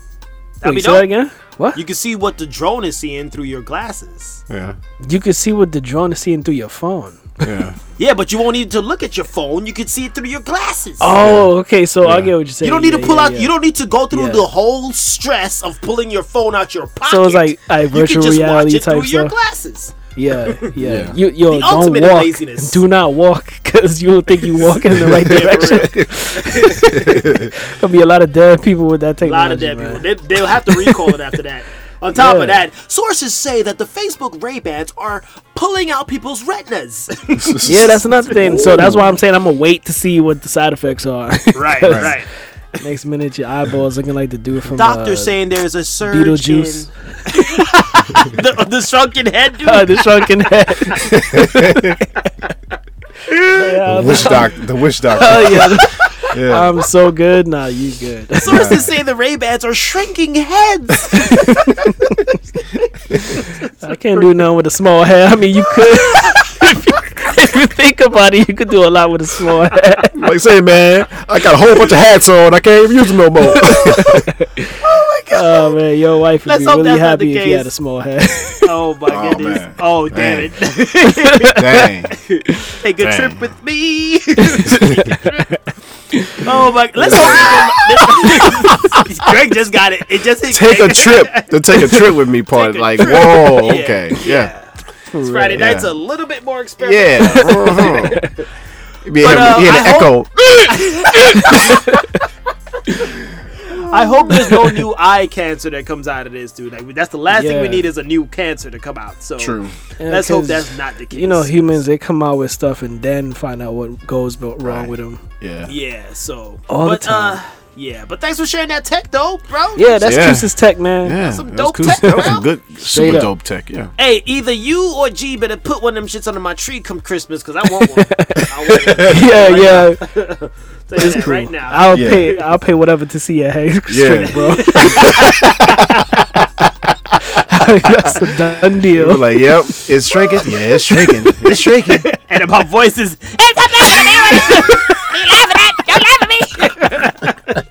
[SPEAKER 2] That'd be
[SPEAKER 3] Wait, say that
[SPEAKER 2] dope.
[SPEAKER 3] again. What you,
[SPEAKER 2] You can see what the drone is seeing through your glasses.
[SPEAKER 1] Yeah.
[SPEAKER 3] can see what the drone is seeing through your phone.
[SPEAKER 2] <laughs>
[SPEAKER 1] Yeah.
[SPEAKER 2] Yeah, but you won't need to look at your phone. You can see it through your glasses.
[SPEAKER 3] Oh, okay. So I get what you're saying.
[SPEAKER 2] you don't need
[SPEAKER 3] Yeah,
[SPEAKER 2] to pull
[SPEAKER 3] yeah,
[SPEAKER 2] out.
[SPEAKER 3] yeah.
[SPEAKER 2] You don't need to go through
[SPEAKER 3] Yeah.
[SPEAKER 2] the whole stress of pulling your phone out your pocket.
[SPEAKER 3] So it's like I virtual reality
[SPEAKER 2] it
[SPEAKER 3] type
[SPEAKER 2] through your
[SPEAKER 3] stuff.
[SPEAKER 2] glasses.
[SPEAKER 3] Yeah, yeah.
[SPEAKER 2] <laughs>
[SPEAKER 1] Yeah.
[SPEAKER 3] You, yo,
[SPEAKER 2] The
[SPEAKER 3] don't
[SPEAKER 2] ultimate in
[SPEAKER 3] walk.
[SPEAKER 2] laziness.
[SPEAKER 3] Do not walk because you'll
[SPEAKER 2] <laughs>
[SPEAKER 3] think you walk in the right direction. <laughs> There'll be a lot of dead people with that
[SPEAKER 2] A
[SPEAKER 3] technology.
[SPEAKER 2] lot of dead people. They, they'll have to recall it after that. On top of
[SPEAKER 3] <laughs> Yeah.
[SPEAKER 2] that, sources say that the Facebook Ray Bans are pulling out people's
[SPEAKER 3] <laughs>
[SPEAKER 2] retinas.
[SPEAKER 1] <laughs>
[SPEAKER 3] Yeah, that's another thing. So that's why I'm saying I'm gonna wait to see what the side effects
[SPEAKER 2] <laughs>
[SPEAKER 3] are. <laughs>
[SPEAKER 2] right,
[SPEAKER 3] Because
[SPEAKER 2] right.
[SPEAKER 3] Next minute, your eyeballs looking like the dude from
[SPEAKER 2] Doctor
[SPEAKER 3] uh,
[SPEAKER 2] saying there's a surge
[SPEAKER 3] Beetlejuice.
[SPEAKER 2] in <laughs> the, the shrunken head, dude.
[SPEAKER 3] <laughs> Uh, the shrunken head. yeah,
[SPEAKER 1] The
[SPEAKER 2] <laughs>
[SPEAKER 1] wish doc, the wish doctor.
[SPEAKER 3] I'm- yeah,
[SPEAKER 1] Yeah.
[SPEAKER 3] <laughs> I'm so good. Nah, you good.
[SPEAKER 2] Sources say the Ray Bans are shrinking
[SPEAKER 3] <laughs>
[SPEAKER 2] heads.
[SPEAKER 3] I can't do nothing with a small head. I mean, you
[SPEAKER 2] <laughs>
[SPEAKER 3] could. <laughs> if you- If you think about it, you could do a lot with a small head.
[SPEAKER 1] like say, man, I got a whole bunch of hats on. I can't even use them no more.
[SPEAKER 3] Oh man, your wife would
[SPEAKER 2] Let's
[SPEAKER 3] be
[SPEAKER 2] hope
[SPEAKER 3] really
[SPEAKER 2] that's not the
[SPEAKER 3] happy if you had
[SPEAKER 2] case.
[SPEAKER 3] a small head.
[SPEAKER 2] oh my
[SPEAKER 1] Oh,
[SPEAKER 2] goodness!
[SPEAKER 1] man.
[SPEAKER 2] Oh damn
[SPEAKER 1] Man.
[SPEAKER 2] it!
[SPEAKER 1] <laughs> Dang.
[SPEAKER 2] Take a
[SPEAKER 1] Dang.
[SPEAKER 2] trip with
[SPEAKER 3] <laughs>
[SPEAKER 2] me. oh my! Let's
[SPEAKER 1] <laughs>
[SPEAKER 2] hope. you don't- Greg just got it. It just
[SPEAKER 1] <laughs>
[SPEAKER 2] hit
[SPEAKER 1] Take a
[SPEAKER 2] Greg.
[SPEAKER 1] trip. The take a trip with me part.
[SPEAKER 2] Take a
[SPEAKER 1] Like,
[SPEAKER 2] trip.
[SPEAKER 1] whoa,
[SPEAKER 2] Yeah,
[SPEAKER 1] okay, yeah,
[SPEAKER 3] For real.
[SPEAKER 2] Friday night's
[SPEAKER 1] Yeah.
[SPEAKER 2] a little bit more
[SPEAKER 1] yeah. <laughs>
[SPEAKER 2] experimental. <laughs>
[SPEAKER 1] Uh-huh. You be
[SPEAKER 2] But,
[SPEAKER 1] having-
[SPEAKER 2] uh,
[SPEAKER 1] you
[SPEAKER 2] I
[SPEAKER 1] had an echo.
[SPEAKER 2] <laughs> I hope there's no new eye cancer that comes out of this, dude. Like that's the last thing we
[SPEAKER 3] Yeah.
[SPEAKER 2] need is a new cancer to come out. So
[SPEAKER 1] True.
[SPEAKER 2] <laughs>
[SPEAKER 3] Yeah,
[SPEAKER 2] let's hope
[SPEAKER 3] 'cause,
[SPEAKER 2] that's not the case.
[SPEAKER 3] You know, humans they come out with stuff and then find out what goes bo- wrong
[SPEAKER 1] Right.
[SPEAKER 3] with them.
[SPEAKER 1] Yeah.
[SPEAKER 2] Yeah. So
[SPEAKER 3] All the
[SPEAKER 2] but,
[SPEAKER 3] time.
[SPEAKER 2] Uh, yeah, but thanks for sharing that tech though, bro.
[SPEAKER 3] Yeah, that's
[SPEAKER 1] Yeah.
[SPEAKER 3] Cruise's tech, man.
[SPEAKER 1] Yeah,
[SPEAKER 2] some
[SPEAKER 1] that
[SPEAKER 2] dope
[SPEAKER 1] was, cool.
[SPEAKER 2] tech,
[SPEAKER 1] that was
[SPEAKER 2] bro.
[SPEAKER 1] some good,
[SPEAKER 3] Straight
[SPEAKER 1] super
[SPEAKER 3] up.
[SPEAKER 1] dope tech. Yeah,
[SPEAKER 2] Hey, either you or G better put one of them shits under my tree come Christmas, cause I want
[SPEAKER 3] <laughs>
[SPEAKER 2] one. I want one.
[SPEAKER 3] Yeah,
[SPEAKER 2] Right
[SPEAKER 3] yeah,
[SPEAKER 2] Tell you that
[SPEAKER 3] cool.
[SPEAKER 2] right now.
[SPEAKER 3] I'll
[SPEAKER 1] Yeah.
[SPEAKER 3] pay. I'll pay whatever to see your head straight,
[SPEAKER 1] Yeah. <laughs>
[SPEAKER 3] bro. <laughs> that's a done
[SPEAKER 1] We're
[SPEAKER 3] deal.
[SPEAKER 1] like, yep, it's shrinking. Yeah, it's shrinking. It's shrinking.
[SPEAKER 2] and about voices. It's a You laughing at? Don't laugh at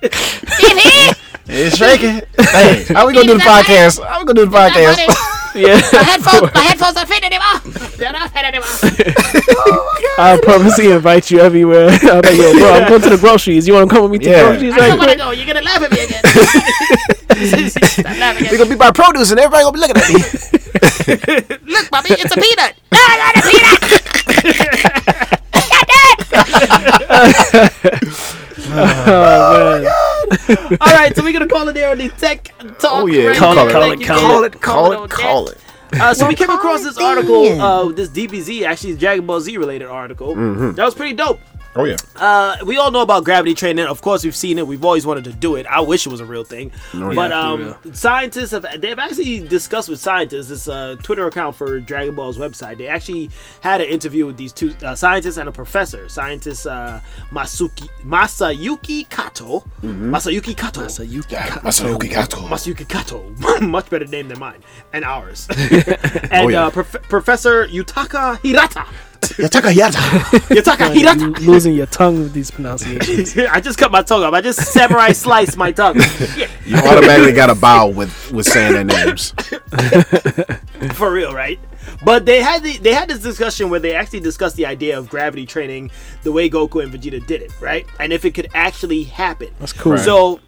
[SPEAKER 1] <laughs>
[SPEAKER 2] me. <laughs>
[SPEAKER 1] It's shrinking. <laughs> Hey, how we gonna do the podcast? How we gonna do the <laughs> podcast?
[SPEAKER 3] <laughs> Yeah,
[SPEAKER 5] headphones, my headphones are fit anymore. They're not fit
[SPEAKER 2] <laughs>
[SPEAKER 5] anymore.
[SPEAKER 3] I'll purposely invite you everywhere. <laughs> I'm like, yo, bro, I'm going to the groceries. You want to come with me to
[SPEAKER 1] Yeah.
[SPEAKER 3] the groceries?
[SPEAKER 5] I don't
[SPEAKER 3] Like,
[SPEAKER 5] want to go. You're gonna laugh at me
[SPEAKER 2] <laughs>
[SPEAKER 5] again. Stop laughing
[SPEAKER 1] We're
[SPEAKER 5] at me.
[SPEAKER 1] gonna be by produce, and everybody gonna be looking at me.
[SPEAKER 5] Look, mommy, it's a peanut. <laughs> No, not a
[SPEAKER 2] <laughs>
[SPEAKER 5] peanut.
[SPEAKER 3] oh, man.
[SPEAKER 2] All right, so we're gonna call it there on the tech talk.
[SPEAKER 1] Oh, yeah,
[SPEAKER 2] right
[SPEAKER 1] call
[SPEAKER 2] there.
[SPEAKER 1] it,
[SPEAKER 3] call
[SPEAKER 2] Thank
[SPEAKER 3] it,
[SPEAKER 2] you.
[SPEAKER 3] call
[SPEAKER 1] it, <laughs> call it, call it.
[SPEAKER 2] Uh, so we came across this article, uh, this DBZ, actually Dragon Ball Z related article.
[SPEAKER 1] Mm-hmm.
[SPEAKER 2] That was pretty dope.
[SPEAKER 1] Oh yeah.
[SPEAKER 2] Uh, we all know about gravity training. Of course, we've seen it. We've always wanted to do it. I wish it was a real thing.
[SPEAKER 1] Oh,
[SPEAKER 2] but um, scientists have they've actually discussed with scientists this uh, Twitter account for Dragon Ball's website. They actually had an interview with these two uh, scientists and a professor. Scientist uh, Masuki Masayuki Kato.
[SPEAKER 1] Mm-hmm.
[SPEAKER 2] Masayuki Kato. uh,
[SPEAKER 1] Masayuki Kato.
[SPEAKER 2] Masayuki Kato. <laughs> Much better name than mine and ours. <laughs> and
[SPEAKER 1] yeah.
[SPEAKER 2] uh, prof- Professor Yutaka Hirata.
[SPEAKER 1] Yataka yata.
[SPEAKER 2] <laughs>
[SPEAKER 3] Oh,
[SPEAKER 2] Yutaka Hirata.
[SPEAKER 3] losing your tongue with
[SPEAKER 1] <laughs>
[SPEAKER 3] these
[SPEAKER 2] <laughs>
[SPEAKER 3] pronunciations.
[SPEAKER 2] I just cut my tongue off. I just samurai sliced my tongue. Yeah,
[SPEAKER 1] You automatically got a bow with with saying their names.
[SPEAKER 2] for real, right? But they had the, they had this discussion where they actually discussed the idea of gravity training the way Goku and Vegeta did it, right? And if it could actually happen. That's
[SPEAKER 3] cool. Right.
[SPEAKER 2] So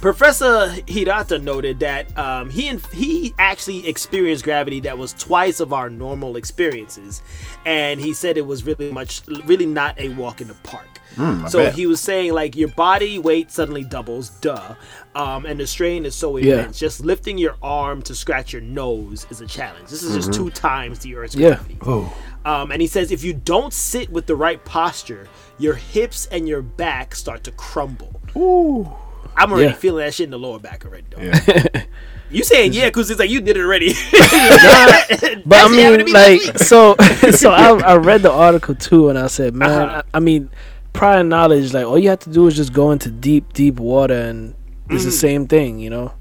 [SPEAKER 2] Professor Hirata noted that um, he and he actually experienced gravity that was twice of our normal experiences, and he said it was really much, really not a walk in the park.
[SPEAKER 3] Hmm,
[SPEAKER 2] so
[SPEAKER 1] bet.
[SPEAKER 2] he was saying like your body weight suddenly doubles, duh, um, and the strain is so
[SPEAKER 3] Yeah.
[SPEAKER 2] immense. Just lifting your arm to scratch your nose is a challenge. This is just two times the Earth's
[SPEAKER 3] Mm-hmm. Yeah.
[SPEAKER 2] gravity. Um, and he says if you don't sit with the right posture, your hips and your back start to crumble. Ooh. I'm already
[SPEAKER 3] Yeah.
[SPEAKER 2] feeling that shit in the lower back already, though.
[SPEAKER 1] Yeah.
[SPEAKER 2] <laughs> you saying yeah, because it's like you did it already. <laughs>
[SPEAKER 3] But I
[SPEAKER 2] Actually, happened to
[SPEAKER 3] mean,
[SPEAKER 2] me
[SPEAKER 3] like,
[SPEAKER 2] this
[SPEAKER 1] <laughs>
[SPEAKER 2] week.
[SPEAKER 3] so, <laughs> so I, I read the article too, and I said, man, I, I mean, prior knowledge, like, all you have to do is just go into deep, deep water, and it's the same thing, you know.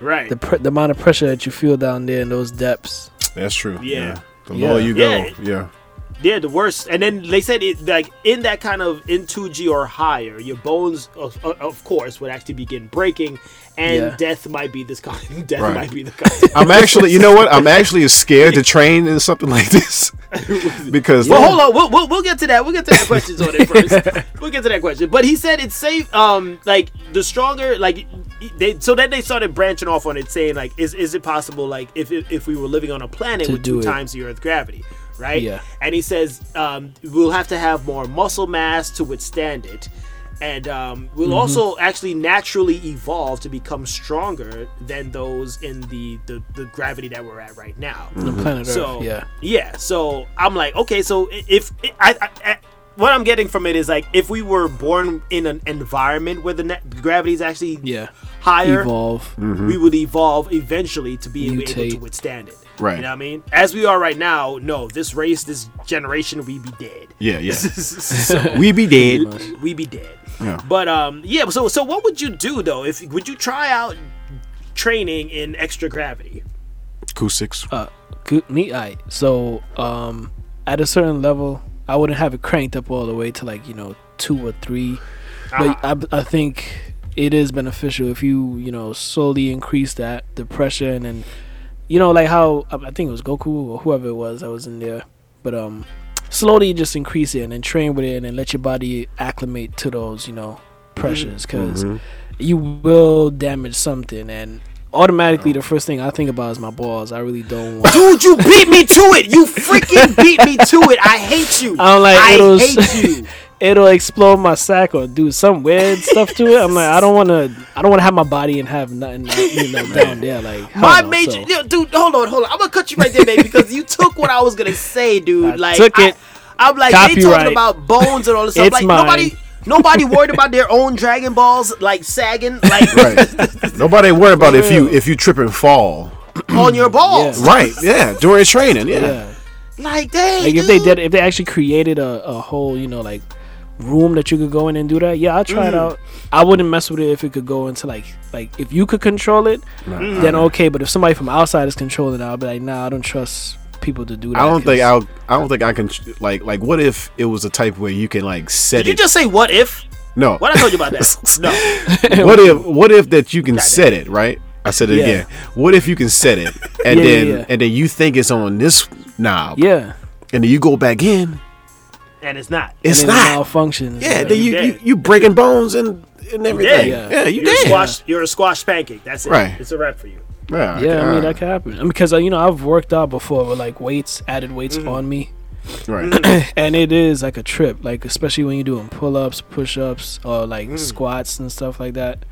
[SPEAKER 2] right.
[SPEAKER 3] The pr- the amount of pressure that you feel down there in those depths.
[SPEAKER 1] That's true.
[SPEAKER 2] Yeah.
[SPEAKER 1] The lower
[SPEAKER 3] Yeah.
[SPEAKER 1] you
[SPEAKER 2] Yeah.
[SPEAKER 1] go, yeah.
[SPEAKER 2] Yeah, the worst. And then they said it like in that kind of in 2G or higher, your bones, of, of- of course, would actually begin breaking, and
[SPEAKER 3] Yeah.
[SPEAKER 2] death might be this kind. <laughs> Death
[SPEAKER 1] Right.
[SPEAKER 2] might be the kind.
[SPEAKER 1] I'm actually, you know what? I'm actually scared to train in something like this <laughs> because
[SPEAKER 2] Well, hold on. We'll, we'll, we'll get to that. We'll get to that questions on it
[SPEAKER 3] <laughs>
[SPEAKER 2] first. We'll get to that question. But he said it's safe. Um, like the stronger, like they. So then they started branching off on it, saying like, is is it possible? Like if if if we were living on a planet
[SPEAKER 3] To
[SPEAKER 2] with
[SPEAKER 3] do
[SPEAKER 2] two
[SPEAKER 3] it.
[SPEAKER 2] times the Earth's gravity, right?
[SPEAKER 3] Yeah.
[SPEAKER 2] And he says um, we'll have to have more muscle mass to withstand it. And um, we'll
[SPEAKER 3] Mm-hmm.
[SPEAKER 2] also actually naturally evolve to become stronger than those in the, the, the gravity that we're at right
[SPEAKER 3] Mm-hmm.
[SPEAKER 2] now.
[SPEAKER 3] on Planet Earth,
[SPEAKER 2] So
[SPEAKER 3] yeah.
[SPEAKER 2] yeah, so I'm like, okay, so i- if I, I, I what I'm getting from it is like if we were born in an environment where the net gravity is actually
[SPEAKER 3] Yeah.
[SPEAKER 2] higher,
[SPEAKER 3] Evolve.
[SPEAKER 1] Mm-hmm.
[SPEAKER 2] we would evolve eventually to be able- able to
[SPEAKER 3] Mutate.
[SPEAKER 2] withstand it.
[SPEAKER 1] Right.
[SPEAKER 2] You know what I mean? As we are right now, no, this race, this generation, we be dead.
[SPEAKER 1] Yeah, yeah.
[SPEAKER 2] So,
[SPEAKER 4] We be dead.
[SPEAKER 2] we be dead.
[SPEAKER 1] Yeah.
[SPEAKER 2] But um, yeah. So so what would you do though? If would you try out training in extra gravity?
[SPEAKER 1] Kusix.
[SPEAKER 3] Uh, good, me, I. So, um, at a certain level, I wouldn't have it cranked up all the way to like you know two or three, but I, I think it is beneficial if you you know slowly increase that the pressure and then, you know, like how I I think it was Goku or whoever it was that was in there, but um, slowly just increase it and then train with it and then let your body acclimate to those you know pressures because you will damage something and. Automatically, the first thing I think about is my balls. I really don't want.
[SPEAKER 2] Dude, you beat me to it. You freaking beat me to it. I hate you.
[SPEAKER 3] I'm like,
[SPEAKER 2] I
[SPEAKER 3] it'll,
[SPEAKER 2] hate
[SPEAKER 3] <laughs>
[SPEAKER 2] you.
[SPEAKER 3] it'll explode my sack or do some weird stuff to it. I'm like, I don't want to, I don't want to have my body and have nothing you know, down there. Like, I
[SPEAKER 2] My
[SPEAKER 3] don't know,
[SPEAKER 2] major,
[SPEAKER 3] so-
[SPEAKER 2] yo, dude. Hold on, hold on. I'm gonna cut you right there, baby, because you took what I was gonna say, dude.
[SPEAKER 3] I
[SPEAKER 2] like,
[SPEAKER 3] took it.
[SPEAKER 2] I, am like, they talking
[SPEAKER 3] Copyright.
[SPEAKER 2] about bones and all this stuff.
[SPEAKER 3] It's
[SPEAKER 2] like, nobody,
[SPEAKER 3] mine.
[SPEAKER 2] nobody worried about their own Dragon Balls like sagging, like
[SPEAKER 1] Right. Nobody worry about if you if you trip and fall.
[SPEAKER 2] on your balls.
[SPEAKER 1] Right. Yeah. During training. Yeah.
[SPEAKER 3] yeah.
[SPEAKER 2] Like, dang.
[SPEAKER 3] Like if they
[SPEAKER 2] dude.
[SPEAKER 3] did, if they actually created a, a whole, you know, like room that you could go in and do that, yeah, I'll
[SPEAKER 2] Mm.
[SPEAKER 3] try it out. I wouldn't mess with it if it could go into like, like if you could control it,
[SPEAKER 2] Mm.
[SPEAKER 3] then okay. But if somebody from outside is controlling it, I'll be like, nah, I don't trust people to do that.
[SPEAKER 1] I don't think
[SPEAKER 3] 'cause-
[SPEAKER 1] I'll. I don't think I can. Like, like, what if it was a type where you can like set
[SPEAKER 2] Did you
[SPEAKER 1] it?
[SPEAKER 2] just say what if?
[SPEAKER 1] no.
[SPEAKER 2] What I told you about
[SPEAKER 3] <laughs>
[SPEAKER 2] that?
[SPEAKER 1] <laughs>
[SPEAKER 2] No.
[SPEAKER 1] what if? What if that you can set it? Right. I said it
[SPEAKER 3] Yeah.
[SPEAKER 1] again. What if you can set it, and
[SPEAKER 3] Yeah, yeah,
[SPEAKER 1] then
[SPEAKER 3] yeah.
[SPEAKER 1] and then you think it's on this knob,
[SPEAKER 3] Yeah,
[SPEAKER 1] and then you go back in,
[SPEAKER 2] and it's not.
[SPEAKER 1] it's
[SPEAKER 3] and then it
[SPEAKER 1] not.
[SPEAKER 3] malfunctions.
[SPEAKER 1] Yeah.
[SPEAKER 3] Like,
[SPEAKER 1] Then you,
[SPEAKER 2] you
[SPEAKER 1] you
[SPEAKER 2] dead.
[SPEAKER 1] you breaking bones and and everything.
[SPEAKER 2] Yeah.
[SPEAKER 1] Yeah. you
[SPEAKER 2] You're
[SPEAKER 1] did.
[SPEAKER 2] a squash. You're a squash pancake. That's it.
[SPEAKER 1] Right.
[SPEAKER 2] It's a wrap for you.
[SPEAKER 1] Yeah.
[SPEAKER 3] Yeah, I mean that can happen. And because uh, you know I've worked out before with like weights, added weights
[SPEAKER 2] Mm.
[SPEAKER 3] on me,
[SPEAKER 1] Right.
[SPEAKER 3] and it is like a trip. Like especially when you're doing pull-ups, push-ups, or like squats and stuff like that.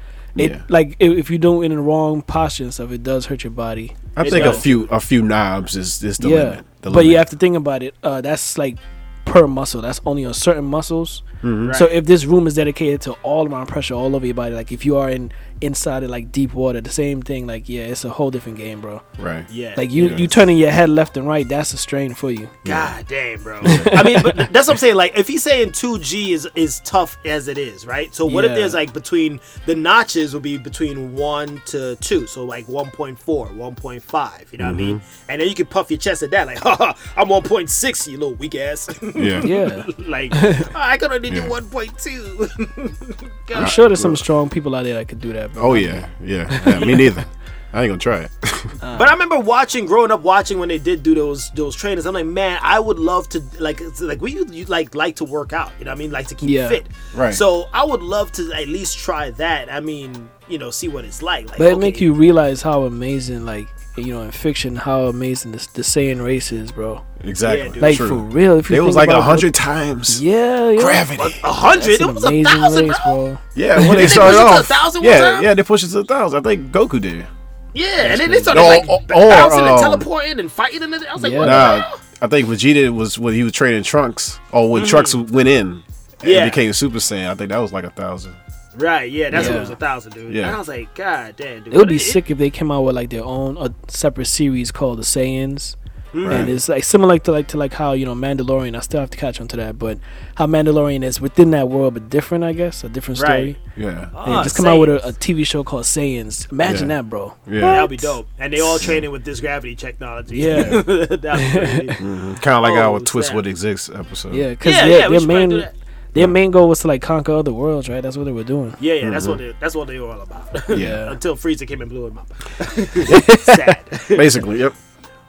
[SPEAKER 1] Mm.
[SPEAKER 3] It
[SPEAKER 1] Yeah.
[SPEAKER 3] like if, if you do it in the wrong posture and stuff, it does hurt your body.
[SPEAKER 1] I
[SPEAKER 2] It
[SPEAKER 1] think a
[SPEAKER 2] does.
[SPEAKER 1] few a few knobs is is the
[SPEAKER 3] yeah,
[SPEAKER 1] limit. The
[SPEAKER 3] but you
[SPEAKER 1] limit.
[SPEAKER 3] have to think about it. Uh, that's like per muscle. That's only on certain muscles.
[SPEAKER 1] Mm-hmm.
[SPEAKER 3] So if this room is dedicated to all around pressure all over your body, like if you are in inside of like deep water, the same thing. Like yeah, it's a whole different game, bro.
[SPEAKER 1] Right.
[SPEAKER 2] Yeah.
[SPEAKER 3] Like you,
[SPEAKER 1] Yeah.
[SPEAKER 3] you turning your head left and right, that's a strain
[SPEAKER 1] <laughs>
[SPEAKER 3] for you.
[SPEAKER 2] God damn, bro. I mean, but that's what I'm saying. Like, if he's saying two G is is tough as it is, right? So what if
[SPEAKER 3] Yeah.
[SPEAKER 2] there's like between the notches would be between one to two, so like 1.4, 1.5. You know what I mean? And then you can puff your chest at that, like, <laughs> ha ha, I'm 1.6, you little weak ass. <laughs>
[SPEAKER 1] Yeah.
[SPEAKER 3] Yeah.
[SPEAKER 2] like, "Oh, I could only do
[SPEAKER 1] Yeah.
[SPEAKER 2] <laughs> 1.2.
[SPEAKER 3] I'm sure there's some strong people out there that could do that, bro.
[SPEAKER 1] Oh yeah. Yeah. yeah. Me neither. I ain't gonna try it. <laughs>
[SPEAKER 2] But I remember watching, growing up, watching when they did do those those trainers. I'm like, man, I would love to like it's like we you like like to work out. You know, what I mean, like to keep
[SPEAKER 3] Yeah.
[SPEAKER 2] fit.
[SPEAKER 1] Right.
[SPEAKER 2] So I would love to at least try that. I mean, you know, see what it's like. like
[SPEAKER 3] But it
[SPEAKER 2] okay,
[SPEAKER 3] make you realize how amazing, like, you know, in fiction, how amazing this, the Saiyan race is, bro.
[SPEAKER 1] Exactly.
[SPEAKER 2] Yeah, dude.
[SPEAKER 3] Like,
[SPEAKER 1] True.
[SPEAKER 3] for real. If you
[SPEAKER 1] It was like
[SPEAKER 3] think about
[SPEAKER 1] a
[SPEAKER 3] what-
[SPEAKER 1] hundred times
[SPEAKER 3] Yeah, yeah.
[SPEAKER 1] gravity.
[SPEAKER 2] a hundred.
[SPEAKER 3] It's
[SPEAKER 2] It
[SPEAKER 3] an
[SPEAKER 2] was a
[SPEAKER 3] amazing
[SPEAKER 2] thousand,
[SPEAKER 3] race,
[SPEAKER 2] bro.
[SPEAKER 3] bro.
[SPEAKER 1] Yeah, when they
[SPEAKER 2] They
[SPEAKER 1] started
[SPEAKER 2] pushed it to a
[SPEAKER 1] off,
[SPEAKER 2] thousand one
[SPEAKER 1] yeah,
[SPEAKER 2] time?
[SPEAKER 1] yeah, they pushed it to a thousand. I think Goku did.
[SPEAKER 2] Yeah, and then they started
[SPEAKER 1] No,
[SPEAKER 2] like
[SPEAKER 1] or-
[SPEAKER 2] bouncing
[SPEAKER 1] or, um,
[SPEAKER 2] and teleporting and fighting. And I was like,
[SPEAKER 3] Yeah.
[SPEAKER 2] what the
[SPEAKER 1] Nah,
[SPEAKER 2] hell?
[SPEAKER 1] I think Vegeta was when he was training Trunks, or when Trunks went in and
[SPEAKER 2] Mm-hmm. Yeah.
[SPEAKER 1] became Super Saiyan. I think that was like a thousand.
[SPEAKER 2] Right. Yeah, that's when
[SPEAKER 3] Yeah.
[SPEAKER 2] it was a thousand, dude.
[SPEAKER 1] Yeah.
[SPEAKER 2] And I was like, God damn, dude.
[SPEAKER 3] It would be
[SPEAKER 2] It-
[SPEAKER 3] sick if they came out with like their own a separate series called the Saiyans.
[SPEAKER 1] Right.
[SPEAKER 3] And it's like similar to like to like how you know Mandalorian. I still have to catch on to that, but how Mandalorian is within that world, but different, I guess, a different story.
[SPEAKER 2] Right.
[SPEAKER 1] Yeah,
[SPEAKER 3] And
[SPEAKER 2] Ah,
[SPEAKER 3] just come out with
[SPEAKER 2] Saiyans.
[SPEAKER 3] a, a TV show called Saiyans. Imagine
[SPEAKER 1] Yeah.
[SPEAKER 3] that, bro.
[SPEAKER 1] yeah,
[SPEAKER 2] That would be dope. And they
[SPEAKER 3] <laughs>
[SPEAKER 2] all training with this gravity technology.
[SPEAKER 3] Yeah.
[SPEAKER 2] <laughs> That'd be crazy.
[SPEAKER 1] kind of like our
[SPEAKER 2] Oh,
[SPEAKER 1] twist
[SPEAKER 2] snap.
[SPEAKER 1] would exist episode.
[SPEAKER 3] Yeah, because
[SPEAKER 2] Yeah,
[SPEAKER 3] their,
[SPEAKER 2] yeah, we
[SPEAKER 3] their
[SPEAKER 2] should probably
[SPEAKER 3] main
[SPEAKER 2] do that.
[SPEAKER 3] their main goal was to like conquer other worlds, right? That's what they were doing.
[SPEAKER 2] Yeah, yeah, that's what they, that's what they were all about.
[SPEAKER 1] Mm-hmm. <laughs> Yeah.
[SPEAKER 2] <laughs> Until Frieza came and blew him up. <laughs> Sad.
[SPEAKER 1] <laughs> basically, yep.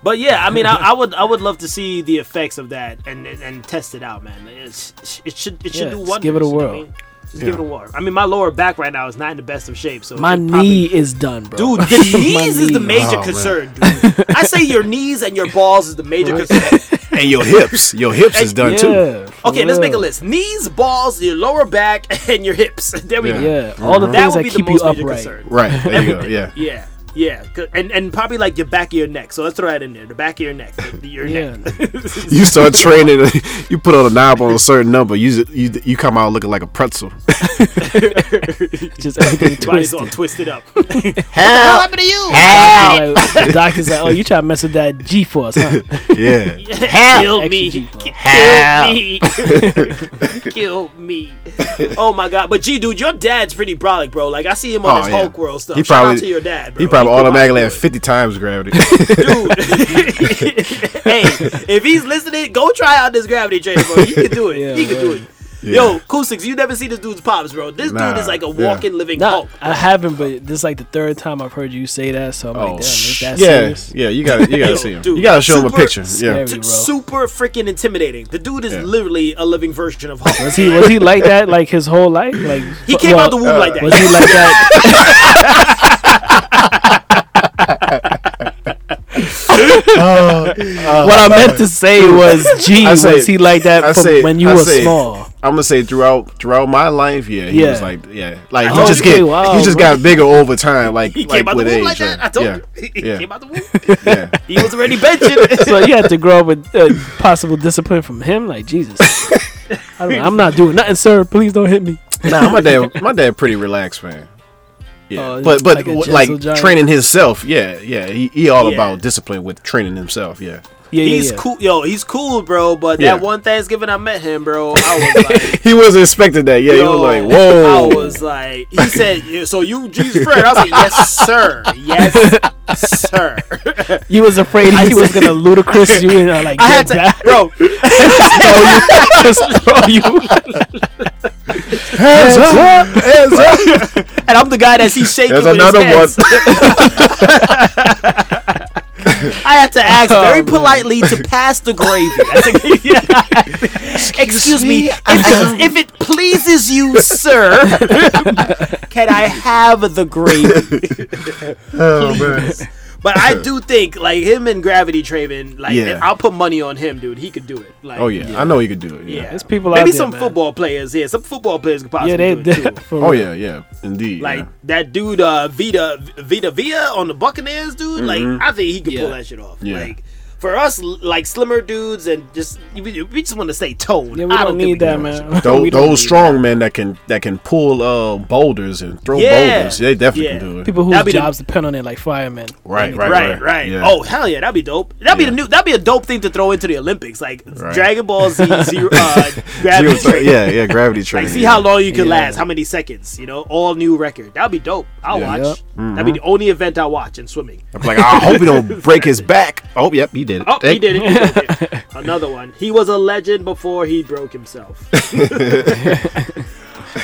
[SPEAKER 2] But yeah, I mean, I, I would I would love to see the effects of that and and, and test it out, man. It's, it should it should
[SPEAKER 3] Yeah,
[SPEAKER 2] do
[SPEAKER 3] just
[SPEAKER 2] wonders.
[SPEAKER 3] give it a
[SPEAKER 2] you know what I
[SPEAKER 3] whirl.
[SPEAKER 2] mean? Just give it a whirl. I mean, my lower back right now is not in the best of shape, so
[SPEAKER 3] My
[SPEAKER 2] it probably-
[SPEAKER 3] knee is done, bro.
[SPEAKER 2] Dude,
[SPEAKER 3] <laughs>
[SPEAKER 2] the knees is the major
[SPEAKER 1] Oh, man.
[SPEAKER 2] concern, dude. I say your knees and your balls is the major
[SPEAKER 3] <laughs>
[SPEAKER 2] concern.
[SPEAKER 1] And your hips, your hips is done
[SPEAKER 3] yeah,
[SPEAKER 1] too.
[SPEAKER 3] for
[SPEAKER 2] Okay, let's make a
[SPEAKER 3] real.
[SPEAKER 2] list: knees, balls, your lower back, <laughs> and your hips. There we
[SPEAKER 1] Yeah.
[SPEAKER 2] go.
[SPEAKER 3] Yeah, all the
[SPEAKER 2] That
[SPEAKER 3] things
[SPEAKER 2] would
[SPEAKER 3] that
[SPEAKER 2] be the
[SPEAKER 3] keep you
[SPEAKER 2] most major
[SPEAKER 3] upright.
[SPEAKER 2] concern.
[SPEAKER 1] <laughs> Right there you go. Yeah,
[SPEAKER 2] Yeah. Yeah, 'cause- and and probably like your back of your neck. So let's throw that in there. The back of your neck. the- Your
[SPEAKER 3] Yeah.
[SPEAKER 2] neck. <laughs>
[SPEAKER 1] You start training. <laughs> You put on a knob on a certain number. You you, you come out looking like a pretzel.
[SPEAKER 3] Just
[SPEAKER 2] <laughs>
[SPEAKER 3] everything
[SPEAKER 2] Body's
[SPEAKER 3] twisted.
[SPEAKER 2] all twisted up.
[SPEAKER 5] What happened to you?
[SPEAKER 3] Doctor's like- the doctor's like, oh, you try to mess with that G force,
[SPEAKER 2] <laughs>
[SPEAKER 3] huh?
[SPEAKER 1] <laughs> Yeah.
[SPEAKER 2] Kill me.
[SPEAKER 3] Extra G-force.
[SPEAKER 2] Kill me. Kill me. Oh my god. But G dude, your dad's pretty brolic, bro. Like I see him on
[SPEAKER 1] Oh,
[SPEAKER 2] his
[SPEAKER 1] yeah.
[SPEAKER 2] Hulk World stuff.
[SPEAKER 1] He
[SPEAKER 2] Shout out
[SPEAKER 1] probably-
[SPEAKER 2] to your dad, bro.
[SPEAKER 1] He probably
[SPEAKER 2] put
[SPEAKER 1] automatically
[SPEAKER 2] out
[SPEAKER 1] had 50 times gravity.
[SPEAKER 2] Dude,
[SPEAKER 1] <laughs>
[SPEAKER 2] hey, if he's listening, go try out this gravity train, bro. He can do it.
[SPEAKER 3] Yeah,
[SPEAKER 2] he can do it.
[SPEAKER 1] Yeah.
[SPEAKER 2] Yo, Kusix, you never see this dude's pops, bro. This
[SPEAKER 1] Nah,
[SPEAKER 2] dude is like a
[SPEAKER 1] yeah.
[SPEAKER 2] walking, living
[SPEAKER 3] Nah,
[SPEAKER 2] Hulk.
[SPEAKER 3] I haven't, but this is like the third time I've heard you say that, so I'm
[SPEAKER 1] <laughs>
[SPEAKER 3] like,
[SPEAKER 1] Oh,
[SPEAKER 3] damn, is that
[SPEAKER 1] yeah,
[SPEAKER 3] serious?
[SPEAKER 1] yeah. You gotta, you gotta
[SPEAKER 2] Yo,
[SPEAKER 1] see him.
[SPEAKER 2] dude,
[SPEAKER 1] you gotta show him a
[SPEAKER 2] super
[SPEAKER 1] picture.
[SPEAKER 3] scary.
[SPEAKER 1] Yeah,
[SPEAKER 3] Heavy,
[SPEAKER 2] T-
[SPEAKER 3] bro.
[SPEAKER 2] super freaking intimidating. The dude is
[SPEAKER 1] Yeah.
[SPEAKER 2] literally a living version of Hulk.
[SPEAKER 3] Was he was he like that like his whole life? Like
[SPEAKER 2] He came
[SPEAKER 3] well,
[SPEAKER 2] out the womb like that.
[SPEAKER 3] Was he like
[SPEAKER 1] <laughs>
[SPEAKER 3] that? what I meant to say was, gee,
[SPEAKER 1] Uh, I say-
[SPEAKER 3] was he
[SPEAKER 1] <laughs>
[SPEAKER 3] like
[SPEAKER 1] I
[SPEAKER 3] that from
[SPEAKER 1] say-
[SPEAKER 3] when you
[SPEAKER 1] I
[SPEAKER 3] were
[SPEAKER 1] say- <laughs>
[SPEAKER 3] small?
[SPEAKER 1] I'm gonna say throughout throughout my life, yeah, he was
[SPEAKER 3] Yeah.
[SPEAKER 1] like, yeah, like he
[SPEAKER 3] Oh,
[SPEAKER 1] just
[SPEAKER 3] okay,
[SPEAKER 1] get,
[SPEAKER 3] wow,
[SPEAKER 1] he just
[SPEAKER 3] bro.
[SPEAKER 1] got bigger over time, like
[SPEAKER 2] He
[SPEAKER 1] like
[SPEAKER 2] came out the
[SPEAKER 1] with
[SPEAKER 2] womb
[SPEAKER 1] age.
[SPEAKER 2] like
[SPEAKER 1] yeah.
[SPEAKER 2] that. I told
[SPEAKER 1] yeah.
[SPEAKER 2] you. <laughs> He, he
[SPEAKER 1] Yeah.
[SPEAKER 2] came out the womb.
[SPEAKER 1] <laughs> yeah.
[SPEAKER 2] He was
[SPEAKER 1] <laughs>
[SPEAKER 2] already benching.
[SPEAKER 3] So you had to grow up with uh, possible discipline from him. Like Jesus, I don't, I'm not doing nothing, sir. Please don't hit me.
[SPEAKER 1] Nah, my dad, my dad, pretty relaxed man. Yeah,
[SPEAKER 3] Oh,
[SPEAKER 1] but but
[SPEAKER 3] like a
[SPEAKER 1] like,
[SPEAKER 3] gentle giant.
[SPEAKER 1] training himself, yeah, yeah. He, he all
[SPEAKER 2] Yeah.
[SPEAKER 1] about discipline with training himself.
[SPEAKER 3] <laughs>
[SPEAKER 1] Yeah,
[SPEAKER 3] Yeah, yeah,
[SPEAKER 2] He's
[SPEAKER 3] yeah.
[SPEAKER 2] cool, yo. He's cool, bro. But
[SPEAKER 1] Yeah.
[SPEAKER 2] that one Thanksgiving I met him, bro, I was
[SPEAKER 1] <laughs>
[SPEAKER 2] like,
[SPEAKER 1] he wasn't expecting that. Yeah,
[SPEAKER 2] Yo, <laughs>
[SPEAKER 1] he was like, whoa.
[SPEAKER 2] I was like, he said, "Yeah, so you Jesus friend? I was like, yes, sir.
[SPEAKER 1] <laughs>
[SPEAKER 2] Yes, sir.
[SPEAKER 3] You was afraid he was
[SPEAKER 2] <laughs>
[SPEAKER 3] gonna ludicrous you and uh, like
[SPEAKER 2] I had
[SPEAKER 3] get
[SPEAKER 2] to,
[SPEAKER 3] down.
[SPEAKER 2] bro,
[SPEAKER 3] just throw you.
[SPEAKER 1] hands up, hands up.
[SPEAKER 2] and I'm the guy that he's shaking
[SPEAKER 1] There's
[SPEAKER 2] with
[SPEAKER 1] another
[SPEAKER 2] his
[SPEAKER 1] one.
[SPEAKER 2] hands. <laughs> I had to ask
[SPEAKER 1] Oh,
[SPEAKER 2] very politely to pass the gravy. I said, <laughs> Excuse me, if, if it pleases you, sir,
[SPEAKER 1] <laughs>
[SPEAKER 2] can I have the gravy?
[SPEAKER 1] Oh, man.
[SPEAKER 2] But I do think like him and Gravity Traven, like
[SPEAKER 1] Yeah.
[SPEAKER 2] I'll put money on him, dude. He could do it. Like,
[SPEAKER 1] Oh yeah, I know he could do it.
[SPEAKER 2] yeah.
[SPEAKER 1] Yeah.
[SPEAKER 3] There's people out
[SPEAKER 2] Maybe
[SPEAKER 3] there,
[SPEAKER 2] some
[SPEAKER 3] man.
[SPEAKER 2] football players. Yeah, some football players could possibly
[SPEAKER 3] Yeah, they.
[SPEAKER 2] do it too.
[SPEAKER 3] for
[SPEAKER 1] Oh
[SPEAKER 3] real.
[SPEAKER 1] yeah, yeah, indeed.
[SPEAKER 2] Like
[SPEAKER 1] yeah.
[SPEAKER 2] that dude uh, Vita Vita Villa on the Buccaneers, dude. Like I think he could pull that shit off.
[SPEAKER 1] Mm-hmm. Yeah.
[SPEAKER 2] Like for us, l- like slimmer dudes, and just we, we just want to stay toned.
[SPEAKER 3] Yeah, we
[SPEAKER 2] I
[SPEAKER 3] don't,
[SPEAKER 2] think
[SPEAKER 3] need
[SPEAKER 2] we
[SPEAKER 3] that,
[SPEAKER 2] can.
[SPEAKER 3] man.
[SPEAKER 1] <laughs> Tho-
[SPEAKER 3] We don't
[SPEAKER 1] those
[SPEAKER 3] need
[SPEAKER 1] strong men that can that can pull uh, boulders and throw
[SPEAKER 2] Yeah.
[SPEAKER 1] boulders, they definitely can
[SPEAKER 2] Yeah.
[SPEAKER 1] do it.
[SPEAKER 3] people
[SPEAKER 2] That'd
[SPEAKER 3] whose
[SPEAKER 2] be the-
[SPEAKER 3] jobs depend on it, like firemen.
[SPEAKER 1] right, right,
[SPEAKER 2] Right, right.
[SPEAKER 1] yeah.
[SPEAKER 2] Oh hell yeah, that'd be dope. That'd be the new. That'd be a dope thing to throw into the Olympics, like Dragon Ball Z Zero
[SPEAKER 1] <laughs>
[SPEAKER 2] uh, Gravity
[SPEAKER 1] Zero-
[SPEAKER 2] Train.
[SPEAKER 1] yeah, yeah, gravity training.
[SPEAKER 2] Like, see how long you can
[SPEAKER 3] Yeah.
[SPEAKER 2] last, how many seconds, you know? All new record. That'd be dope. I'll
[SPEAKER 1] Yeah. Mm-hmm.
[SPEAKER 2] watch. That'd be the only event I watch in swimming.
[SPEAKER 1] I'm like, I hope he don't break his back. Oh, yep, he did it.
[SPEAKER 2] Oh, he
[SPEAKER 1] Thank-
[SPEAKER 2] did it. He broke
[SPEAKER 1] <laughs>
[SPEAKER 2] it. Another one. He was a legend before he broke
[SPEAKER 1] <laughs>
[SPEAKER 2] himself.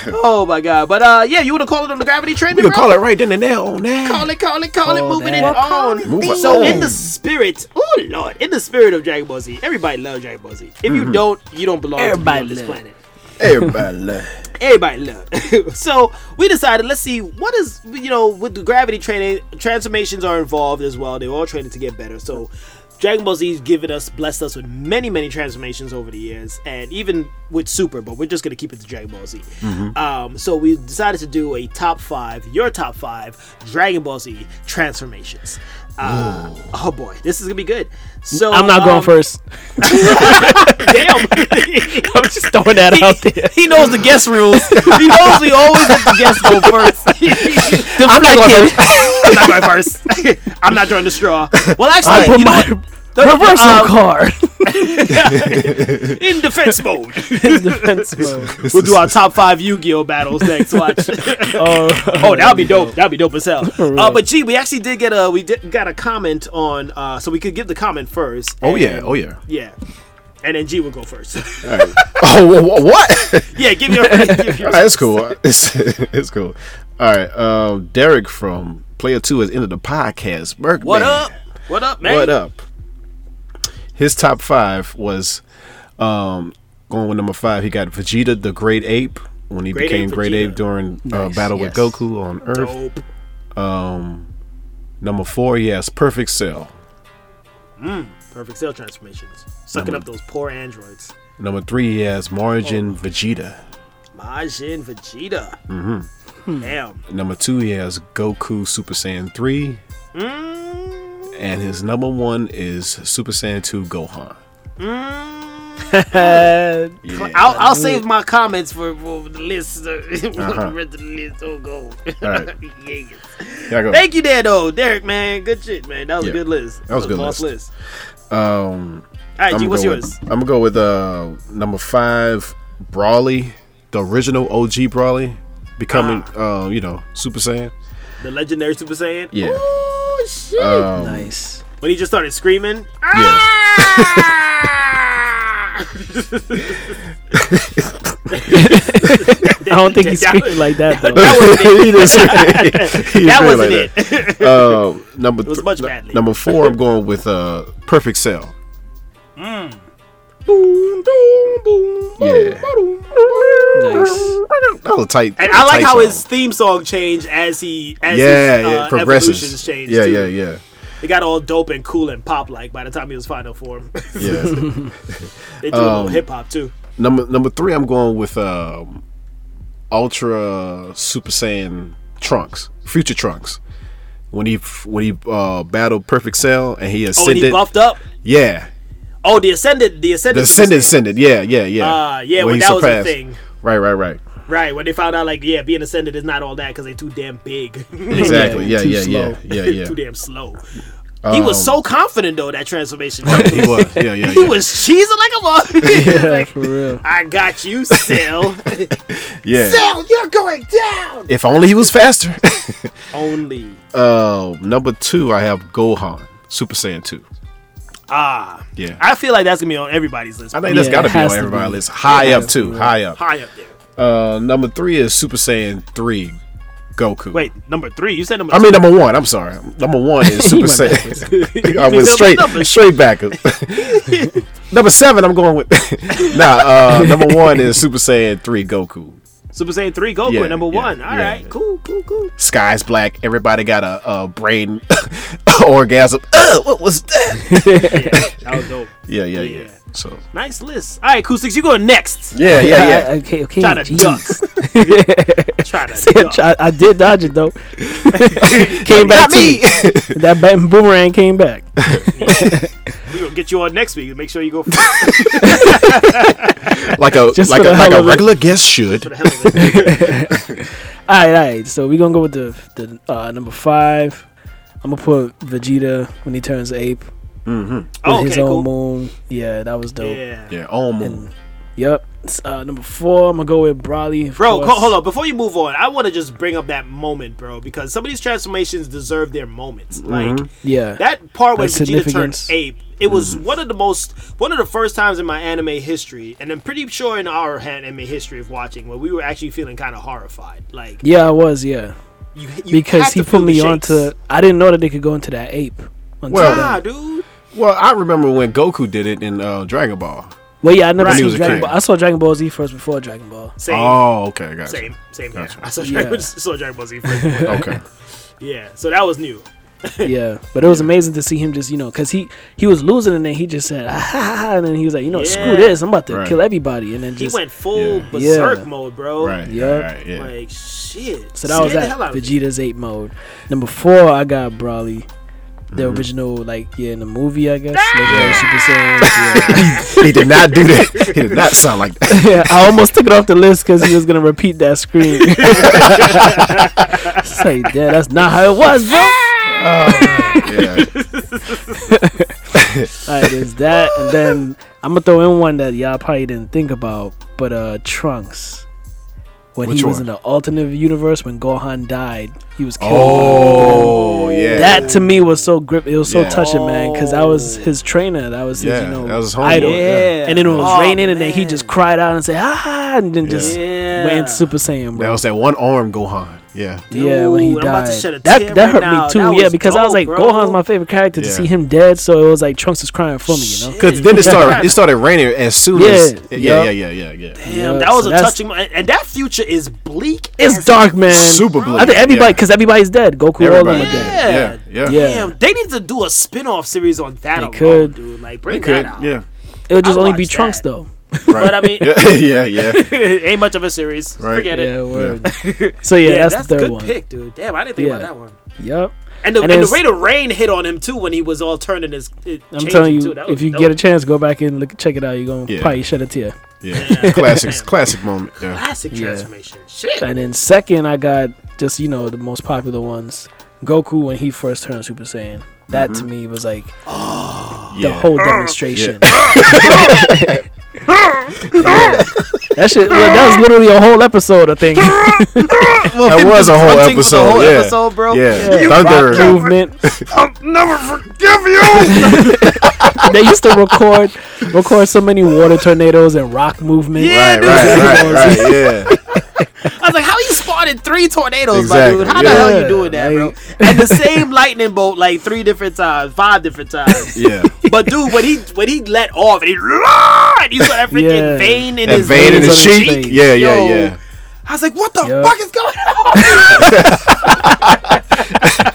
[SPEAKER 2] oh my god. But uh yeah, you wanna call it on the gravity train?
[SPEAKER 1] We can
[SPEAKER 2] bro?
[SPEAKER 1] call it right then and now on that.
[SPEAKER 2] Call it, call it, call it,
[SPEAKER 3] Call
[SPEAKER 2] moving it
[SPEAKER 3] that.
[SPEAKER 2] on.
[SPEAKER 1] Move it
[SPEAKER 2] so in
[SPEAKER 1] on.
[SPEAKER 2] the spirit, oh lord, in the spirit of Dragon Ball Z, everybody loves Dragon Ball Z. If
[SPEAKER 1] Mm-hmm.
[SPEAKER 2] you don't, you don't belong
[SPEAKER 3] Everybody
[SPEAKER 2] to be on this
[SPEAKER 3] love it.
[SPEAKER 2] planet.
[SPEAKER 1] Everybody.
[SPEAKER 2] <laughs>
[SPEAKER 1] laugh.
[SPEAKER 2] everybody love. <laughs> so we decided, let's see what is you know with the gravity training transformations are involved as well. They're all training to get better. So Dragon Ball Z's given us blessed us with many many transformations over the years, and even with Super, but we're just gonna keep it to Dragon Ball Z. Um, so we decided to do a top five, your top five Dragon Ball Z transformations. Uh, oh boy, this is gonna be good. So
[SPEAKER 3] I'm not
[SPEAKER 2] um,
[SPEAKER 3] going <laughs> first.
[SPEAKER 2] <laughs> Damn.
[SPEAKER 3] <laughs>
[SPEAKER 2] <laughs>
[SPEAKER 3] I'm just throwing that out there.
[SPEAKER 2] He knows the guest rules. He knows we always let the guests go
[SPEAKER 3] <laughs>
[SPEAKER 2] first.
[SPEAKER 3] I'm not kidding.
[SPEAKER 2] I'm not going first. I'm not drawing the straw. Well,
[SPEAKER 3] I
[SPEAKER 2] actually,
[SPEAKER 3] put
[SPEAKER 2] you know
[SPEAKER 3] my
[SPEAKER 2] what?
[SPEAKER 3] reversal
[SPEAKER 2] um,
[SPEAKER 3] <laughs> card.
[SPEAKER 2] in defense mode.
[SPEAKER 3] <laughs> In defense <laughs> mode.
[SPEAKER 2] We'll do our top five Yu-Gi-Oh battles next.
[SPEAKER 3] <laughs>
[SPEAKER 2] Watch.
[SPEAKER 3] Oh,
[SPEAKER 2] oh, that'd be dope. That'd be dope as hell. Uh,
[SPEAKER 3] Right.
[SPEAKER 2] but gee, we actually did get a we did, got a comment on. Uh, so we could give the comment first.
[SPEAKER 1] Oh yeah,
[SPEAKER 2] and-
[SPEAKER 1] oh yeah. <laughs>
[SPEAKER 2] yeah. And then G will go first. <laughs>
[SPEAKER 1] Oh wha- wha- what? <laughs>
[SPEAKER 2] yeah, give your. Give
[SPEAKER 3] <laughs>
[SPEAKER 2] your
[SPEAKER 1] All right, it's cool. It's, <laughs> it's cool. All right, um, Derek from Player Two has ended the podcast. Berkman.
[SPEAKER 2] What up? What up, man?
[SPEAKER 1] What up? His top five was um, going with number five. He got Vegeta the Great Ape when he
[SPEAKER 2] Great
[SPEAKER 1] became
[SPEAKER 2] Ape
[SPEAKER 1] Great
[SPEAKER 2] Vegeta.
[SPEAKER 1] Ape during uh, battle
[SPEAKER 4] yes.
[SPEAKER 1] with Goku on Earth.
[SPEAKER 2] Dope.
[SPEAKER 1] Number four, he has Perfect Cell.
[SPEAKER 2] Perfect cell transformations. Sucking up those poor androids.
[SPEAKER 1] Number three, he has Margin
[SPEAKER 2] Oh.
[SPEAKER 1] Vegeta.
[SPEAKER 2] Majin Vegeta. Mm-hmm. Damn.
[SPEAKER 1] Number two, he has Goku Super Saiyan three.
[SPEAKER 2] Hmm.
[SPEAKER 1] And his number one is Super Saiyan 2 Gohan. Yeah. Uh-huh.
[SPEAKER 2] I'll, I'll save my comments for, for the list. uh, <laughs> the rest of the list. Oh, go.
[SPEAKER 1] All right.
[SPEAKER 2] <laughs> yeah.
[SPEAKER 1] Here I go.
[SPEAKER 2] Thank you, there though, Derek. Man, good shit, man. That was
[SPEAKER 1] Yeah.
[SPEAKER 2] a good list.
[SPEAKER 1] That was a good
[SPEAKER 2] boss
[SPEAKER 1] list. Um,
[SPEAKER 2] All right,
[SPEAKER 1] I'm
[SPEAKER 2] G,
[SPEAKER 1] gonna
[SPEAKER 2] what's
[SPEAKER 1] go
[SPEAKER 2] yours?
[SPEAKER 1] With, I'm gonna go with uh, number five, Brawly, the original OG Brawly, becoming
[SPEAKER 2] Ah.
[SPEAKER 1] uh, you know Super Saiyan.
[SPEAKER 2] The legendary Super Saiyan.
[SPEAKER 1] Yeah.
[SPEAKER 2] Oh shit!
[SPEAKER 1] Um,
[SPEAKER 3] Nice.
[SPEAKER 2] when he just started screaming.
[SPEAKER 3] <laughs>
[SPEAKER 1] Yeah.
[SPEAKER 3] I don't think
[SPEAKER 2] <laughs> <laughs>
[SPEAKER 3] he
[SPEAKER 2] That-
[SPEAKER 3] screamed like that though. <laughs>
[SPEAKER 1] <laughs> He didn't
[SPEAKER 2] <laughs>
[SPEAKER 1] say- he didn't
[SPEAKER 2] That
[SPEAKER 1] say
[SPEAKER 2] wasn't
[SPEAKER 1] like
[SPEAKER 2] it.
[SPEAKER 1] that.
[SPEAKER 2] <laughs>
[SPEAKER 1] Um, number
[SPEAKER 2] was
[SPEAKER 1] th-
[SPEAKER 2] much
[SPEAKER 1] nu-
[SPEAKER 2] badly.
[SPEAKER 1] number four, I'm going with uh, Perfect Cell.
[SPEAKER 2] Mm.
[SPEAKER 1] Yeah,
[SPEAKER 3] Nice.
[SPEAKER 1] that was a tight.
[SPEAKER 2] And I like
[SPEAKER 1] tight
[SPEAKER 2] how
[SPEAKER 1] song.
[SPEAKER 2] his theme song changed as he as
[SPEAKER 1] yeah,
[SPEAKER 2] his,
[SPEAKER 1] yeah,
[SPEAKER 2] uh,
[SPEAKER 1] it progresses.
[SPEAKER 2] evolutions changed.
[SPEAKER 1] yeah,
[SPEAKER 2] too.
[SPEAKER 1] yeah, yeah,
[SPEAKER 2] It got all dope and cool and pop like by the time he was final form. <laughs>
[SPEAKER 1] yeah.
[SPEAKER 2] they do a
[SPEAKER 1] Um,
[SPEAKER 2] little hip hop too.
[SPEAKER 1] Number number three, I'm going with um, Ultra Super Saiyan Trunks, Future Trunks. When he when he uh, battled Perfect Cell and he
[SPEAKER 2] Oh, and
[SPEAKER 1] ascended,
[SPEAKER 2] he buffed up.
[SPEAKER 1] yeah,
[SPEAKER 2] Oh, the ascended, the ascended,
[SPEAKER 1] the ascended ascended, yeah, yeah, yeah.
[SPEAKER 2] Ah, yeah,
[SPEAKER 1] When
[SPEAKER 2] when
[SPEAKER 1] he
[SPEAKER 2] that was a
[SPEAKER 1] surpassed.
[SPEAKER 2] thing.
[SPEAKER 1] Right, right, right.
[SPEAKER 2] Right when they found out, like, yeah, being ascended is not all that because they too damn big, <laughs>
[SPEAKER 1] Exactly. Yeah,
[SPEAKER 3] too
[SPEAKER 1] yeah, yeah,
[SPEAKER 3] slow.
[SPEAKER 1] yeah, yeah.
[SPEAKER 2] too damn slow. he was so confident though that transformation.
[SPEAKER 1] he was, <laughs> yeah, yeah,
[SPEAKER 2] <laughs> he
[SPEAKER 1] yeah.
[SPEAKER 2] was cheesing like a mother.
[SPEAKER 3] Yeah, for <laughs> real.
[SPEAKER 2] <laughs> I got you,
[SPEAKER 1] <laughs>
[SPEAKER 2] Cell.
[SPEAKER 1] yeah.
[SPEAKER 5] Down, you're going down.
[SPEAKER 1] If only he was faster. <laughs>
[SPEAKER 2] Only
[SPEAKER 1] uh, number two, I have Gohan, Super Saiyan two.
[SPEAKER 2] ah,
[SPEAKER 1] Yeah, I,
[SPEAKER 2] I feel like that's gonna be on everybody's list.
[SPEAKER 1] think
[SPEAKER 3] Yeah,
[SPEAKER 1] that's got to
[SPEAKER 3] it
[SPEAKER 1] be
[SPEAKER 3] has
[SPEAKER 1] on
[SPEAKER 3] to
[SPEAKER 1] everybody's
[SPEAKER 3] be.
[SPEAKER 1] list. High
[SPEAKER 3] has
[SPEAKER 1] up
[SPEAKER 3] to
[SPEAKER 1] too.
[SPEAKER 3] be.
[SPEAKER 1] High up.
[SPEAKER 2] high up there.
[SPEAKER 1] Uh, number three is Super Saiyan three, Goku.
[SPEAKER 2] Wait, number three. You said number.
[SPEAKER 1] I mean number one. I'm sorry. Number one
[SPEAKER 3] <laughs>
[SPEAKER 1] is Super
[SPEAKER 3] went
[SPEAKER 1] Saiyan. <laughs>
[SPEAKER 2] <laughs>
[SPEAKER 3] <laughs>
[SPEAKER 1] I went
[SPEAKER 2] said
[SPEAKER 1] straight
[SPEAKER 2] numbers.
[SPEAKER 1] straight back. number seven. I'm going with. <laughs> nah. Uh, number one is Super Saiyan three Goku.
[SPEAKER 2] Super Saiyan three Goku
[SPEAKER 1] Yeah,
[SPEAKER 2] number
[SPEAKER 1] yeah,
[SPEAKER 2] one. All right,
[SPEAKER 1] yeah.
[SPEAKER 2] cool, cool, cool.
[SPEAKER 1] Sky's black. Everybody got a, a brain <laughs> orgasm. Uh, what was that?
[SPEAKER 2] Yeah, that was dope.
[SPEAKER 1] Yeah, yeah,
[SPEAKER 2] Yeah.
[SPEAKER 1] yeah. So
[SPEAKER 2] Nice list. All right, cool six. You going
[SPEAKER 3] <laughs>
[SPEAKER 2] next?
[SPEAKER 1] yeah, yeah,
[SPEAKER 3] I-
[SPEAKER 1] yeah.
[SPEAKER 3] Okay, okay.
[SPEAKER 2] Try to
[SPEAKER 3] jeez.
[SPEAKER 2] duck.
[SPEAKER 3] <laughs>
[SPEAKER 2] Try to
[SPEAKER 3] I,
[SPEAKER 2] duck.
[SPEAKER 3] tried- I did dodge it though. <laughs> came back to me. that bat boomerang came back.
[SPEAKER 2] We gonna get you on next week. Make sure
[SPEAKER 3] <laughs>
[SPEAKER 2] you go for
[SPEAKER 1] <laughs> Like a
[SPEAKER 3] Just
[SPEAKER 1] like
[SPEAKER 3] for
[SPEAKER 1] a like
[SPEAKER 3] the hell
[SPEAKER 1] a
[SPEAKER 3] of it.
[SPEAKER 1] regular guest should.
[SPEAKER 2] the hell of it.
[SPEAKER 3] All right, all right. So we're gonna go with the the uh, number five. I'm gonna put Vegeta when he turns ape with
[SPEAKER 2] Oh, okay,
[SPEAKER 3] his own
[SPEAKER 2] cool.
[SPEAKER 3] moon. Yeah, that was dope.
[SPEAKER 2] Yeah.
[SPEAKER 1] Yeah, um, almost.
[SPEAKER 3] Yep. S- Uh, number four, I'm gonna go with Broly. of
[SPEAKER 2] Bro,
[SPEAKER 3] course.
[SPEAKER 2] co- hold on. Before you move on, I want to just bring up that moment, bro, because some of these transformations deserve their moments. Like
[SPEAKER 3] Yeah.
[SPEAKER 2] that part when
[SPEAKER 3] Mm-hmm.
[SPEAKER 2] Vegeta
[SPEAKER 3] Like
[SPEAKER 2] turned
[SPEAKER 3] significance. Mm-hmm.
[SPEAKER 2] ape. It was one of the most, one of the first times in my anime history, and I'm pretty sure in our anime history of watching, where we were actually feeling kind of horrified. Like,
[SPEAKER 3] yeah, I was. Yeah,
[SPEAKER 2] you, you
[SPEAKER 3] because
[SPEAKER 2] had
[SPEAKER 3] he
[SPEAKER 2] to feel
[SPEAKER 3] put me
[SPEAKER 2] the
[SPEAKER 3] on
[SPEAKER 2] shakes.
[SPEAKER 3] to. I didn't know that they could go into that ape. Until
[SPEAKER 1] Well-
[SPEAKER 3] then.
[SPEAKER 2] Nah, dude.
[SPEAKER 1] Well, I remember when Goku did it in uh, Dragon Ball.
[SPEAKER 3] well, yeah, I never
[SPEAKER 1] Right. He
[SPEAKER 3] seen
[SPEAKER 1] was a
[SPEAKER 3] Dragon
[SPEAKER 1] kid.
[SPEAKER 3] Ball. I saw Dragon Ball Z first before Dragon Ball.
[SPEAKER 2] <laughs> Same,
[SPEAKER 1] Oh, okay, gotcha.
[SPEAKER 2] same, same. here.
[SPEAKER 1] Gotcha.
[SPEAKER 2] I <laughs> saw
[SPEAKER 3] Yeah.
[SPEAKER 2] Dragon, saw Dragon Ball Z.
[SPEAKER 3] <laughs>
[SPEAKER 2] first. <laughs>
[SPEAKER 1] Okay.
[SPEAKER 2] yeah, so that was new.
[SPEAKER 3] yeah, but it was amazing to see him just you know because he he was losing and then he just said ah, ha, ha," and then he was like you know
[SPEAKER 2] Yeah.
[SPEAKER 3] screw this I'm about to
[SPEAKER 1] Right.
[SPEAKER 3] kill everybody and then
[SPEAKER 2] He
[SPEAKER 3] just
[SPEAKER 2] went full
[SPEAKER 1] Yeah.
[SPEAKER 2] berserk
[SPEAKER 3] Yeah.
[SPEAKER 2] mode, bro.
[SPEAKER 1] Right.
[SPEAKER 3] Yep.
[SPEAKER 1] Right, yeah.
[SPEAKER 2] Like shit.
[SPEAKER 3] so that
[SPEAKER 2] Scared the
[SPEAKER 3] was that
[SPEAKER 2] hell out of me.
[SPEAKER 3] Vegeta's ape mode. Number four, I got Broly, the original like yeah in the movie I guess. Like, yeah, Super
[SPEAKER 2] Ah!
[SPEAKER 3] <laughs> Saiyan,
[SPEAKER 1] he did not do
[SPEAKER 2] <laughs>
[SPEAKER 1] that. He did not sound like that.
[SPEAKER 3] yeah. Yeah, I almost took it off the list because he was gonna repeat that <laughs> scream. It's like, yeah, that's not how it was, bro.
[SPEAKER 2] Ah!
[SPEAKER 1] Yeah.
[SPEAKER 3] All right, there's that, and then I'm gonna throw in one that y'all probably didn't think about, but uh, Trunks, when
[SPEAKER 1] Which
[SPEAKER 3] he was
[SPEAKER 1] one?
[SPEAKER 3] in the alternate universe when Gohan died, he was killed.
[SPEAKER 1] Oh, yeah.
[SPEAKER 3] That to me was so grip. It was so
[SPEAKER 1] Yeah. Oh.
[SPEAKER 3] touching, man, because I was his trainer. That was his,
[SPEAKER 1] Yeah,
[SPEAKER 3] you know,
[SPEAKER 1] that was his
[SPEAKER 3] idol.
[SPEAKER 1] homeboy,
[SPEAKER 2] yeah.
[SPEAKER 3] And then it was
[SPEAKER 2] Oh,
[SPEAKER 3] raining, and then he just
[SPEAKER 2] man.
[SPEAKER 3] cried out and said, "Ah!" and then just
[SPEAKER 2] Yeah.
[SPEAKER 3] went Super Saiyan,
[SPEAKER 1] that
[SPEAKER 3] bro.
[SPEAKER 1] was that one arm Gohan. Yeah.
[SPEAKER 3] yeah, when he
[SPEAKER 2] Dude, I'm about to shed a
[SPEAKER 3] died,
[SPEAKER 2] tear
[SPEAKER 3] that that
[SPEAKER 2] right
[SPEAKER 3] hurt
[SPEAKER 2] now.
[SPEAKER 3] me too.
[SPEAKER 2] That
[SPEAKER 3] yeah,
[SPEAKER 2] was
[SPEAKER 3] because I was
[SPEAKER 2] dope,
[SPEAKER 3] like,
[SPEAKER 2] bro.
[SPEAKER 3] Gohan's my favorite character. To
[SPEAKER 1] Yeah.
[SPEAKER 3] see him dead, so it was like Trunks was crying for me, you know.
[SPEAKER 1] Because then it started.
[SPEAKER 2] <laughs>
[SPEAKER 1] It started raining as soon as. Yeah.
[SPEAKER 3] Yeah,
[SPEAKER 1] Yeah.
[SPEAKER 3] yup.
[SPEAKER 1] Yeah. Yeah. Yeah.
[SPEAKER 2] Damn,
[SPEAKER 3] Yeah,
[SPEAKER 2] Um, that was
[SPEAKER 3] so
[SPEAKER 2] a
[SPEAKER 3] that's-
[SPEAKER 2] touching. mo- And and that future is bleak.
[SPEAKER 3] It's
[SPEAKER 2] as-
[SPEAKER 3] dark, man.
[SPEAKER 1] Super bleak.
[SPEAKER 3] I think everybody,
[SPEAKER 1] Yeah.
[SPEAKER 3] because everybody's dead. Goku, all
[SPEAKER 1] Everybody.
[SPEAKER 3] of them are dead.
[SPEAKER 1] Yeah.
[SPEAKER 2] Yeah.
[SPEAKER 1] Yeah.
[SPEAKER 3] Yeah.
[SPEAKER 2] Damn, they need to do a spin-off series on that alone,
[SPEAKER 3] could.
[SPEAKER 2] dude. Like,
[SPEAKER 1] They
[SPEAKER 2] bring
[SPEAKER 1] could.
[SPEAKER 2] that out.
[SPEAKER 1] Yeah.
[SPEAKER 3] It would just
[SPEAKER 2] I
[SPEAKER 3] only be
[SPEAKER 2] watched
[SPEAKER 3] Trunks,
[SPEAKER 2] that.
[SPEAKER 3] though.
[SPEAKER 2] But I mean,
[SPEAKER 1] <laughs> yeah. Yeah.
[SPEAKER 2] it <laughs> ain't much of a series.
[SPEAKER 1] Right.
[SPEAKER 2] Forget it.
[SPEAKER 3] word. so yeah, that's, the
[SPEAKER 2] a
[SPEAKER 3] third
[SPEAKER 2] good
[SPEAKER 3] one.
[SPEAKER 2] pick, dude. Damn, I didn't think
[SPEAKER 3] Yeah.
[SPEAKER 2] about that one.
[SPEAKER 3] Yep.
[SPEAKER 2] And the,
[SPEAKER 3] And
[SPEAKER 2] and the
[SPEAKER 3] it's-
[SPEAKER 2] rate of rain hit on him too when he was all turning his. It
[SPEAKER 3] I'm telling you,
[SPEAKER 2] too. That
[SPEAKER 3] if
[SPEAKER 2] was
[SPEAKER 3] you
[SPEAKER 2] dope.
[SPEAKER 3] get a chance, go back and look, check it out. You're gonna
[SPEAKER 1] Yeah.
[SPEAKER 3] probably shed a tear.
[SPEAKER 2] <laughs>
[SPEAKER 1] Yeah, classics, classic moment. Yeah.
[SPEAKER 2] classic
[SPEAKER 3] Yeah.
[SPEAKER 2] transformation, shit.
[SPEAKER 3] And then second, I got just you know the most popular ones. Goku when he first turned Super Saiyan. That to me was like the
[SPEAKER 1] yeah.
[SPEAKER 3] whole demonstration. that shit. well, that was literally a whole episode. I think <laughs>
[SPEAKER 1] that
[SPEAKER 2] <laughs>
[SPEAKER 1] was a whole
[SPEAKER 2] Hunting was a
[SPEAKER 1] episode.
[SPEAKER 2] whole
[SPEAKER 1] yeah.
[SPEAKER 2] episode, bro.
[SPEAKER 1] Yeah,
[SPEAKER 3] Yeah.
[SPEAKER 1] Thunder.
[SPEAKER 3] Rock movement.
[SPEAKER 5] I'll never forgive you!
[SPEAKER 3] <laughs> they used to record record so many water tornadoes and rock movement.
[SPEAKER 1] Right, right,
[SPEAKER 2] <laughs>
[SPEAKER 1] right, right. Yeah.
[SPEAKER 2] I was like, how you spawning three tornadoes,
[SPEAKER 1] Exactly,
[SPEAKER 2] my dude? How
[SPEAKER 1] yeah.
[SPEAKER 2] the hell you doing that, bro? <laughs> And the same lightning bolt like three different times, five different
[SPEAKER 3] <laughs>
[SPEAKER 2] times. <laughs>
[SPEAKER 1] Yeah.
[SPEAKER 2] But dude, when he when he let off and he, and he saw that freaking
[SPEAKER 3] Yeah.
[SPEAKER 2] vein in
[SPEAKER 1] That
[SPEAKER 2] his
[SPEAKER 1] vein in
[SPEAKER 3] veins
[SPEAKER 1] his
[SPEAKER 3] on his
[SPEAKER 1] cheek.
[SPEAKER 3] face.
[SPEAKER 1] Yeah, yeah,
[SPEAKER 2] Yo.
[SPEAKER 1] yeah.
[SPEAKER 2] I was like, what the
[SPEAKER 3] Yeah.
[SPEAKER 2] fuck is going on? <laughs>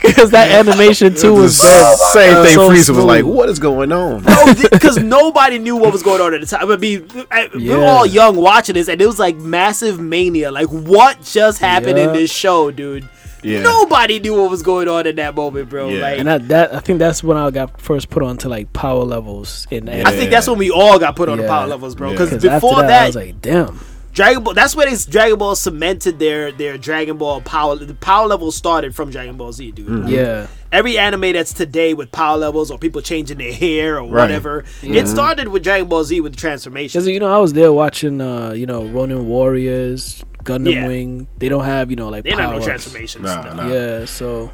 [SPEAKER 3] Because that animation too was
[SPEAKER 1] The same
[SPEAKER 3] uh,
[SPEAKER 1] thing.
[SPEAKER 3] so
[SPEAKER 1] Frieza was
[SPEAKER 3] smooth.
[SPEAKER 1] like, "What is going on?"
[SPEAKER 3] <laughs>
[SPEAKER 2] because nobody knew what was going on at the time. I mean, I- we were
[SPEAKER 3] Yeah.
[SPEAKER 2] all young watching this, and it was like massive mania. Like, what just happened in
[SPEAKER 3] Yeah.
[SPEAKER 2] this show, dude?
[SPEAKER 1] Yeah.
[SPEAKER 2] Nobody knew what was going on in that moment, bro.
[SPEAKER 1] Yeah.
[SPEAKER 2] Like,
[SPEAKER 3] and that, that I think that's when I got first put on to like power levels in the
[SPEAKER 2] I
[SPEAKER 3] anime.
[SPEAKER 2] think that's when we all got put on the
[SPEAKER 3] Yeah.
[SPEAKER 2] power levels, bro.
[SPEAKER 1] Yeah.
[SPEAKER 2] Because
[SPEAKER 3] 'Cause
[SPEAKER 2] before
[SPEAKER 3] after that, I
[SPEAKER 2] that,
[SPEAKER 3] was like, damn.
[SPEAKER 2] Dragon Ball. That's where they Dragon Ball cemented their their Dragon Ball power. The power level started from Dragon Ball Z, dude.
[SPEAKER 1] Mm-hmm.
[SPEAKER 2] Like,
[SPEAKER 3] Yeah.
[SPEAKER 2] Every anime that's today with power levels or people changing their hair or whatever, it started with Dragon Ball Z with the transformation.
[SPEAKER 3] Because you know, I was there watching uh, you know, Ronin Warriors, Gundam
[SPEAKER 2] Yeah.
[SPEAKER 3] Wing. They don't have, you know, like
[SPEAKER 2] They don't
[SPEAKER 3] power.
[SPEAKER 2] know
[SPEAKER 3] ups.
[SPEAKER 2] transformations.
[SPEAKER 1] Nah,
[SPEAKER 2] no.
[SPEAKER 1] nah.
[SPEAKER 3] Yeah, so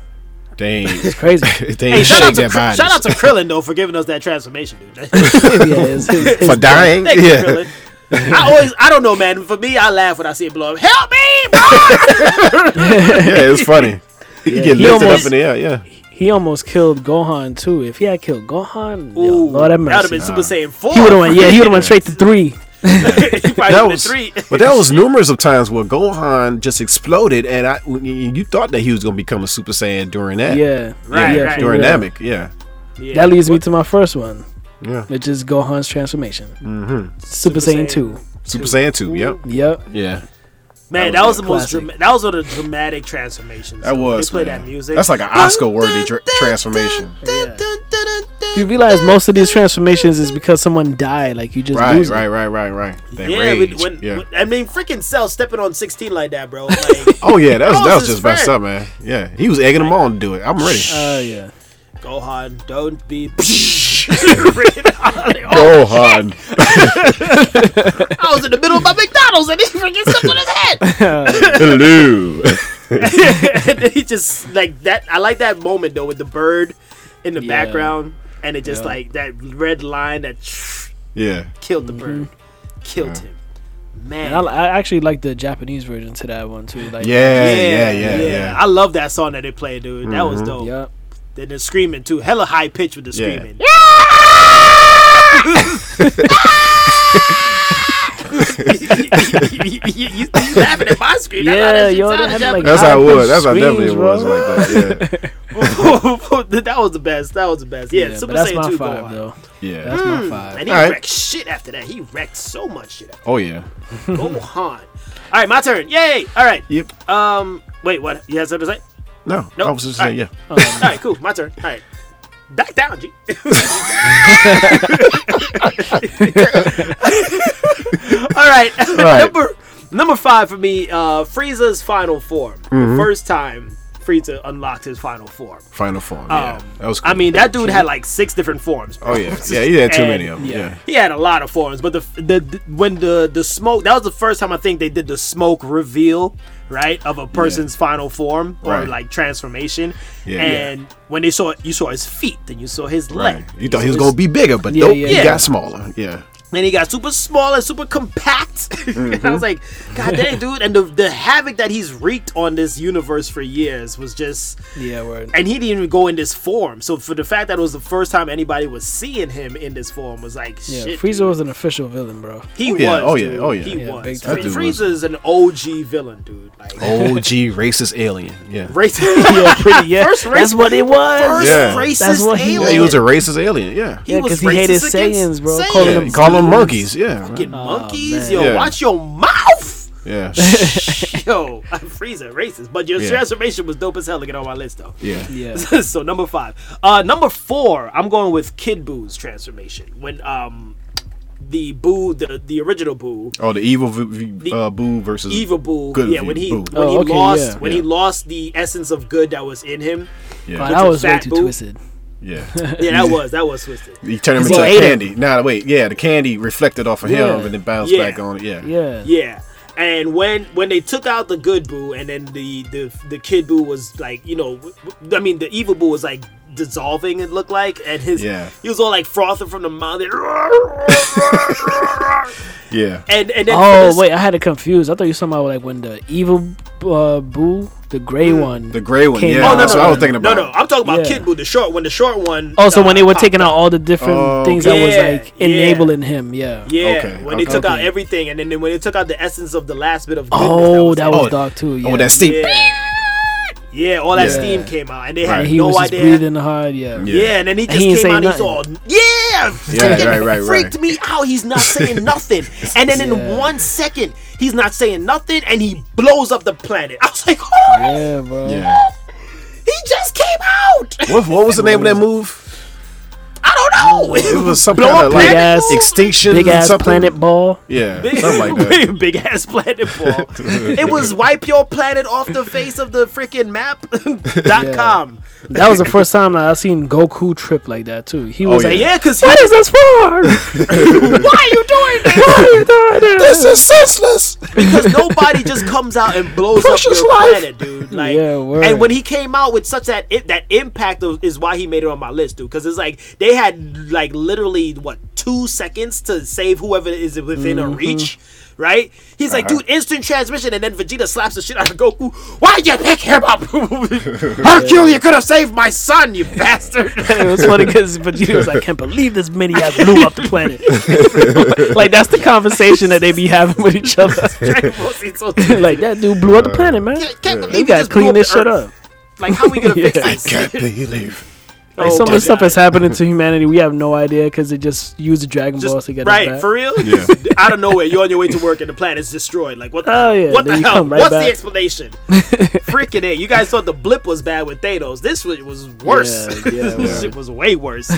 [SPEAKER 1] Dang. <laughs>
[SPEAKER 3] it's
[SPEAKER 2] <laughs>
[SPEAKER 3] crazy.
[SPEAKER 1] They
[SPEAKER 2] Hey,
[SPEAKER 1] ain't
[SPEAKER 2] shout out,
[SPEAKER 1] shake
[SPEAKER 2] to,
[SPEAKER 1] that
[SPEAKER 2] Kr-
[SPEAKER 1] body.
[SPEAKER 2] shout out to Krillin though for giving us that transformation,
[SPEAKER 1] <laughs>
[SPEAKER 2] dude.
[SPEAKER 3] yeah, it's, it's, it's,
[SPEAKER 4] for dying.
[SPEAKER 2] Thank you,
[SPEAKER 4] Yeah,
[SPEAKER 2] Krillin. I always, I don't know, man. For me, I laugh when I see it blow up. Help me! bro!
[SPEAKER 1] Yeah, it's funny. You get
[SPEAKER 3] he
[SPEAKER 1] lifted
[SPEAKER 3] almost-
[SPEAKER 1] up in the air. Yeah.
[SPEAKER 3] he almost killed Gohan too. If he had killed Gohan, yo,
[SPEAKER 2] Ooh,
[SPEAKER 3] Lord have
[SPEAKER 2] that would have
[SPEAKER 3] mercy.
[SPEAKER 2] been Super Saiyan Four.
[SPEAKER 3] He would have went. Yeah, he would have went straight to
[SPEAKER 2] <laughs>
[SPEAKER 3] three.
[SPEAKER 2] he probably
[SPEAKER 1] That
[SPEAKER 2] would've
[SPEAKER 1] was,
[SPEAKER 2] three.
[SPEAKER 1] but that was numerous of times where Gohan just exploded, and I, y- y- you thought that he was gonna become a Super Saiyan during that.
[SPEAKER 3] Yeah,
[SPEAKER 2] Right,
[SPEAKER 3] yeah,
[SPEAKER 2] right.
[SPEAKER 3] for
[SPEAKER 1] During
[SPEAKER 3] real.
[SPEAKER 1] Namek. Yeah.
[SPEAKER 2] Yeah.
[SPEAKER 3] That leads me to my first one,
[SPEAKER 1] Yeah.
[SPEAKER 3] which is Gohan's transformation. Mm-hmm. Super, Saiyan,
[SPEAKER 2] Saiyan.
[SPEAKER 3] 2.
[SPEAKER 1] Super Saiyan two. Yep.
[SPEAKER 3] Yep.
[SPEAKER 1] Yeah.
[SPEAKER 2] Man, that was the most
[SPEAKER 3] Classic.
[SPEAKER 2] drama- that was one of the dramatic transformations.
[SPEAKER 1] That was.
[SPEAKER 2] They play
[SPEAKER 1] man.
[SPEAKER 2] that music.
[SPEAKER 1] That's like an Oscar worthy dr- transformation.
[SPEAKER 3] You realize most of these transformations is because someone died. Like you just
[SPEAKER 1] Right,
[SPEAKER 3] lose it.
[SPEAKER 1] right, right, right, right. That
[SPEAKER 2] Yeah,
[SPEAKER 1] rage.
[SPEAKER 2] when, when,
[SPEAKER 1] yeah.
[SPEAKER 2] when- I mean, freaking Cell stepping on sixteen like that, bro.
[SPEAKER 1] <laughs>
[SPEAKER 2] Like,
[SPEAKER 1] oh yeah, that was that
[SPEAKER 2] That was
[SPEAKER 1] was
[SPEAKER 2] his
[SPEAKER 1] just messed
[SPEAKER 2] friend.
[SPEAKER 1] up, man. Yeah, he was egging them on to do it. I'm ready.
[SPEAKER 3] <laughs> Oh yeah.
[SPEAKER 2] Gohan, don't
[SPEAKER 1] <laughs>
[SPEAKER 2] be. <laughs> I
[SPEAKER 1] Gohan.
[SPEAKER 2] was in the middle of my McDonald's and he freaking stepped on his head.
[SPEAKER 1] Hello.
[SPEAKER 2] <laughs> and then he just like that. I like that moment though with the bird in the
[SPEAKER 3] Yeah.
[SPEAKER 2] background and it just like that red line that
[SPEAKER 1] <laughs>
[SPEAKER 2] <sniffs>
[SPEAKER 1] Yeah.
[SPEAKER 2] killed the bird,
[SPEAKER 1] Mm-hmm.
[SPEAKER 2] killed him. Man,
[SPEAKER 3] And I, I actually like the Japanese version to that one too. Like
[SPEAKER 1] Yeah, yeah, yeah, yeah. Mm-hmm.
[SPEAKER 2] I love that song that they played, dude. That was dope.
[SPEAKER 3] Yep.
[SPEAKER 2] Then the screaming too, hella high pitch with the
[SPEAKER 1] Yeah.
[SPEAKER 2] screaming. you, <laughs> you- you laughing at my scream? That's how
[SPEAKER 3] Yeah,
[SPEAKER 2] that shit
[SPEAKER 3] yo, they
[SPEAKER 2] sounded,
[SPEAKER 3] had
[SPEAKER 2] yeah.
[SPEAKER 3] like
[SPEAKER 1] That's how it was.
[SPEAKER 3] high-pitched
[SPEAKER 1] That's how definitely
[SPEAKER 3] screams,
[SPEAKER 1] it was
[SPEAKER 3] bro.
[SPEAKER 1] like that.
[SPEAKER 2] <laughs> that was the best. That was the best. Yeah,
[SPEAKER 3] Yeah, but
[SPEAKER 2] Super
[SPEAKER 3] that's
[SPEAKER 2] Saiyan
[SPEAKER 3] my
[SPEAKER 2] two Hmm.
[SPEAKER 3] five
[SPEAKER 2] Gohan.
[SPEAKER 3] though.
[SPEAKER 2] <laughs>
[SPEAKER 1] Yeah.
[SPEAKER 3] That's
[SPEAKER 1] yeah.
[SPEAKER 3] my five.
[SPEAKER 2] And he
[SPEAKER 1] Alright.
[SPEAKER 2] wrecked shit after that. He wrecked so much shit. After
[SPEAKER 1] Oh yeah.
[SPEAKER 2] <laughs> Gohan. All right, my turn. Yay! All right.
[SPEAKER 1] Yep.
[SPEAKER 2] Um. Wait. What? You had something to say?
[SPEAKER 1] No.
[SPEAKER 2] Nope.
[SPEAKER 1] I was just saying. Yeah.
[SPEAKER 2] All right. Cool. My turn. All right. Back down, G. All right.
[SPEAKER 1] right.
[SPEAKER 2] number number five for me. Uh, Frieza's final form. The first time Frieza unlocked his final form.
[SPEAKER 1] Final form. Yeah.
[SPEAKER 2] Um,
[SPEAKER 1] that was.
[SPEAKER 2] I
[SPEAKER 1] cool.
[SPEAKER 2] mean, that dude had like six different forms. Bro.
[SPEAKER 1] Oh
[SPEAKER 2] <laughs>
[SPEAKER 1] yeah. Yeah. He had too
[SPEAKER 2] And-
[SPEAKER 1] many of them. Yeah.
[SPEAKER 2] He had a lot of forms, but the, the the when the the smoke that was the first time I think they did the smoke reveal, right, of a person's final form or
[SPEAKER 1] Right.
[SPEAKER 2] like transformation.
[SPEAKER 1] Yeah.
[SPEAKER 2] and when they saw you saw his feet, then you saw his
[SPEAKER 1] Right.
[SPEAKER 2] leg.
[SPEAKER 1] You thought
[SPEAKER 2] saw
[SPEAKER 1] he was
[SPEAKER 2] his-
[SPEAKER 1] gonna be bigger, but
[SPEAKER 3] Yeah,
[SPEAKER 1] nope.
[SPEAKER 3] yeah.
[SPEAKER 1] He
[SPEAKER 2] Yeah.
[SPEAKER 1] got smaller.
[SPEAKER 2] <laughs>
[SPEAKER 1] Yeah.
[SPEAKER 2] and he got super small and super compact. <laughs> and
[SPEAKER 1] Mm-hmm.
[SPEAKER 2] I was like, God dang, dude! And the the havoc that he's wreaked on this universe for years was just
[SPEAKER 3] Yeah, word.
[SPEAKER 2] and he didn't even go in this form. So for the fact that it was the first time anybody was seeing him in this form was like
[SPEAKER 3] Yeah,
[SPEAKER 2] shit.
[SPEAKER 3] Frieza
[SPEAKER 2] dude.
[SPEAKER 3] was an official villain, bro.
[SPEAKER 2] he
[SPEAKER 1] Oh, yeah.
[SPEAKER 2] was.
[SPEAKER 1] Oh, yeah.
[SPEAKER 2] dude.
[SPEAKER 1] Oh, yeah.
[SPEAKER 2] He
[SPEAKER 3] Yeah, big
[SPEAKER 2] was.
[SPEAKER 3] time.
[SPEAKER 2] Fri-
[SPEAKER 1] That dude was-
[SPEAKER 2] Frieza is an OG villain, dude. Like
[SPEAKER 1] OG racist alien. Yeah.
[SPEAKER 3] <laughs>
[SPEAKER 2] racist.
[SPEAKER 3] Yeah, Oh. pretty.
[SPEAKER 2] <laughs>
[SPEAKER 3] Yeah,
[SPEAKER 2] First race-
[SPEAKER 3] that's what it was.
[SPEAKER 2] First
[SPEAKER 1] Yeah.
[SPEAKER 2] racist
[SPEAKER 3] That's what he-
[SPEAKER 2] alien.
[SPEAKER 1] Yeah. He was a racist alien. Yeah.
[SPEAKER 2] He
[SPEAKER 3] Yeah,
[SPEAKER 2] was
[SPEAKER 3] 'cause he hated
[SPEAKER 2] racist against
[SPEAKER 3] Saiyans, bro.
[SPEAKER 2] Saiyans.
[SPEAKER 3] Calling
[SPEAKER 1] Yeah.
[SPEAKER 3] them
[SPEAKER 1] Call them
[SPEAKER 3] demons.
[SPEAKER 1] monkeys. Yeah.
[SPEAKER 2] Fucking
[SPEAKER 1] right.
[SPEAKER 2] monkeys,
[SPEAKER 3] Oh, man.
[SPEAKER 2] yo!
[SPEAKER 1] Yeah.
[SPEAKER 3] <laughs>
[SPEAKER 2] Watch your mouth. <laughs>
[SPEAKER 1] Yeah.
[SPEAKER 2] Yo, I'm Frieza, racist. But your
[SPEAKER 1] Yeah.
[SPEAKER 2] transformation was dope as hell to get on my list, though. <laughs>
[SPEAKER 1] yeah.
[SPEAKER 3] Yeah.
[SPEAKER 2] so number five. Uh, number four, I'm going with Kid Boo's transformation when um the Boo, the the original Boo,
[SPEAKER 1] Oh, the evil v- v- uh, Boo versus
[SPEAKER 2] evil Boo,
[SPEAKER 1] Good
[SPEAKER 2] yeah, when he
[SPEAKER 1] Boo.
[SPEAKER 2] when
[SPEAKER 3] Oh,
[SPEAKER 2] he
[SPEAKER 3] okay,
[SPEAKER 2] lost
[SPEAKER 3] yeah.
[SPEAKER 2] when he
[SPEAKER 1] Yeah.
[SPEAKER 2] lost the essence of good that was in him.
[SPEAKER 3] Wow,
[SPEAKER 1] Yeah.
[SPEAKER 2] Which
[SPEAKER 3] that
[SPEAKER 2] was
[SPEAKER 3] was way
[SPEAKER 2] Fat
[SPEAKER 3] too
[SPEAKER 2] Boo.
[SPEAKER 3] twisted.
[SPEAKER 2] <laughs>
[SPEAKER 1] Yeah.
[SPEAKER 2] Yeah, that was that was twisted.
[SPEAKER 1] He turned him
[SPEAKER 3] He
[SPEAKER 1] into a
[SPEAKER 3] ate it.
[SPEAKER 1] candy. Nah, wait. Yeah, the candy reflected off of
[SPEAKER 3] Yeah.
[SPEAKER 1] him and then bounced
[SPEAKER 2] Yeah.
[SPEAKER 1] back on it. Yeah.
[SPEAKER 3] Yeah.
[SPEAKER 2] Yeah. And when when they took out the good boo, and then the the the kid boo was like, you know, w- w- I mean, the evil boo was like dissolving. It looked like, and his
[SPEAKER 1] Yeah.
[SPEAKER 2] he was all like frothing from the mouth.
[SPEAKER 1] Yeah.
[SPEAKER 2] And and then for
[SPEAKER 3] <laughs> Oh
[SPEAKER 2] this-
[SPEAKER 3] wait, I had it confused. I thought you were talking about like when the evil uh, Boo, the gray one.
[SPEAKER 1] Mm, The gray one.
[SPEAKER 3] Came
[SPEAKER 1] Yeah.
[SPEAKER 2] Oh,
[SPEAKER 3] out.
[SPEAKER 2] no,
[SPEAKER 1] That's
[SPEAKER 2] no,
[SPEAKER 1] what I
[SPEAKER 2] no,
[SPEAKER 1] was thinking about.
[SPEAKER 2] No, no, I'm talking about
[SPEAKER 3] Yeah.
[SPEAKER 2] Kid Boo, the short one, the short one.
[SPEAKER 3] also, Oh, when they
[SPEAKER 1] <laughs>
[SPEAKER 3] were
[SPEAKER 2] uh,
[SPEAKER 3] taking out all the different
[SPEAKER 1] Oh,
[SPEAKER 3] things that was
[SPEAKER 2] yeah,
[SPEAKER 3] like
[SPEAKER 2] yeah.
[SPEAKER 3] enabling him. Yeah.
[SPEAKER 2] Yeah,
[SPEAKER 1] Okay,
[SPEAKER 2] when they
[SPEAKER 1] okay.
[SPEAKER 2] took out
[SPEAKER 3] Okay.
[SPEAKER 2] everything, and then they- when they took out the essence of the last bit of goodness
[SPEAKER 3] Oh, that
[SPEAKER 2] in
[SPEAKER 3] was
[SPEAKER 1] Oh,
[SPEAKER 3] dark too. Yeah.
[SPEAKER 1] Oh, that steep.
[SPEAKER 2] Yeah. yeah, all that
[SPEAKER 1] Yeah.
[SPEAKER 2] steam came out, and they
[SPEAKER 1] Right.
[SPEAKER 2] had
[SPEAKER 3] And he
[SPEAKER 2] no
[SPEAKER 3] was just
[SPEAKER 2] idea.
[SPEAKER 3] breathing hard. Yeah.
[SPEAKER 1] Yeah.
[SPEAKER 2] Yeah. and then he just
[SPEAKER 3] he ain't
[SPEAKER 2] came out.
[SPEAKER 3] saying
[SPEAKER 2] and He's all, yeah,
[SPEAKER 1] Yeah,
[SPEAKER 2] It
[SPEAKER 1] right, right,
[SPEAKER 2] freaked
[SPEAKER 1] right.
[SPEAKER 2] me out. He's not saying nothing, and then in
[SPEAKER 3] Yeah.
[SPEAKER 2] one second, he's not saying nothing, and he blows up the planet. I was like, oh,
[SPEAKER 3] Yeah, bro.
[SPEAKER 1] Yeah.
[SPEAKER 2] he just came out.
[SPEAKER 1] What, what was the name of that move?
[SPEAKER 2] I don't know.
[SPEAKER 1] <laughs> It was some
[SPEAKER 2] Blow
[SPEAKER 1] kind
[SPEAKER 2] up
[SPEAKER 1] of
[SPEAKER 3] big
[SPEAKER 1] like
[SPEAKER 3] ass,
[SPEAKER 1] extinction.
[SPEAKER 3] big ass
[SPEAKER 1] something. <laughs>
[SPEAKER 3] planet ball.
[SPEAKER 1] Yeah.
[SPEAKER 2] <laughs> Big,
[SPEAKER 1] Something like that.
[SPEAKER 2] big, big ass planet ball. it was wipe your planet off the face of the freaking map <laughs> dot com.
[SPEAKER 3] That was the first time that I seen Goku trip like that too. He was
[SPEAKER 1] Oh, yeah.
[SPEAKER 3] like,
[SPEAKER 2] Yeah, because
[SPEAKER 3] "What is this
[SPEAKER 1] <laughs>
[SPEAKER 3] <laughs> for?
[SPEAKER 2] why are you doing that?
[SPEAKER 1] This is senseless.
[SPEAKER 2] Because nobody just comes out and blows
[SPEAKER 1] Precious
[SPEAKER 2] up your
[SPEAKER 1] life.
[SPEAKER 2] planet, dude. Like,
[SPEAKER 3] <laughs> Yeah, word.
[SPEAKER 2] and when he came out with such that it, that impact of, is why he made it on my list, dude. Because it's like they had like literally what two seconds to save whoever is within
[SPEAKER 3] Mm-hmm.
[SPEAKER 2] a reach. Right? He's like, dude, instant transmission, and then Vegeta slaps the shit out of Goku. Why'd you pick him up? <laughs> Hercule, you could have saved my son, you <laughs> bastard.
[SPEAKER 3] it was funny because Vegeta was like, can't believe this mini ass blew up the planet. <laughs> like that's the conversation that they be having with each other. <laughs>
[SPEAKER 2] Dragon Ball Z so-
[SPEAKER 3] like that dude blew up the planet, man.
[SPEAKER 2] Can't believe
[SPEAKER 3] You
[SPEAKER 2] you
[SPEAKER 3] guys
[SPEAKER 2] just blew
[SPEAKER 3] clean this
[SPEAKER 2] the
[SPEAKER 3] shit
[SPEAKER 2] Earth.
[SPEAKER 3] up.
[SPEAKER 2] Like, how we gonna fix
[SPEAKER 3] Yeah. I
[SPEAKER 2] this?
[SPEAKER 1] Can't believe.
[SPEAKER 3] Like
[SPEAKER 2] Oh
[SPEAKER 3] some of
[SPEAKER 2] my
[SPEAKER 3] the stuff
[SPEAKER 2] God.
[SPEAKER 3] that's happening to humanity, we have no idea because they just use the Dragon
[SPEAKER 2] Just-
[SPEAKER 3] Balls to get
[SPEAKER 2] right
[SPEAKER 3] us back.
[SPEAKER 2] for real.
[SPEAKER 1] Yeah.
[SPEAKER 2] <laughs> out of nowhere, you're on your way to work and the planet is destroyed. Like what? The,
[SPEAKER 3] Oh, yeah,
[SPEAKER 2] What
[SPEAKER 3] then
[SPEAKER 2] the
[SPEAKER 3] you
[SPEAKER 2] hell?
[SPEAKER 3] come right
[SPEAKER 2] What's
[SPEAKER 3] back.
[SPEAKER 2] the
[SPEAKER 3] <laughs>
[SPEAKER 2] explanation? Freaking it! You guys thought the blip was bad with Thanos. This one was worse. <laughs>
[SPEAKER 3] Yeah, yeah,
[SPEAKER 2] this shit was way
[SPEAKER 3] <laughs>
[SPEAKER 2] worse.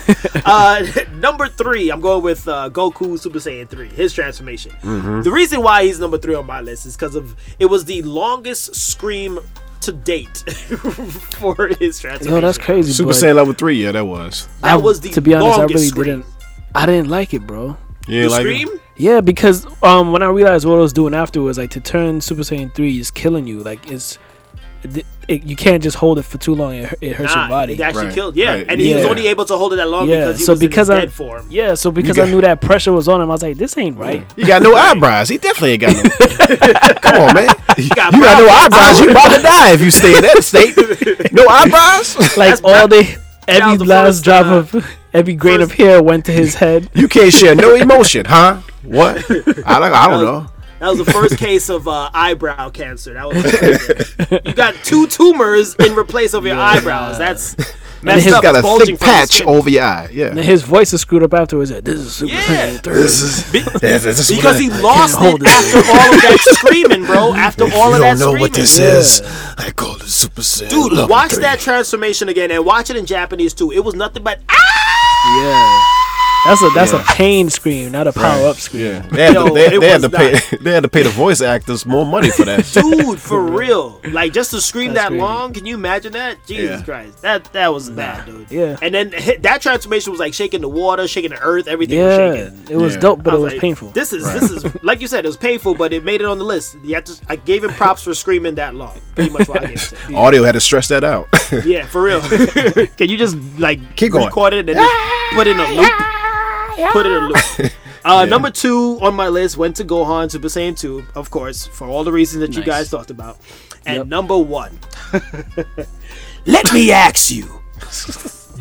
[SPEAKER 2] uh, <laughs> number three, I'm going with uh, Goku Super Saiyan three. His transformation.
[SPEAKER 1] Mm-hmm.
[SPEAKER 2] The reason why he's number three on my list is because of it was the longest scream to date <laughs> for his transformation.
[SPEAKER 3] Yo, that's crazy.
[SPEAKER 1] Super
[SPEAKER 3] but
[SPEAKER 1] Saiyan level three. Yeah, that was.
[SPEAKER 2] That was the
[SPEAKER 3] to be honest, I
[SPEAKER 2] longest
[SPEAKER 3] really
[SPEAKER 2] scream.
[SPEAKER 3] didn't. I didn't like it, bro.
[SPEAKER 1] Yeah,
[SPEAKER 2] The
[SPEAKER 1] like
[SPEAKER 2] scream.
[SPEAKER 3] Yeah, because um, when I realized what I was doing afterwards, like to turn Super Saiyan three is killing you. Like it's, it, it, you can't just hold it for too long. It, hu- it hurts your
[SPEAKER 2] Nah,
[SPEAKER 3] body.
[SPEAKER 2] It Ah, actually
[SPEAKER 1] Right,
[SPEAKER 2] killed. Yeah,
[SPEAKER 1] right.
[SPEAKER 2] and he was
[SPEAKER 3] Yeah.
[SPEAKER 2] only able to hold it that long
[SPEAKER 3] yeah,
[SPEAKER 2] because he
[SPEAKER 3] so
[SPEAKER 2] was
[SPEAKER 3] because
[SPEAKER 2] in
[SPEAKER 3] I
[SPEAKER 2] his dead form.
[SPEAKER 3] yeah, so because I knew that pressure was on him, I was like, this ain't right.
[SPEAKER 1] He got <laughs> no eyebrows. He definitely ain't got no. <laughs> Come on, man. You
[SPEAKER 2] got
[SPEAKER 1] got, no eyebrows. You about to die if you stay in that state. No <laughs> eyebrows.
[SPEAKER 3] Like
[SPEAKER 2] <laughs>
[SPEAKER 3] all the every
[SPEAKER 2] was the
[SPEAKER 3] last
[SPEAKER 2] first,
[SPEAKER 3] drop
[SPEAKER 2] uh,
[SPEAKER 3] of <laughs> every grain of
[SPEAKER 2] first-
[SPEAKER 3] hair went to his head.
[SPEAKER 1] You can't share no emotion, huh? What? I don't, I don't know.
[SPEAKER 2] That was the
[SPEAKER 1] <laughs>
[SPEAKER 2] first case of uh, eyebrow cancer. That was you got two tumors in replace of your eyebrows. That's messed
[SPEAKER 3] he's
[SPEAKER 2] up.
[SPEAKER 1] Got
[SPEAKER 2] It's
[SPEAKER 1] a
[SPEAKER 2] bulging
[SPEAKER 1] thick
[SPEAKER 2] from the
[SPEAKER 1] patch
[SPEAKER 2] skin.
[SPEAKER 1] over your eye. Yeah.
[SPEAKER 2] <laughs>
[SPEAKER 3] And his voice is screwed up afterwards. Like, this is Super
[SPEAKER 2] Yeah.
[SPEAKER 3] Saiyan three.
[SPEAKER 1] Be-
[SPEAKER 2] because he lost
[SPEAKER 3] hold
[SPEAKER 2] it
[SPEAKER 3] it.
[SPEAKER 2] after all of that screaming,
[SPEAKER 1] <laughs>
[SPEAKER 2] bro. After all of that screaming,
[SPEAKER 1] is. I call it Super Saiyan.
[SPEAKER 2] dude,
[SPEAKER 1] level
[SPEAKER 2] watch
[SPEAKER 1] three.
[SPEAKER 2] that transformation again and watch it in Japanese too. It was nothing but ah!
[SPEAKER 3] Yeah, that's a that's a pain scream, not a power up scream.
[SPEAKER 1] Yeah, they had,
[SPEAKER 2] Yo,
[SPEAKER 1] to, they,
[SPEAKER 2] it
[SPEAKER 1] they had to
[SPEAKER 2] was
[SPEAKER 1] pay. They had to pay the voice actors more money for
[SPEAKER 2] <laughs>
[SPEAKER 1] that.
[SPEAKER 3] <laughs>
[SPEAKER 2] dude, for real. Like just to scream
[SPEAKER 3] That's
[SPEAKER 2] that
[SPEAKER 3] crazy.
[SPEAKER 2] long, can you imagine that? Jesus
[SPEAKER 1] Yeah.
[SPEAKER 2] Christ, that that was bad, dude.
[SPEAKER 3] Yeah.
[SPEAKER 2] And then <laughs> hit- that transformation was like shaking the water, shaking the earth, everything was
[SPEAKER 3] Yeah,
[SPEAKER 2] shaking.
[SPEAKER 3] it was
[SPEAKER 1] Yeah.
[SPEAKER 3] dope, but
[SPEAKER 2] I
[SPEAKER 3] it was
[SPEAKER 2] like,
[SPEAKER 3] painful.
[SPEAKER 2] This is this
[SPEAKER 3] <laughs>
[SPEAKER 2] is like you said, it was painful, but it made it on the list. You have to, I gave him props for screaming that long. Pretty much what I gave
[SPEAKER 3] <laughs>
[SPEAKER 2] it. to.
[SPEAKER 1] Audio had to stress that out. <laughs>
[SPEAKER 2] Yeah, for real. Can you just like
[SPEAKER 1] Keep going.
[SPEAKER 2] record it and then put it in a loop? Put it in a
[SPEAKER 3] <laughs>
[SPEAKER 2] loop. Uh, Number two on my list went to Gohan Super Saiyan 2, of course, for all the reasons that you guys talked about. And number one,
[SPEAKER 5] Let me ask you.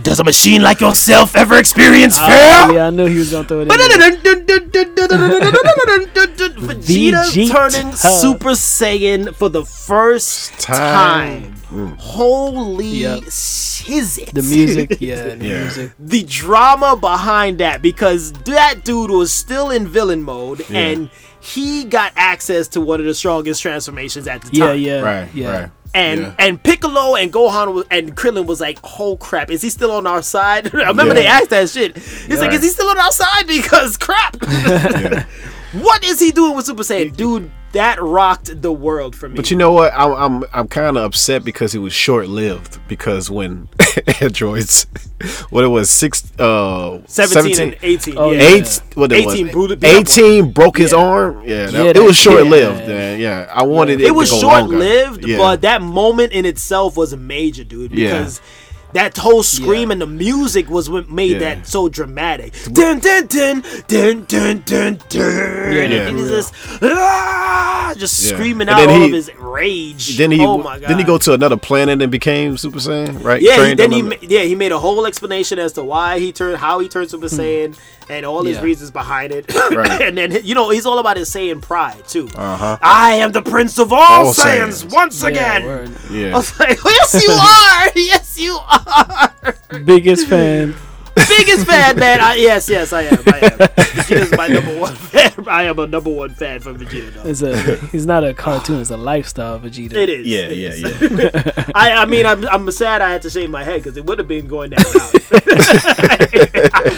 [SPEAKER 5] Does a machine like yourself ever experience
[SPEAKER 2] Uh,
[SPEAKER 5] fear?
[SPEAKER 3] Yeah, I knew he was gonna throw it. in there.
[SPEAKER 2] Vegeta
[SPEAKER 3] Vegeta.
[SPEAKER 2] turning Super Saiyan for the first time.
[SPEAKER 1] Time.
[SPEAKER 2] Holy
[SPEAKER 3] Yep.
[SPEAKER 2] shit.
[SPEAKER 3] The
[SPEAKER 2] <laughs>
[SPEAKER 3] music, yeah, the
[SPEAKER 1] Yeah.
[SPEAKER 3] music.
[SPEAKER 2] the drama behind that because that dude was still in villain mode and he got access to one of the strongest transformations at the time.
[SPEAKER 3] Yeah, yeah,
[SPEAKER 1] Right. <laughs>
[SPEAKER 3] yeah.
[SPEAKER 1] Right.
[SPEAKER 2] And
[SPEAKER 1] Yeah.
[SPEAKER 2] and Piccolo and Gohan was, and Krillin was like, "Oh crap, is he still on our side?" <laughs> I remember
[SPEAKER 1] Yeah.
[SPEAKER 2] they asked that shit. It's like,
[SPEAKER 1] Right.
[SPEAKER 2] "Is he still on our side?" <laughs> Because crap,
[SPEAKER 1] Yeah.
[SPEAKER 2] what is he doing with Super Saiyan, dude? That rocked the world for me.
[SPEAKER 1] But you know what? I'm I'm, I'm kind of upset because it was short lived. Because when <laughs> androids, what it was six, uh,
[SPEAKER 2] 17, and 18.
[SPEAKER 3] Oh,
[SPEAKER 2] yeah.
[SPEAKER 3] yeah.
[SPEAKER 1] eight, what it
[SPEAKER 2] 18
[SPEAKER 1] was,
[SPEAKER 2] blew the- beat up
[SPEAKER 1] eighteen broke his arm. Yeah, that-
[SPEAKER 3] Yeah,
[SPEAKER 1] it
[SPEAKER 3] that-
[SPEAKER 1] was short lived. Yeah.
[SPEAKER 3] yeah.
[SPEAKER 1] yeah, I wanted it.
[SPEAKER 2] It was short lived,
[SPEAKER 1] yeah.
[SPEAKER 2] but that moment in itself was major, dude,
[SPEAKER 1] Yeah.
[SPEAKER 2] because that whole scream and the music was what made
[SPEAKER 1] Yeah.
[SPEAKER 2] that so dramatic. Dun dun dun dun dun dun dun.
[SPEAKER 3] Yeah,
[SPEAKER 1] yeah.
[SPEAKER 2] And he's just, "Ah!" just
[SPEAKER 1] Yeah.
[SPEAKER 2] screaming
[SPEAKER 1] And
[SPEAKER 2] out
[SPEAKER 1] then
[SPEAKER 2] all
[SPEAKER 1] he-
[SPEAKER 2] of his rage.
[SPEAKER 1] Then he,
[SPEAKER 2] oh my god.
[SPEAKER 1] then he go to another planet and became Super Saiyan, right?
[SPEAKER 2] yeah, he,
[SPEAKER 1] Trained
[SPEAKER 2] then
[SPEAKER 1] on
[SPEAKER 2] he
[SPEAKER 1] the-
[SPEAKER 2] ma- yeah he made a whole explanation as to why he turned, how he turned Super Saiyan, and all his
[SPEAKER 3] Yeah.
[SPEAKER 2] reasons behind it.
[SPEAKER 1] Right.
[SPEAKER 2] and then you know he's all about his Saiyan pride too.
[SPEAKER 1] Uh-huh.
[SPEAKER 2] I am the prince of all,
[SPEAKER 1] All
[SPEAKER 2] Saiyans,
[SPEAKER 1] Saiyans.
[SPEAKER 2] once
[SPEAKER 3] Yeah,
[SPEAKER 2] again.
[SPEAKER 3] word.
[SPEAKER 1] yeah.
[SPEAKER 2] <laughs> I was like, yes, you are. Yes, you are. <laughs>
[SPEAKER 3] biggest fan.
[SPEAKER 2] Biggest fan, man. I, yes, yes, I am. I am. Vegeta's my number one <laughs> fan. I am a number one fan for Vegeta. Though.
[SPEAKER 3] It's a
[SPEAKER 2] <laughs>
[SPEAKER 3] he's not a cartoon. It's a lifestyle, Vegeta.
[SPEAKER 2] It is.
[SPEAKER 1] yeah,
[SPEAKER 2] It
[SPEAKER 1] yeah,
[SPEAKER 2] is.
[SPEAKER 1] yeah,
[SPEAKER 2] I, I mean, I'm, I'm sad I had to shave my head because it would have been going down. <laughs> I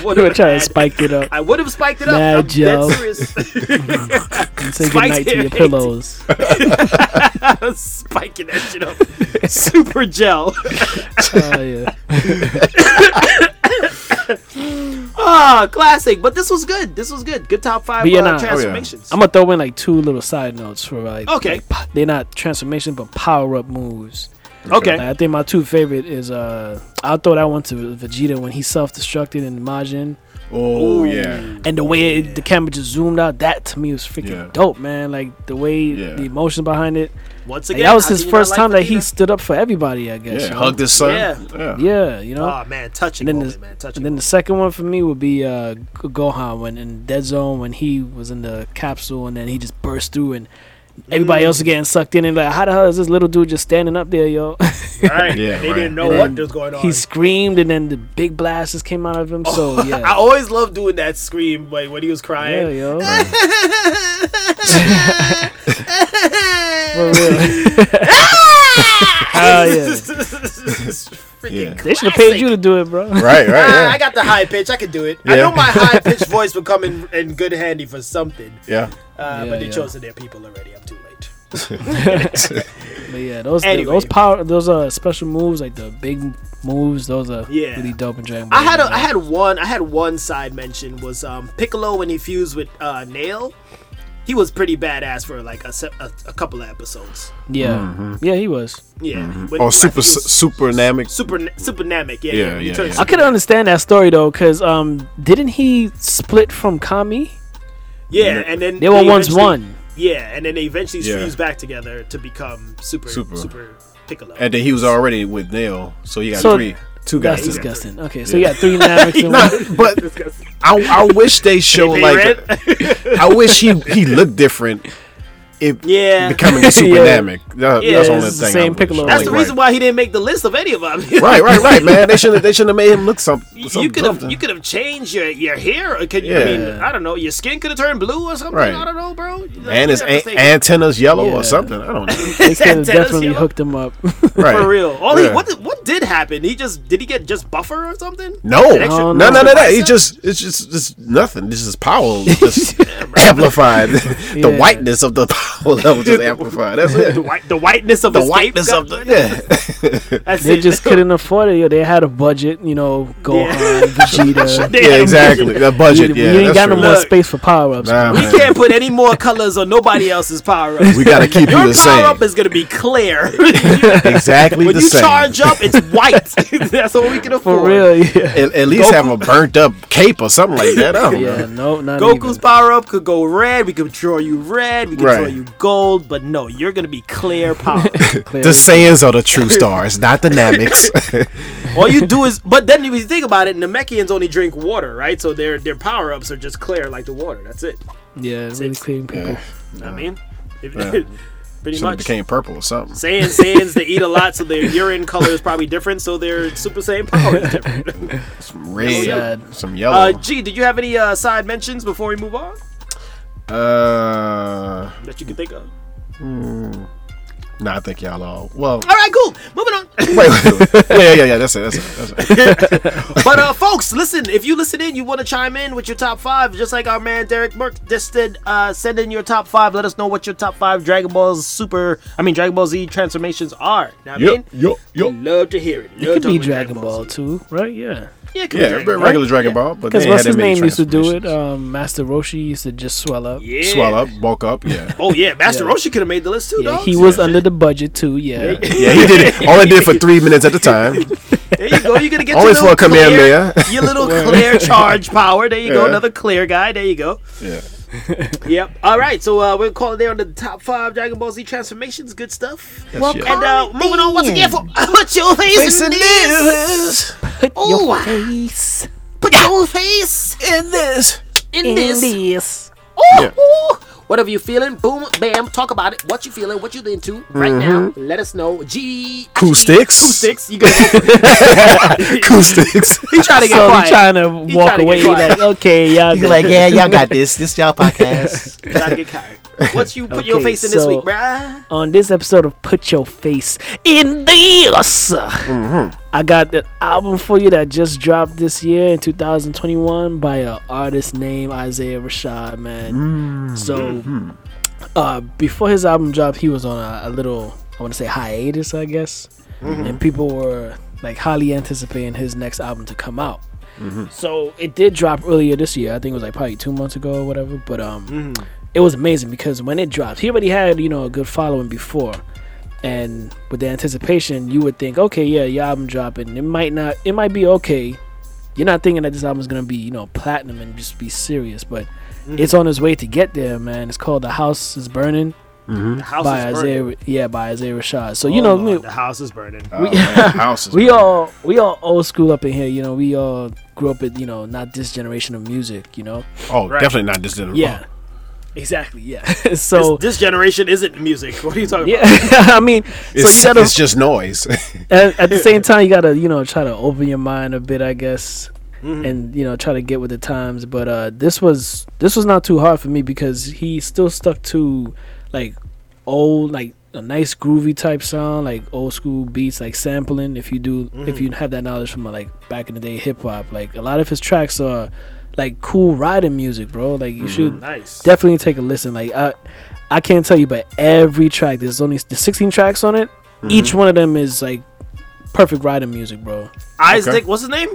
[SPEAKER 2] would
[SPEAKER 3] We were
[SPEAKER 2] have
[SPEAKER 3] trying
[SPEAKER 2] had-
[SPEAKER 3] to spike it up
[SPEAKER 2] I would have spiked it up.
[SPEAKER 3] Mad
[SPEAKER 2] I'm
[SPEAKER 3] Joe.
[SPEAKER 2] dead
[SPEAKER 1] <laughs>
[SPEAKER 2] <laughs> serious.
[SPEAKER 3] and say
[SPEAKER 2] Spike
[SPEAKER 3] goodnight to
[SPEAKER 2] it.
[SPEAKER 3] your
[SPEAKER 2] <laughs>
[SPEAKER 3] pillows.
[SPEAKER 2] Spiking that shit up. Super gel.
[SPEAKER 3] Oh yeah.
[SPEAKER 2] Ah, classic. But this was good. This was good. Good top five
[SPEAKER 3] But you're
[SPEAKER 2] uh,
[SPEAKER 3] not- Oh, yeah.
[SPEAKER 2] transformations.
[SPEAKER 3] I'm gonna throw in like two little side notes for like
[SPEAKER 2] Okay.
[SPEAKER 3] like, po- they're not transformation, but power up moves. Like,
[SPEAKER 2] okay.
[SPEAKER 3] I think my two favorite is uh I'll throw that one to Vegeta when he self destructed in Majin.
[SPEAKER 1] Oh yeah,
[SPEAKER 3] and the way it, the camera just zoomed out, that to me was freaking
[SPEAKER 1] Yeah.
[SPEAKER 3] dope, man. Like the way
[SPEAKER 1] Yeah.
[SPEAKER 3] the emotion behind it.
[SPEAKER 2] Once
[SPEAKER 3] Like,
[SPEAKER 2] again,
[SPEAKER 3] that was
[SPEAKER 2] how
[SPEAKER 3] his
[SPEAKER 2] can you not
[SPEAKER 3] first
[SPEAKER 2] like
[SPEAKER 3] time that he
[SPEAKER 2] Vegeta?
[SPEAKER 3] stood up for everybody, I guess.
[SPEAKER 1] yeah.
[SPEAKER 3] you know?
[SPEAKER 1] Hugged his son.
[SPEAKER 2] Yeah.
[SPEAKER 1] yeah.
[SPEAKER 3] Yeah, you know.
[SPEAKER 2] Oh man, touching
[SPEAKER 3] And then
[SPEAKER 2] moment,
[SPEAKER 3] the-
[SPEAKER 2] man,
[SPEAKER 3] and
[SPEAKER 2] touching.
[SPEAKER 3] then the
[SPEAKER 2] moment.
[SPEAKER 3] second one for me would be uh, G- Gohan when in Dead Zone when he was in the capsule and then he just burst through and everybody
[SPEAKER 2] Mm.
[SPEAKER 3] else was getting sucked in and like how the hell is this little dude just standing up there, yo? <laughs>
[SPEAKER 2] right.
[SPEAKER 1] Yeah,
[SPEAKER 2] they
[SPEAKER 1] right.
[SPEAKER 2] didn't know
[SPEAKER 3] And
[SPEAKER 2] what was going on. <laughs>
[SPEAKER 3] he screamed and then the big blast just came out of him. So
[SPEAKER 2] I <laughs>
[SPEAKER 3] yeah,
[SPEAKER 2] always loved doing that scream like when he was <laughs>
[SPEAKER 3] yeah,
[SPEAKER 2] crying.
[SPEAKER 3] yo. <laughs> For real.
[SPEAKER 5] Ah!
[SPEAKER 2] <laughs>
[SPEAKER 3] Hell Oh, yeah.
[SPEAKER 2] Freaking
[SPEAKER 1] Yeah.
[SPEAKER 3] They should have paid you to do it,
[SPEAKER 1] <laughs>
[SPEAKER 3] bro.
[SPEAKER 1] Right, right,
[SPEAKER 2] Ah, I
[SPEAKER 1] yeah,
[SPEAKER 2] got the high pitch. I could do it. I
[SPEAKER 1] Yeah.
[SPEAKER 2] know my
[SPEAKER 1] <laughs>
[SPEAKER 2] high pitched voice would come in, in good handy for something,
[SPEAKER 1] yeah.
[SPEAKER 2] uh,
[SPEAKER 3] Yeah,
[SPEAKER 2] but they
[SPEAKER 3] yeah.
[SPEAKER 2] chose their people already. I'm too late.
[SPEAKER 3] But yeah, those
[SPEAKER 2] Anyway.
[SPEAKER 3] those power those uh special moves like the big moves. Those are
[SPEAKER 2] Yeah.
[SPEAKER 3] really dope in Dragon Ball.
[SPEAKER 2] I had a,
[SPEAKER 3] man.
[SPEAKER 2] I had one I had one side mention was um, Piccolo when he fused with uh, Nail. He was pretty badass for like a, se- a, a couple of episodes.
[SPEAKER 3] yeah yeah he was.
[SPEAKER 2] Yeah. When-
[SPEAKER 1] Oh,
[SPEAKER 2] I think
[SPEAKER 1] super,
[SPEAKER 2] it was
[SPEAKER 1] super dynamic.
[SPEAKER 2] super super Namek. Yeah,
[SPEAKER 1] Yeah,
[SPEAKER 2] yeah. he
[SPEAKER 1] yeah,
[SPEAKER 2] turned
[SPEAKER 1] yeah.
[SPEAKER 3] I could understand that story though, cause um didn't he split from Kami?
[SPEAKER 2] Yeah, and then
[SPEAKER 3] They were once
[SPEAKER 2] eventually-
[SPEAKER 3] one.
[SPEAKER 2] Yeah, and then they eventually
[SPEAKER 1] Yeah.
[SPEAKER 2] fused back together to become Super Super,
[SPEAKER 1] Super.
[SPEAKER 2] Piccolo.
[SPEAKER 1] And then he was already with Nail, so you got
[SPEAKER 3] So-
[SPEAKER 1] three, two
[SPEAKER 3] That's
[SPEAKER 1] guys.
[SPEAKER 2] Yeah.
[SPEAKER 3] disgusting. Okay, so you got three Nameks in
[SPEAKER 1] Nah,
[SPEAKER 2] <laughs>
[SPEAKER 3] one.
[SPEAKER 1] but I, I wish they showed like
[SPEAKER 2] Favorite? <laughs>
[SPEAKER 1] I wish he he looked different. If
[SPEAKER 2] <laughs> yeah,
[SPEAKER 1] becoming a super
[SPEAKER 3] Yeah.
[SPEAKER 1] dynamic, that,
[SPEAKER 2] Yeah,
[SPEAKER 1] that's
[SPEAKER 2] it's
[SPEAKER 1] the only
[SPEAKER 3] the
[SPEAKER 1] thing. I
[SPEAKER 3] same
[SPEAKER 1] wish.
[SPEAKER 3] Piccolo.
[SPEAKER 2] that's
[SPEAKER 1] Like,
[SPEAKER 2] the reason why he didn't make the list of any of them. <laughs>
[SPEAKER 1] Right, right, right, man. They should have they should have made him look some. some
[SPEAKER 2] You could have
[SPEAKER 1] something.
[SPEAKER 2] you could have changed your your hair. Or could, I
[SPEAKER 1] Yeah.
[SPEAKER 2] mean, I don't know. Your skin could have turned blue or something.
[SPEAKER 1] Right.
[SPEAKER 2] I don't know, bro. You know,
[SPEAKER 1] and
[SPEAKER 2] you
[SPEAKER 1] his
[SPEAKER 2] have to
[SPEAKER 1] a-
[SPEAKER 2] say-
[SPEAKER 1] antennas yellow
[SPEAKER 3] Yeah.
[SPEAKER 1] or something. I don't
[SPEAKER 2] <laughs>
[SPEAKER 1] know.
[SPEAKER 3] They could have
[SPEAKER 2] Antennas,
[SPEAKER 3] definitely
[SPEAKER 2] yo.
[SPEAKER 3] hooked him up.
[SPEAKER 1] Right.
[SPEAKER 2] for real. All he,
[SPEAKER 1] Yeah.
[SPEAKER 2] what did- what did happen? He just did he get just buffer or something?
[SPEAKER 1] No,
[SPEAKER 2] An
[SPEAKER 1] no,
[SPEAKER 2] extra-
[SPEAKER 1] no, no, no.
[SPEAKER 2] bicep?
[SPEAKER 1] It just, it's just, it's nothing. This is
[SPEAKER 2] <laughs>
[SPEAKER 1] power just amplified. <laughs> the
[SPEAKER 3] Yeah.
[SPEAKER 1] whiteness of the <laughs> power level just amplified. That's
[SPEAKER 2] <laughs> The
[SPEAKER 1] it.
[SPEAKER 2] white the whiteness of
[SPEAKER 1] The
[SPEAKER 2] the
[SPEAKER 1] whiteness
[SPEAKER 2] <laughs>
[SPEAKER 1] of the yeah,
[SPEAKER 2] That's
[SPEAKER 3] They
[SPEAKER 2] it.
[SPEAKER 3] just couldn't afford it. Yo. They had a budget, you know, Gohan,
[SPEAKER 2] Yeah.
[SPEAKER 3] Vegeta.
[SPEAKER 2] They had
[SPEAKER 1] yeah,
[SPEAKER 2] a
[SPEAKER 1] exactly.
[SPEAKER 2] budget.
[SPEAKER 1] The budget.
[SPEAKER 3] you,
[SPEAKER 1] Yeah,
[SPEAKER 3] you ain't
[SPEAKER 1] that's
[SPEAKER 3] got no
[SPEAKER 1] true.
[SPEAKER 3] more
[SPEAKER 2] Look.
[SPEAKER 3] space for power ups.
[SPEAKER 1] Nah,
[SPEAKER 2] We
[SPEAKER 1] man.
[SPEAKER 2] can't put any more colors on nobody else's power up.
[SPEAKER 1] We gotta keep
[SPEAKER 2] Your
[SPEAKER 1] you the
[SPEAKER 2] power up
[SPEAKER 1] same.
[SPEAKER 2] is gonna be
[SPEAKER 1] <laughs>
[SPEAKER 2] clear.
[SPEAKER 1] Exactly
[SPEAKER 2] when
[SPEAKER 1] the
[SPEAKER 2] you
[SPEAKER 1] same.
[SPEAKER 2] charge up, it's white. <laughs> That's what we can afford.
[SPEAKER 3] For real,
[SPEAKER 1] <laughs>
[SPEAKER 3] yeah.
[SPEAKER 1] at, at least have a burnt up cape or something like that. I don't
[SPEAKER 3] Yeah,
[SPEAKER 1] know.
[SPEAKER 3] no, not
[SPEAKER 2] Goku's
[SPEAKER 3] even.
[SPEAKER 2] power up could go red. We could draw you red. We could draw
[SPEAKER 1] Right.
[SPEAKER 2] you gold. But no, you're gonna be clear power.
[SPEAKER 3] Clear.
[SPEAKER 1] The Saiyans are the
[SPEAKER 2] <laughs>
[SPEAKER 1] true stars, not the Namics.
[SPEAKER 2] All you do is. But then if you think about it, Namekians only drink water, right? So their their power ups are just clear like the water. That's it.
[SPEAKER 3] yeah, really clean people.
[SPEAKER 2] I mean, if,
[SPEAKER 1] Yeah.
[SPEAKER 2] <laughs> pretty
[SPEAKER 1] Should have
[SPEAKER 2] much.
[SPEAKER 1] became purple or something.
[SPEAKER 2] Saiyan Saiyans they eat a lot, so their urine color is probably different. So their Super Saiyan power
[SPEAKER 1] <laughs>
[SPEAKER 2] is different.
[SPEAKER 1] Some red,
[SPEAKER 3] Sad.
[SPEAKER 1] some
[SPEAKER 2] Uh,
[SPEAKER 1] yellow.
[SPEAKER 2] G, did you have any uh, side mentions before we move on?
[SPEAKER 1] Uh,
[SPEAKER 2] that you can think of.
[SPEAKER 1] nah, I think y'all all. Well,
[SPEAKER 2] All right, cool. Moving on.
[SPEAKER 1] wait, wait, wait. <laughs> yeah, yeah, yeah. That's it. That's it. That's it.
[SPEAKER 2] But uh, folks, listen. If you listen in, you want to chime in with your top five, just like our man Derek Burke just did. Uh, send in your top five. Let us know what your top five Dragon Ball Super, I mean Dragon Ball Z transformations are. Know what I mean,
[SPEAKER 1] Yup, yup, yup.
[SPEAKER 2] love to hear it.
[SPEAKER 3] It
[SPEAKER 2] Love
[SPEAKER 3] could be
[SPEAKER 2] talking
[SPEAKER 3] Dragon Ball
[SPEAKER 2] Z.
[SPEAKER 3] too, right? Yeah.
[SPEAKER 2] Yeah, it could
[SPEAKER 1] Yeah,
[SPEAKER 2] be Dragon Ball.
[SPEAKER 1] regular Dragon Ball, but
[SPEAKER 3] Because
[SPEAKER 1] they ain't
[SPEAKER 3] what's
[SPEAKER 1] had
[SPEAKER 3] his
[SPEAKER 1] that many
[SPEAKER 3] name used to do it? Uh,
[SPEAKER 1] transformations.
[SPEAKER 3] Um, Master Roshi used to just swell up. Yeah,
[SPEAKER 2] Yeah.
[SPEAKER 1] Swell up, bulk up. Yeah,
[SPEAKER 2] Oh yeah, Master
[SPEAKER 3] <laughs> Yeah.
[SPEAKER 2] Roshi could have made the list too. dog.
[SPEAKER 3] he was under the budget too. Yeah.
[SPEAKER 1] yeah. He did it. All it did for three minutes at a time.
[SPEAKER 2] There you
[SPEAKER 1] <laughs>
[SPEAKER 2] go. You gonna get
[SPEAKER 1] Always
[SPEAKER 2] your little
[SPEAKER 1] for a
[SPEAKER 2] clear,
[SPEAKER 1] Kamehameha.
[SPEAKER 2] <laughs>
[SPEAKER 1] <laughs>
[SPEAKER 2] your little clear charge power. There you go.
[SPEAKER 1] Yeah.
[SPEAKER 2] Another clear guy. There you go.
[SPEAKER 1] Yeah.
[SPEAKER 2] Yep. All right. So uh, we're calling there on the top five Dragon Ball Z transformations. Good stuff.
[SPEAKER 1] Well, yeah.
[SPEAKER 2] And uh, moving on once again for
[SPEAKER 1] <laughs>
[SPEAKER 2] put your face in this.
[SPEAKER 3] Put
[SPEAKER 2] Ooh.
[SPEAKER 3] your face
[SPEAKER 2] Put your face
[SPEAKER 4] In this.
[SPEAKER 2] in this.
[SPEAKER 3] this.
[SPEAKER 1] Yeah.
[SPEAKER 2] Ooh. Whatever you feeling, boom, bam, talk about it. What you feeling? What you into right now?
[SPEAKER 3] Mm-hmm.
[SPEAKER 2] Let us know. G
[SPEAKER 4] Acoustics.
[SPEAKER 1] <laughs>
[SPEAKER 2] acoustics. You go. for it.
[SPEAKER 3] <laughs>
[SPEAKER 4] Acoustics.
[SPEAKER 2] He trying to get
[SPEAKER 3] So
[SPEAKER 2] quiet.
[SPEAKER 3] he trying to
[SPEAKER 2] He
[SPEAKER 3] walk
[SPEAKER 2] trying to get
[SPEAKER 3] away. he
[SPEAKER 2] quiet.
[SPEAKER 3] like, okay, y'all.
[SPEAKER 4] You're like, yeah, y'all got this. This y'all podcast.
[SPEAKER 1] <laughs>
[SPEAKER 2] Gotta get tired. What you put your
[SPEAKER 3] Okay,
[SPEAKER 2] face in this
[SPEAKER 3] so-
[SPEAKER 2] week, bruh?
[SPEAKER 3] on this episode of Put Your Face in This.
[SPEAKER 2] Mm-hmm.
[SPEAKER 3] I got the album for you that just dropped this year in 2021 by an artist named Isaiah Rashad, man.
[SPEAKER 2] Mm-hmm.
[SPEAKER 3] So, uh, before his album dropped, he was on a, a little, I want to say, hiatus, I guess.
[SPEAKER 2] Mm-hmm.
[SPEAKER 3] And people were like highly anticipating his next album to come out. So it did drop earlier this year. I think it was like probably two months ago or whatever. But um, it was amazing because when it dropped, he already had you know a good following before, and with the anticipation, you would think, okay, yeah, your album dropping, it might not, it might be okay. You're not thinking that this album is gonna be you know platinum and just be serious, but
[SPEAKER 2] Mm-hmm.
[SPEAKER 3] it's on its way to get there, man. It's called "The House Is Burning"
[SPEAKER 2] The house
[SPEAKER 3] by
[SPEAKER 2] is
[SPEAKER 3] Isaiah,
[SPEAKER 2] burning. Oh
[SPEAKER 3] yeah, by Isaiah Rashad. So you know,
[SPEAKER 2] Lord,
[SPEAKER 3] we-
[SPEAKER 2] the house is burning.
[SPEAKER 1] Uh, man, houses.
[SPEAKER 3] <laughs> we all we all old school up in here, you know. We all grew up with you know not this generation of music, you know.
[SPEAKER 1] Oh,
[SPEAKER 2] Right.
[SPEAKER 1] definitely not this generation.
[SPEAKER 3] Yeah, exactly. Yeah. <laughs> so
[SPEAKER 2] this, this generation isn't music. <laughs> What are you talking
[SPEAKER 3] yeah, <laughs>
[SPEAKER 2] about?
[SPEAKER 3] I mean, so
[SPEAKER 1] It's,
[SPEAKER 3] you gotta
[SPEAKER 1] it's just noise. <laughs>
[SPEAKER 3] at, at the same time you gotta you know try to open your mind a bit, I guess, and you know try to get with the times. But uh, this was this was not too hard for me because he still stuck to like old like a nice groovy type sound like old school beats like sampling if you do if you have that knowledge from like back in the day hip hop like a lot of his tracks are like cool riding music bro like you should
[SPEAKER 2] Nice.
[SPEAKER 3] definitely take a listen. Like I, I can't tell you, but every track there's only there's 16 tracks on it.
[SPEAKER 2] Mm-hmm.
[SPEAKER 3] Each one of them is like perfect riding music, bro.
[SPEAKER 2] Isaac, what's his name?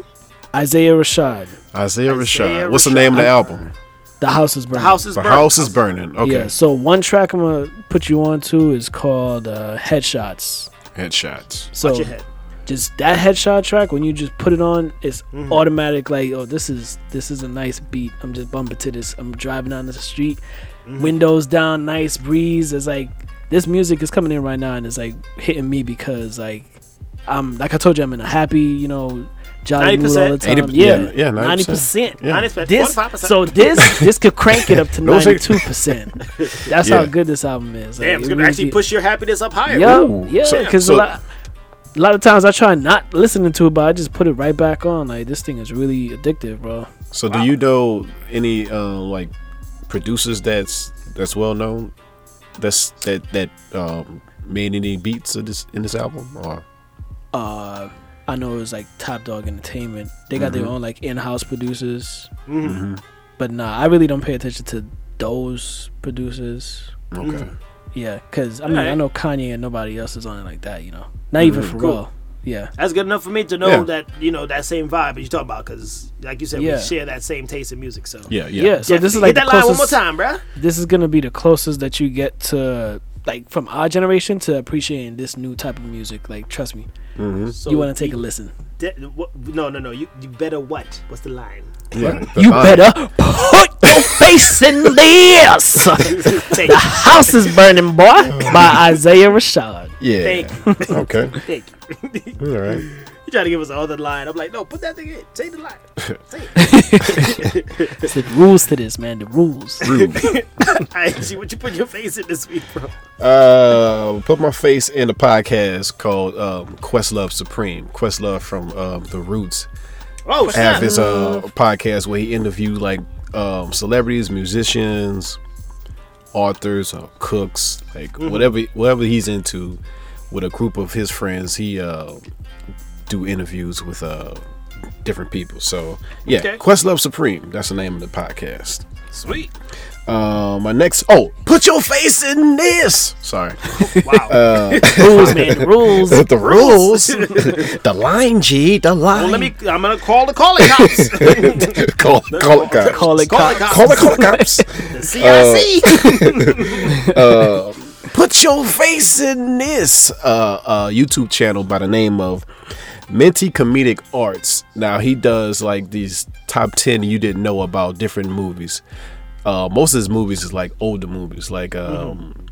[SPEAKER 3] Isaiah Rashad,
[SPEAKER 1] Isaiah
[SPEAKER 2] Isaiah
[SPEAKER 1] Rashad. What's the name of the album?
[SPEAKER 3] the house is burning.
[SPEAKER 2] The house is
[SPEAKER 1] The
[SPEAKER 2] burning.
[SPEAKER 1] house is burning. Okay.
[SPEAKER 3] Yeah. So one track I'm gonna put you on to is called uh, Headshots.
[SPEAKER 1] Headshots.
[SPEAKER 3] So
[SPEAKER 2] Watch your head.
[SPEAKER 3] just that headshot track when you just put it on, it's
[SPEAKER 2] Mm-hmm.
[SPEAKER 3] automatic. Like oh, this is this is a nice beat. I'm just bumping to this. I'm driving down the street,
[SPEAKER 2] Mm-hmm.
[SPEAKER 3] windows down, nice breeze. It's like this music is coming in right now and it's like hitting me because like I'm like I told you I'm in a happy you know jolly mood all the
[SPEAKER 2] 90%?
[SPEAKER 3] time.
[SPEAKER 1] 80
[SPEAKER 3] yeah,
[SPEAKER 1] yeah, yeah,
[SPEAKER 3] ninety
[SPEAKER 1] 90%.
[SPEAKER 3] percent.
[SPEAKER 1] Yeah.
[SPEAKER 2] Honest, man,
[SPEAKER 3] This
[SPEAKER 2] 45%.
[SPEAKER 3] so this this could crank it up
[SPEAKER 1] <laughs>
[SPEAKER 3] to
[SPEAKER 1] No
[SPEAKER 3] ninety
[SPEAKER 1] shade.
[SPEAKER 3] two percent. That's
[SPEAKER 1] Yeah.
[SPEAKER 3] how good this album is. Like,
[SPEAKER 2] Damn, it's
[SPEAKER 3] it
[SPEAKER 2] gonna
[SPEAKER 3] really
[SPEAKER 2] actually
[SPEAKER 3] get-
[SPEAKER 2] push your happiness up higher.
[SPEAKER 3] yeah,
[SPEAKER 1] Ooh,
[SPEAKER 3] yeah.
[SPEAKER 1] so-
[SPEAKER 3] Because
[SPEAKER 1] so-
[SPEAKER 3] a, lot, a lot of times I try not listening to it, but I just put it right back on. Like this thing is really addictive, bro.
[SPEAKER 1] So do you know any uh, like producers that's that's well known? That's that that um, made any beats of this in this album? Or
[SPEAKER 3] Uh, I know it was like Top Dog Entertainment. They got
[SPEAKER 2] Mm-hmm.
[SPEAKER 3] their own like in-house producers. But nah, I really don't pay attention to those producers.
[SPEAKER 1] okay,
[SPEAKER 2] Mm.
[SPEAKER 3] Yeah, because I mean I
[SPEAKER 2] Alright.
[SPEAKER 3] know Kanye and nobody else is on it like that. You know, not even for
[SPEAKER 2] Mm-hmm. Cool.
[SPEAKER 3] real. Yeah,
[SPEAKER 2] That's good enough for me to know
[SPEAKER 1] Yeah.
[SPEAKER 2] that you know that same vibe that you talk about because, like you said,
[SPEAKER 3] Yeah.
[SPEAKER 2] we share that same taste in music. So
[SPEAKER 1] yeah,
[SPEAKER 3] yeah.
[SPEAKER 1] yeah,
[SPEAKER 3] So this is like
[SPEAKER 2] hit
[SPEAKER 3] the
[SPEAKER 2] that line one more
[SPEAKER 3] closest-
[SPEAKER 2] time, bruh.
[SPEAKER 3] this is gonna be the closest that you get to like from our generation to appreciating this new type of music. Like, trust me,
[SPEAKER 2] So
[SPEAKER 3] you want to take a listen.
[SPEAKER 2] de- what- no, no, no. You, you better what? What's the
[SPEAKER 3] <laughs>
[SPEAKER 2] line?
[SPEAKER 1] yeah.
[SPEAKER 2] <laughs>
[SPEAKER 3] You
[SPEAKER 1] Uh,
[SPEAKER 3] better put your face in this.
[SPEAKER 2] Thank
[SPEAKER 3] the
[SPEAKER 2] you.
[SPEAKER 3] house is burning, boy,
[SPEAKER 2] <laughs>
[SPEAKER 3] by Isaiah Rashad.
[SPEAKER 1] Yeah.
[SPEAKER 2] Thank you.
[SPEAKER 1] okay.
[SPEAKER 2] Thank you.
[SPEAKER 3] <laughs>
[SPEAKER 1] All
[SPEAKER 2] <laughs>
[SPEAKER 1] right.
[SPEAKER 2] you try to give us all the line. I'm like, no, put that thing in. Say the
[SPEAKER 3] <laughs>
[SPEAKER 2] line. Say it.
[SPEAKER 3] It's the rules to this, man. The rules.
[SPEAKER 2] I see what you put your face in this week, bro.
[SPEAKER 1] Uh, put my face in a podcast called um, Questlove Supreme. Questlove from um, The Roots
[SPEAKER 2] Oh,
[SPEAKER 1] have
[SPEAKER 2] snap.
[SPEAKER 1] his uh, podcast where he interviewed like um, celebrities, musicians, authors or cooks, like
[SPEAKER 2] Mm-hmm.
[SPEAKER 1] whatever whatever he's into, with a group of his friends. He uh, do interviews with uh, different people. So yeah,
[SPEAKER 2] Okay.
[SPEAKER 1] Questlove Supreme. That's the name of the podcast.
[SPEAKER 2] Sweet.
[SPEAKER 1] Uh, my next oh, put your face in this. Sorry,
[SPEAKER 2] Wow.
[SPEAKER 3] Uh, rules, man.
[SPEAKER 1] <laughs>
[SPEAKER 3] Rules.
[SPEAKER 1] the rules.
[SPEAKER 4] The line, G. The line.
[SPEAKER 2] well, let me. I'm gonna call the calling cops.
[SPEAKER 1] <laughs>
[SPEAKER 3] <laughs>
[SPEAKER 1] call, call it cops.
[SPEAKER 3] Call it
[SPEAKER 2] Call the cops.
[SPEAKER 1] Call it, call it cops.
[SPEAKER 3] <laughs>
[SPEAKER 2] CIC.
[SPEAKER 1] <laughs> uh, put your face in this uh, uh, YouTube channel by the name of Minty Comedic Arts. Now he does like these top ten you didn't know about different movies. Uh, most of his movies is like older movies, like um,
[SPEAKER 3] Mm-hmm.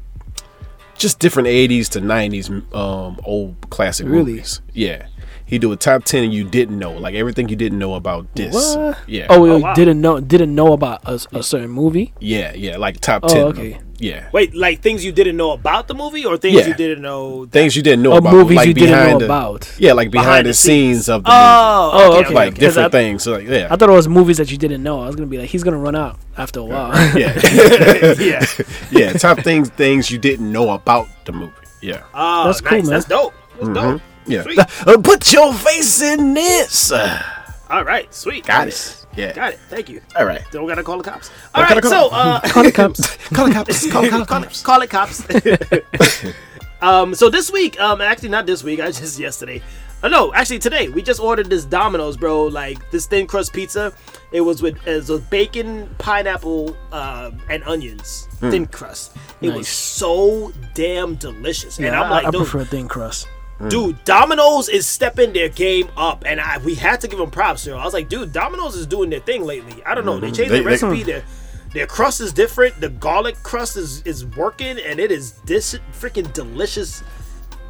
[SPEAKER 1] just different '80s to '90s um, old classic
[SPEAKER 3] Really?
[SPEAKER 1] movies. Yeah, he do a top ten you didn't know, like everything you didn't know about this.
[SPEAKER 3] What?
[SPEAKER 1] Yeah.
[SPEAKER 3] Oh, we
[SPEAKER 2] wow.
[SPEAKER 3] didn't know didn't know about a, a certain movie.
[SPEAKER 1] yeah, yeah, like top
[SPEAKER 3] Oh,
[SPEAKER 1] ten.
[SPEAKER 3] okay.
[SPEAKER 1] Yeah.
[SPEAKER 2] Wait, like things you didn't know about the movie, or things
[SPEAKER 1] Yeah.
[SPEAKER 2] you didn't know.
[SPEAKER 1] Things you didn't know
[SPEAKER 3] Or
[SPEAKER 1] about,
[SPEAKER 3] movies
[SPEAKER 1] like
[SPEAKER 3] you didn't know
[SPEAKER 1] behind the-
[SPEAKER 3] about.
[SPEAKER 1] Yeah, like behind,
[SPEAKER 2] Behind
[SPEAKER 1] the,
[SPEAKER 2] the
[SPEAKER 1] scenes of the movie.
[SPEAKER 2] Oh,
[SPEAKER 3] Oh, okay,
[SPEAKER 1] like different
[SPEAKER 3] okay. Because I-
[SPEAKER 1] things. So, like, yeah,
[SPEAKER 3] I thought it was movies that you didn't know. I was gonna be like, he's gonna run out after
[SPEAKER 2] <laughs>
[SPEAKER 3] a while.
[SPEAKER 1] yeah, <laughs>
[SPEAKER 2] yeah.
[SPEAKER 3] <laughs>
[SPEAKER 1] yeah. Top things, things you didn't know about the movie. Yeah,
[SPEAKER 2] Oh,
[SPEAKER 3] That's
[SPEAKER 2] that's
[SPEAKER 3] cool,
[SPEAKER 2] nice.
[SPEAKER 3] man.
[SPEAKER 2] That's dope. That's
[SPEAKER 3] Mm-hmm.
[SPEAKER 2] dope.
[SPEAKER 1] yeah.
[SPEAKER 2] Sweet.
[SPEAKER 1] Uh, put your face in this. Uh,
[SPEAKER 2] All right. Sweet.
[SPEAKER 1] got it. Yeah.
[SPEAKER 2] Got it. Thank you.
[SPEAKER 1] All right.
[SPEAKER 2] Don't gotta call the cops. All
[SPEAKER 1] gotta
[SPEAKER 2] right.
[SPEAKER 1] call-
[SPEAKER 2] So, uh,
[SPEAKER 3] <laughs> Call
[SPEAKER 1] <laughs>
[SPEAKER 2] <laughs>
[SPEAKER 3] it cops.
[SPEAKER 1] Call the cops. Call the cops.
[SPEAKER 2] call, it- call it cops.
[SPEAKER 3] <laughs>
[SPEAKER 2] um, so this week, um, actually not this week. I just yesterday. Uh, no, actually today we just ordered this Domino's, bro. Like this thin crust pizza. It was with it was with bacon, pineapple, uh, and onions. Thin crust. It was
[SPEAKER 3] Hmm. Nice.
[SPEAKER 2] so damn delicious, and
[SPEAKER 3] Yeah,
[SPEAKER 2] I'm like,
[SPEAKER 3] I, I
[SPEAKER 2] dude,
[SPEAKER 3] prefer thin crust.
[SPEAKER 2] dude, Domino's is stepping their game up, and I we had to give them props. You know, I was like, dude, Domino's is doing their thing lately. I don't know, they changed
[SPEAKER 1] Mm-hmm. They-
[SPEAKER 2] their
[SPEAKER 1] they-
[SPEAKER 2] recipe. Their their crust is different. The garlic crust is is working, and it is this freaking delicious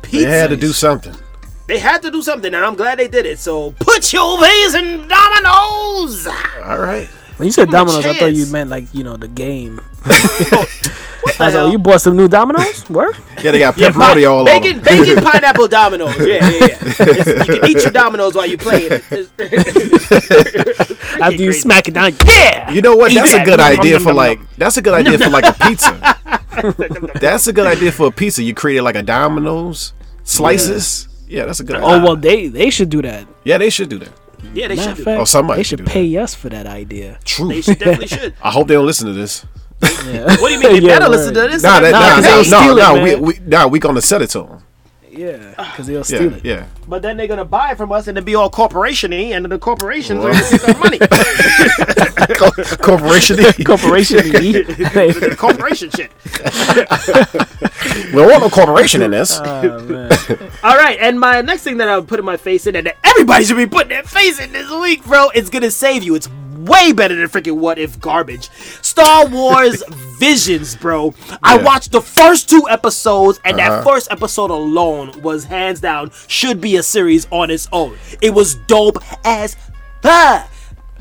[SPEAKER 1] They
[SPEAKER 2] pizza.
[SPEAKER 1] had to do something.
[SPEAKER 2] They had to do something, and I'm glad they did it. So put your ways in Domino's.
[SPEAKER 1] All right.
[SPEAKER 3] When you said
[SPEAKER 2] Give 'em a
[SPEAKER 3] Domino's, I thought you
[SPEAKER 2] chance.
[SPEAKER 3] meant like you know
[SPEAKER 2] <laughs>
[SPEAKER 3] the game.
[SPEAKER 2] What the
[SPEAKER 3] I was like,
[SPEAKER 2] hell?
[SPEAKER 3] you bought some new Domino's? Where?
[SPEAKER 1] Yeah, they got
[SPEAKER 2] Yeah,
[SPEAKER 1] pepperoni
[SPEAKER 2] pi-
[SPEAKER 1] all
[SPEAKER 2] bacon,
[SPEAKER 1] over. <laughs>
[SPEAKER 2] bacon, pineapple dominoes. Yeah, yeah, yeah. It's- you can eat your dominoes while
[SPEAKER 1] <laughs>
[SPEAKER 2] you play it.
[SPEAKER 3] After you
[SPEAKER 2] crazy.
[SPEAKER 3] smack it down, yeah.
[SPEAKER 1] You know what? That's a
[SPEAKER 2] Yeah.
[SPEAKER 1] good
[SPEAKER 2] Nom,
[SPEAKER 1] idea
[SPEAKER 2] nom,
[SPEAKER 1] for
[SPEAKER 2] nom,
[SPEAKER 1] like. That's a good idea for like a pizza.
[SPEAKER 3] <laughs>
[SPEAKER 1] That's a good idea for a pizza. You create like a Domino's slices. Yeah, that's a good.
[SPEAKER 3] Oh
[SPEAKER 1] idea.
[SPEAKER 3] well, they they should do that.
[SPEAKER 1] Yeah, they should do that.
[SPEAKER 2] <laughs> Yeah, they
[SPEAKER 3] Matter
[SPEAKER 2] should
[SPEAKER 3] of
[SPEAKER 2] do.
[SPEAKER 3] fact,
[SPEAKER 1] Oh, somebody
[SPEAKER 3] they
[SPEAKER 1] should do
[SPEAKER 3] should
[SPEAKER 1] that.
[SPEAKER 3] pay us for that idea.
[SPEAKER 2] They
[SPEAKER 1] True.
[SPEAKER 2] should definitely
[SPEAKER 3] <laughs>
[SPEAKER 2] should.
[SPEAKER 1] I hope they don't listen to this.
[SPEAKER 3] Yeah,
[SPEAKER 2] <laughs> What
[SPEAKER 3] <laughs>
[SPEAKER 2] do you mean? They
[SPEAKER 3] Yeah,
[SPEAKER 2] better
[SPEAKER 3] word.
[SPEAKER 2] listen to this.
[SPEAKER 1] Nah, that,
[SPEAKER 3] Nah,
[SPEAKER 1] nah,
[SPEAKER 3] 'cause they'll
[SPEAKER 1] nah,
[SPEAKER 3] steal
[SPEAKER 1] nah,
[SPEAKER 3] it,
[SPEAKER 1] nah, we,
[SPEAKER 3] man.
[SPEAKER 1] we, nah, we gonna sell it to them.
[SPEAKER 3] yeah, because they'll
[SPEAKER 1] Yeah,
[SPEAKER 3] steal it. <laughs>
[SPEAKER 1] yeah.
[SPEAKER 2] But then they're gonna buy it from us and then be all corporationy, and then the corporations are gonna take our money.
[SPEAKER 3] <laughs>
[SPEAKER 1] Corporation. <laughs>
[SPEAKER 2] <laughs>
[SPEAKER 3] Corporation, me. <laughs>
[SPEAKER 2] the corporation shit.
[SPEAKER 1] we don't want no corporation in this.
[SPEAKER 3] Oh, man.
[SPEAKER 2] All right, and my next thing that I would put in my face in, and that everybody should be putting their face in this week, bro, it's gonna save you. It's way better than freaking what if garbage. Star Wars Visions, bro. I
[SPEAKER 1] Yeah.
[SPEAKER 2] watched the first two episodes, and that first episode alone was hands down should be a series on its own. It was dope as fuck.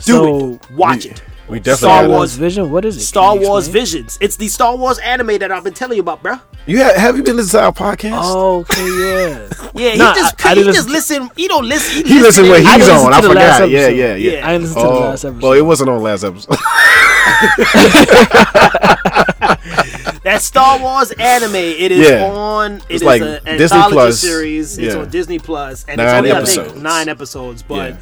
[SPEAKER 2] Do
[SPEAKER 3] So,
[SPEAKER 2] it. Watch it.
[SPEAKER 1] we definitely
[SPEAKER 2] Star
[SPEAKER 1] gotta-
[SPEAKER 2] Wars
[SPEAKER 3] Vision. What is it?
[SPEAKER 2] Star
[SPEAKER 3] Can you
[SPEAKER 2] Wars
[SPEAKER 3] explain?
[SPEAKER 2] Visions. It's the Star Wars anime that I've been telling you about, bro.
[SPEAKER 1] You have, have you been listening to our podcast?
[SPEAKER 3] Oh, okay, yeah.
[SPEAKER 2] <laughs> Yeah,
[SPEAKER 3] Nah,
[SPEAKER 2] he just
[SPEAKER 3] I- I
[SPEAKER 2] he
[SPEAKER 3] didn't
[SPEAKER 2] just listen. He don't listen.
[SPEAKER 1] he listened when
[SPEAKER 2] I
[SPEAKER 1] he's
[SPEAKER 2] don't-
[SPEAKER 3] listened
[SPEAKER 1] on.
[SPEAKER 3] to
[SPEAKER 1] I
[SPEAKER 3] the last
[SPEAKER 1] forgot. Yeah,
[SPEAKER 3] episode.
[SPEAKER 1] yeah, yeah.
[SPEAKER 2] Yeah.
[SPEAKER 3] I didn't listen to the
[SPEAKER 1] Oh,
[SPEAKER 3] last episode.
[SPEAKER 1] well, it wasn't on last episode. <laughs>
[SPEAKER 2] That Star Wars anime. It is
[SPEAKER 1] Yeah.
[SPEAKER 2] on. it
[SPEAKER 1] It's
[SPEAKER 2] is
[SPEAKER 1] like
[SPEAKER 2] a an
[SPEAKER 1] Disney
[SPEAKER 2] anthology
[SPEAKER 1] Plus.
[SPEAKER 2] series. It's
[SPEAKER 1] Yeah.
[SPEAKER 2] on Disney Plus, and
[SPEAKER 1] Nine
[SPEAKER 2] it's only I
[SPEAKER 1] episodes.
[SPEAKER 2] think nine episodes, but
[SPEAKER 1] Yeah.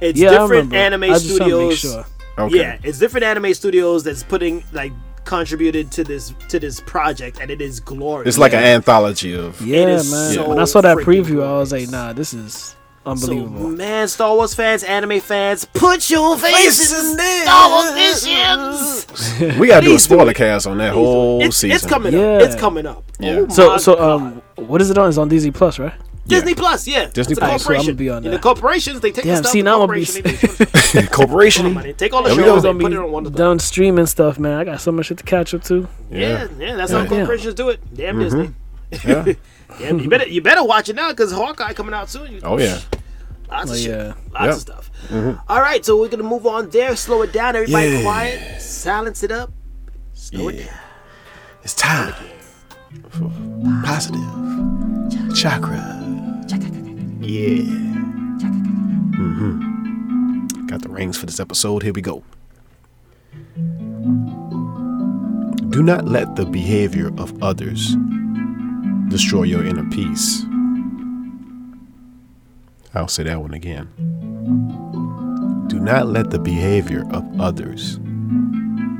[SPEAKER 2] it's
[SPEAKER 3] yeah, I
[SPEAKER 2] different
[SPEAKER 3] remember.
[SPEAKER 2] anime
[SPEAKER 3] I just wanna
[SPEAKER 2] studios.
[SPEAKER 3] Make sure.
[SPEAKER 1] Okay.
[SPEAKER 2] Yeah, it's different anime studios that's putting like contributed to this to this project, and it is glorious.
[SPEAKER 1] It's like an anthology of.
[SPEAKER 3] Yeah, man.
[SPEAKER 2] is so
[SPEAKER 3] when I saw that
[SPEAKER 2] freaking
[SPEAKER 3] preview, I was like,
[SPEAKER 2] glorious.
[SPEAKER 3] nah, this is
[SPEAKER 2] So,
[SPEAKER 3] unbelievable.
[SPEAKER 2] man, Star Wars fans, anime fans, put your faces in
[SPEAKER 1] there.
[SPEAKER 2] Star Wars visions.
[SPEAKER 1] We gotta do a
[SPEAKER 2] Please do
[SPEAKER 1] spoiler
[SPEAKER 2] it.
[SPEAKER 1] cast on that
[SPEAKER 2] Please do it.
[SPEAKER 1] whole
[SPEAKER 2] it's,
[SPEAKER 1] season.
[SPEAKER 2] It's
[SPEAKER 1] <laughs>
[SPEAKER 2] coming
[SPEAKER 3] Yeah.
[SPEAKER 2] up. It's coming up.
[SPEAKER 1] Yeah.
[SPEAKER 2] Oh
[SPEAKER 3] so,
[SPEAKER 2] my
[SPEAKER 3] so
[SPEAKER 2] God.
[SPEAKER 3] um, what is it on? It's on Disney Plus, right?
[SPEAKER 2] Disney Plus, yeah.
[SPEAKER 1] Disney
[SPEAKER 2] it's
[SPEAKER 1] Plus.
[SPEAKER 2] a
[SPEAKER 3] Alright, so I'ma
[SPEAKER 2] corporation.
[SPEAKER 3] be on
[SPEAKER 2] And
[SPEAKER 3] that.
[SPEAKER 2] the corporations they take the
[SPEAKER 3] Damn,
[SPEAKER 2] stuff.
[SPEAKER 3] see,
[SPEAKER 2] the
[SPEAKER 3] now I'ma be-
[SPEAKER 2] corporation, they do it. Hold on,
[SPEAKER 1] Corporation.
[SPEAKER 2] man. Take all the
[SPEAKER 1] There we
[SPEAKER 2] shows
[SPEAKER 1] go.
[SPEAKER 2] and put it on one of them.
[SPEAKER 3] Done streaming stuff, man. I got so much shit to catch up to.
[SPEAKER 2] Yeah, yeah, that's how
[SPEAKER 3] Yeah.
[SPEAKER 2] corporations do it. Damn Disney.
[SPEAKER 1] Yeah.
[SPEAKER 2] Damn, you better you better watch it now because Hawkeye coming out soon. You-
[SPEAKER 1] Oh yeah.
[SPEAKER 2] lots
[SPEAKER 3] Well,
[SPEAKER 2] of
[SPEAKER 3] Oh, yeah.
[SPEAKER 2] shit, lots
[SPEAKER 1] Yep.
[SPEAKER 2] of stuff. All right, so we're gonna move on there. Slow it down, everybody.
[SPEAKER 1] Yeah.
[SPEAKER 2] Quiet, silence it up. Slow it down.
[SPEAKER 1] It's time for positive chakra. Yeah. Mm-hmm. Got the rings for this episode. Here we go. Do not let the behavior of others destroy your inner peace. I'll say that one again. Do not let the behavior of others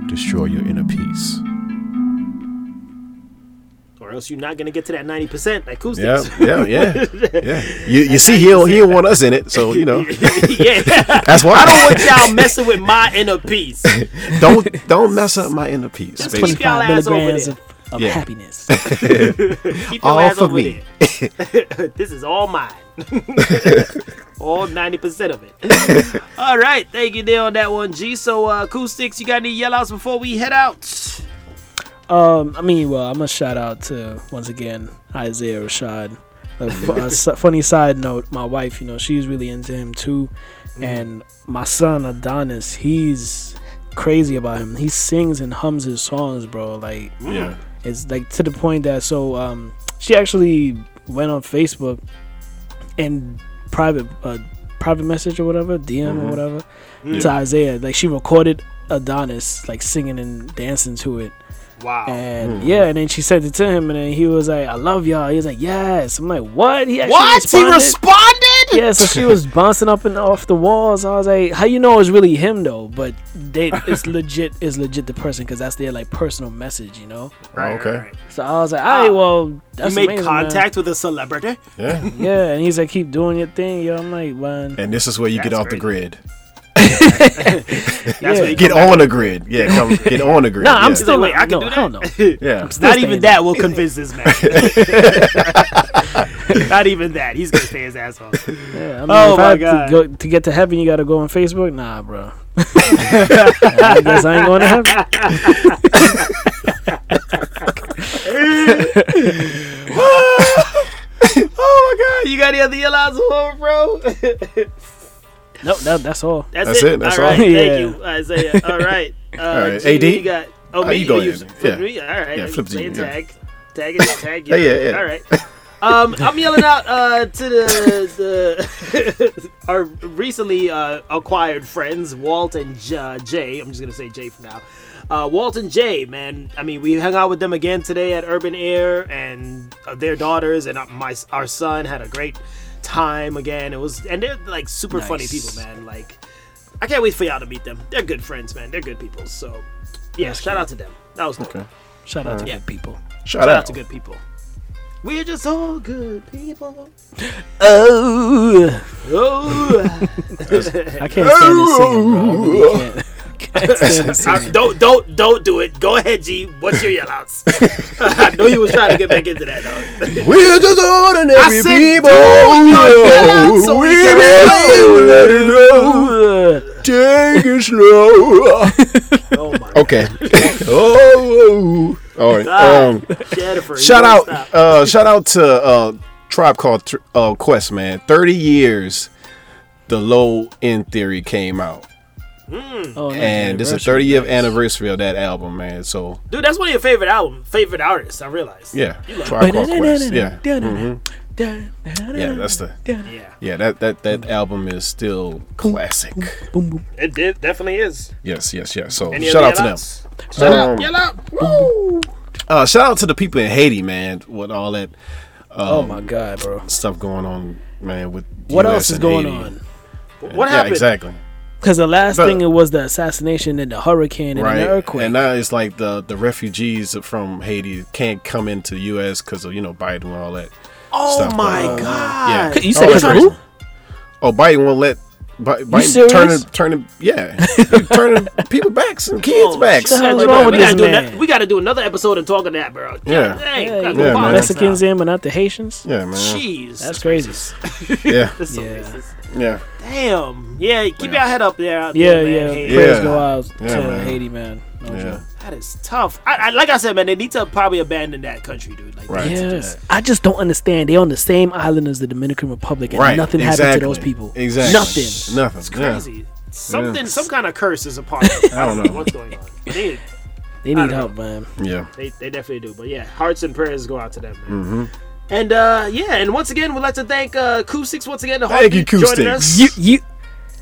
[SPEAKER 1] destroy your inner peace.
[SPEAKER 2] or else you're not gonna get to that ninety percent
[SPEAKER 1] Yeah, <laughs>
[SPEAKER 2] acoustics.
[SPEAKER 1] yeah, yeah, yeah. You, you see, he'll he'll want us in it, so you <laughs> know <laughs>
[SPEAKER 2] <laughs> yeah.
[SPEAKER 1] that's why
[SPEAKER 2] I don't want y'all messing with my inner peace.
[SPEAKER 1] <laughs> don't don't mess up my inner peace.
[SPEAKER 2] That's
[SPEAKER 1] basically.
[SPEAKER 2] Keep y'all
[SPEAKER 3] Twenty-five
[SPEAKER 2] ass over
[SPEAKER 3] milligrams
[SPEAKER 2] there.
[SPEAKER 3] of, of
[SPEAKER 1] Yeah.
[SPEAKER 3] happiness.
[SPEAKER 2] Keep your
[SPEAKER 1] All
[SPEAKER 2] ass
[SPEAKER 1] for
[SPEAKER 2] over
[SPEAKER 1] me.
[SPEAKER 2] there. <laughs> this is all mine. all ninety percent of it. <laughs> all right, thank you there on that one, G. So uh, acoustics, you got any yell outs before we head out?
[SPEAKER 3] Um, I mean, well, I'm gonna shout out to once again Isaiah Rashad. A fu- a s- funny side note: my wife, you know, she's really into him too, and my son Adonis, he's crazy about him. He sings and hums his songs, bro. Like
[SPEAKER 1] Yeah.
[SPEAKER 3] it's like to the point that so um she actually went on Facebook and private uh, private message or whatever DM or whatever to Isaiah. Like she recorded Adonis like singing and dancing to it.
[SPEAKER 2] Wow.
[SPEAKER 3] And yeah, and then she sent it to him, and then he was like, "I love y'all." He was like, "Yes." I'm like, "What?" He actually responded.
[SPEAKER 2] responded?
[SPEAKER 3] yeah, so she
[SPEAKER 2] <laughs>
[SPEAKER 3] was bouncing up and off the walls. I was like, "How you know it's really him though?" But they,
[SPEAKER 2] <laughs>
[SPEAKER 3] it's legit, it's legit the person because that's their like personal message, you know.
[SPEAKER 1] okay.
[SPEAKER 3] So I was like, "All right, well, that's
[SPEAKER 2] Ah, you made
[SPEAKER 3] amazing, man."
[SPEAKER 2] contact with a celebrity.
[SPEAKER 1] Yeah.
[SPEAKER 3] Yeah, and he's like, "Keep doing your thing, yo." I'm like, "Man,
[SPEAKER 1] And this is where you get
[SPEAKER 2] That's
[SPEAKER 1] off the grid.
[SPEAKER 2] That's what you
[SPEAKER 1] Get on the grid. Yeah, come get on
[SPEAKER 2] <laughs>
[SPEAKER 1] the grid.
[SPEAKER 3] no,
[SPEAKER 1] yeah.
[SPEAKER 3] I'm still
[SPEAKER 2] Wait,
[SPEAKER 3] like,
[SPEAKER 2] I can
[SPEAKER 3] no,
[SPEAKER 2] do that?
[SPEAKER 3] hell no."
[SPEAKER 2] <laughs>
[SPEAKER 1] yeah.
[SPEAKER 3] still
[SPEAKER 2] Not
[SPEAKER 3] staying
[SPEAKER 2] even
[SPEAKER 3] there.
[SPEAKER 2] that will convince this <laughs> man. Not even that. He's gonna stay his ass off.
[SPEAKER 3] Yeah, I mean,
[SPEAKER 2] Oh
[SPEAKER 3] if
[SPEAKER 2] my
[SPEAKER 3] I had
[SPEAKER 2] God.
[SPEAKER 3] To, go, to get to heaven, you gotta go on Facebook.
[SPEAKER 2] <laughs>
[SPEAKER 3] Nah, bro. <laughs> I guess I ain't going to heaven.
[SPEAKER 2] oh my god, you got any other yellows over, bro? <laughs>
[SPEAKER 3] No, that, that's all.
[SPEAKER 2] That's,
[SPEAKER 1] That's
[SPEAKER 2] it.
[SPEAKER 1] it, that's
[SPEAKER 2] all
[SPEAKER 1] all.
[SPEAKER 2] right,
[SPEAKER 3] Yeah.
[SPEAKER 2] thank
[SPEAKER 1] <laughs>
[SPEAKER 2] you, Isaiah. All right, uh,
[SPEAKER 1] All right,
[SPEAKER 2] G,
[SPEAKER 1] AD?
[SPEAKER 2] you got oh
[SPEAKER 1] Uh,
[SPEAKER 2] me,
[SPEAKER 1] you go
[SPEAKER 2] you
[SPEAKER 1] ahead.
[SPEAKER 2] flip
[SPEAKER 1] Yeah.
[SPEAKER 2] me. All right,
[SPEAKER 1] Yeah,
[SPEAKER 2] I'm
[SPEAKER 1] flip to you,
[SPEAKER 2] playing
[SPEAKER 1] yeah.
[SPEAKER 2] tag, tag it, tag you.
[SPEAKER 1] <laughs> Yeah, yeah, yeah.
[SPEAKER 2] All right. Um, I'm yelling out uh, to the, the <laughs> our recently uh, acquired friends Walt and J- uh, Jay. I'm just gonna say Jay for now. Uh, Walt and Jay, man. I mean, we hung out with them again today at Urban Air, and uh, their daughters and uh, my our son had a great time again. It was and they're like super funny people, man. Like, I can't wait for y'all to meet them. They're good friends, man. They're good people. So, yeah, shout out to them. That was dope.
[SPEAKER 3] Shout out to good people.
[SPEAKER 1] <laughs> Shout,
[SPEAKER 2] Shout
[SPEAKER 1] out.
[SPEAKER 2] out to good people. We're just all good people.
[SPEAKER 3] Oh,
[SPEAKER 2] Oh,
[SPEAKER 3] I can't stand this singing, bro. I really can't. can't stand this
[SPEAKER 2] I-
[SPEAKER 3] singing.
[SPEAKER 2] don't don't don't do it. Go ahead, G. What's your
[SPEAKER 1] <laughs>
[SPEAKER 2] yell outs? I know you was trying to get back into that. Dog.
[SPEAKER 1] We're just ordinary
[SPEAKER 2] I said,
[SPEAKER 1] people.
[SPEAKER 2] don't yell out so we
[SPEAKER 1] We're
[SPEAKER 2] can
[SPEAKER 1] just- let it go.
[SPEAKER 3] Ugh.
[SPEAKER 1] Take it slow.
[SPEAKER 2] <laughs> Oh my
[SPEAKER 1] <laughs>
[SPEAKER 4] Okay.
[SPEAKER 1] oh. All right.
[SPEAKER 2] God,
[SPEAKER 1] Um,
[SPEAKER 2] Jennifer. you
[SPEAKER 1] shout
[SPEAKER 2] gotta
[SPEAKER 1] out.
[SPEAKER 2] stop.
[SPEAKER 1] Uh, shout out to uh, Tribe Called Tr- uh, Quest, man. Thirty years. The low end theory came out,
[SPEAKER 3] Oh, nice
[SPEAKER 1] and this is
[SPEAKER 3] anniversary.
[SPEAKER 1] 30th anniversary of that album, man. So
[SPEAKER 2] Dude, that's one of your favorite album, favorite artists. I realized.
[SPEAKER 1] yeah,
[SPEAKER 2] You love-
[SPEAKER 1] Tribe Called Quest. Yeah,
[SPEAKER 3] Mm-hmm.
[SPEAKER 1] yeah, that's the
[SPEAKER 2] yeah.
[SPEAKER 1] yeah that that that album is still classic.
[SPEAKER 2] It did, definitely is.
[SPEAKER 1] Yes, yes, yes. So
[SPEAKER 2] Any
[SPEAKER 1] shout
[SPEAKER 2] other
[SPEAKER 1] out to
[SPEAKER 2] yell
[SPEAKER 1] them.
[SPEAKER 2] outs?
[SPEAKER 1] Shout out.
[SPEAKER 2] Yell out.
[SPEAKER 1] Uh, shout out to the people in Haiti, man, with all that
[SPEAKER 3] Oh my god, bro.
[SPEAKER 1] stuff going on, man. With
[SPEAKER 3] What
[SPEAKER 1] US
[SPEAKER 3] else is
[SPEAKER 1] and
[SPEAKER 3] going
[SPEAKER 1] Haiti.
[SPEAKER 3] on?
[SPEAKER 2] What
[SPEAKER 1] yeah,
[SPEAKER 2] happened?
[SPEAKER 1] Exactly.
[SPEAKER 3] Because the last
[SPEAKER 1] But-
[SPEAKER 3] thing it was the assassination and the hurricane and
[SPEAKER 1] Right.
[SPEAKER 3] the earthquake.
[SPEAKER 1] And now it's like the the refugees from Haiti can't come into the U.S. because of you know Biden and all that.
[SPEAKER 2] Oh
[SPEAKER 1] Stuff
[SPEAKER 2] my
[SPEAKER 1] like that.
[SPEAKER 2] god.
[SPEAKER 1] Yeah.
[SPEAKER 3] you said
[SPEAKER 1] Oh,
[SPEAKER 3] it's
[SPEAKER 1] that's
[SPEAKER 3] who?
[SPEAKER 1] crazy. Oh, Biden won't let. Bi- Biden
[SPEAKER 3] serious?
[SPEAKER 1] turning turning yeah,
[SPEAKER 3] <laughs>
[SPEAKER 1] turning people backs and kids
[SPEAKER 2] Oh,
[SPEAKER 1] backs.
[SPEAKER 3] the hell's
[SPEAKER 1] Like
[SPEAKER 3] wrong
[SPEAKER 1] that,
[SPEAKER 3] with
[SPEAKER 1] man.
[SPEAKER 2] we,
[SPEAKER 3] this
[SPEAKER 2] gotta do
[SPEAKER 3] man?
[SPEAKER 2] ano- we gotta do another episode and talk on that, bro.
[SPEAKER 1] Yeah.
[SPEAKER 2] Hey,
[SPEAKER 3] Yeah,
[SPEAKER 2] we gotta
[SPEAKER 3] yeah,
[SPEAKER 2] go
[SPEAKER 1] man.
[SPEAKER 2] on this
[SPEAKER 3] Mexicans in, but not the Haitians.
[SPEAKER 1] Yeah, man.
[SPEAKER 2] now. Jeez.
[SPEAKER 3] That's crazy.
[SPEAKER 1] Yeah,
[SPEAKER 2] That's so
[SPEAKER 3] Yeah.
[SPEAKER 2] racist.
[SPEAKER 1] yeah.
[SPEAKER 2] Damn. Yeah, keep your head up there. Out
[SPEAKER 3] Yeah,
[SPEAKER 2] there, man.
[SPEAKER 3] yeah.
[SPEAKER 2] Hey,
[SPEAKER 1] Yeah.
[SPEAKER 3] Prayers go out
[SPEAKER 1] Yeah,
[SPEAKER 3] to
[SPEAKER 1] man.
[SPEAKER 3] Haiti, man. No
[SPEAKER 1] Yeah.
[SPEAKER 3] joke.
[SPEAKER 2] That is tough. I, I, like I said, man, they need to probably abandon that country, dude. Like,
[SPEAKER 1] Right.
[SPEAKER 2] they need to
[SPEAKER 3] Yeah,
[SPEAKER 2] just-
[SPEAKER 3] I just don't understand. They're on the same island as the Dominican Republic, and
[SPEAKER 1] Right.
[SPEAKER 3] nothing
[SPEAKER 1] exactly.
[SPEAKER 3] happened to those people.
[SPEAKER 1] Exactly.
[SPEAKER 3] Nothing.
[SPEAKER 1] Nothing. It's
[SPEAKER 2] crazy. Something, some kind of curse is upon them. I don't know what's going on. But They,
[SPEAKER 3] They
[SPEAKER 2] I
[SPEAKER 3] need
[SPEAKER 2] don't
[SPEAKER 3] help, man.
[SPEAKER 1] Yeah.
[SPEAKER 2] they, they definitely do. But yeah, hearts and prayers go out to them, man. And uh, yeah, and once again, we'd like to thank uh, Q6 once again. The
[SPEAKER 1] Thank you,
[SPEAKER 2] Heartbeat, joining
[SPEAKER 1] Q6.
[SPEAKER 2] us.
[SPEAKER 3] You, you,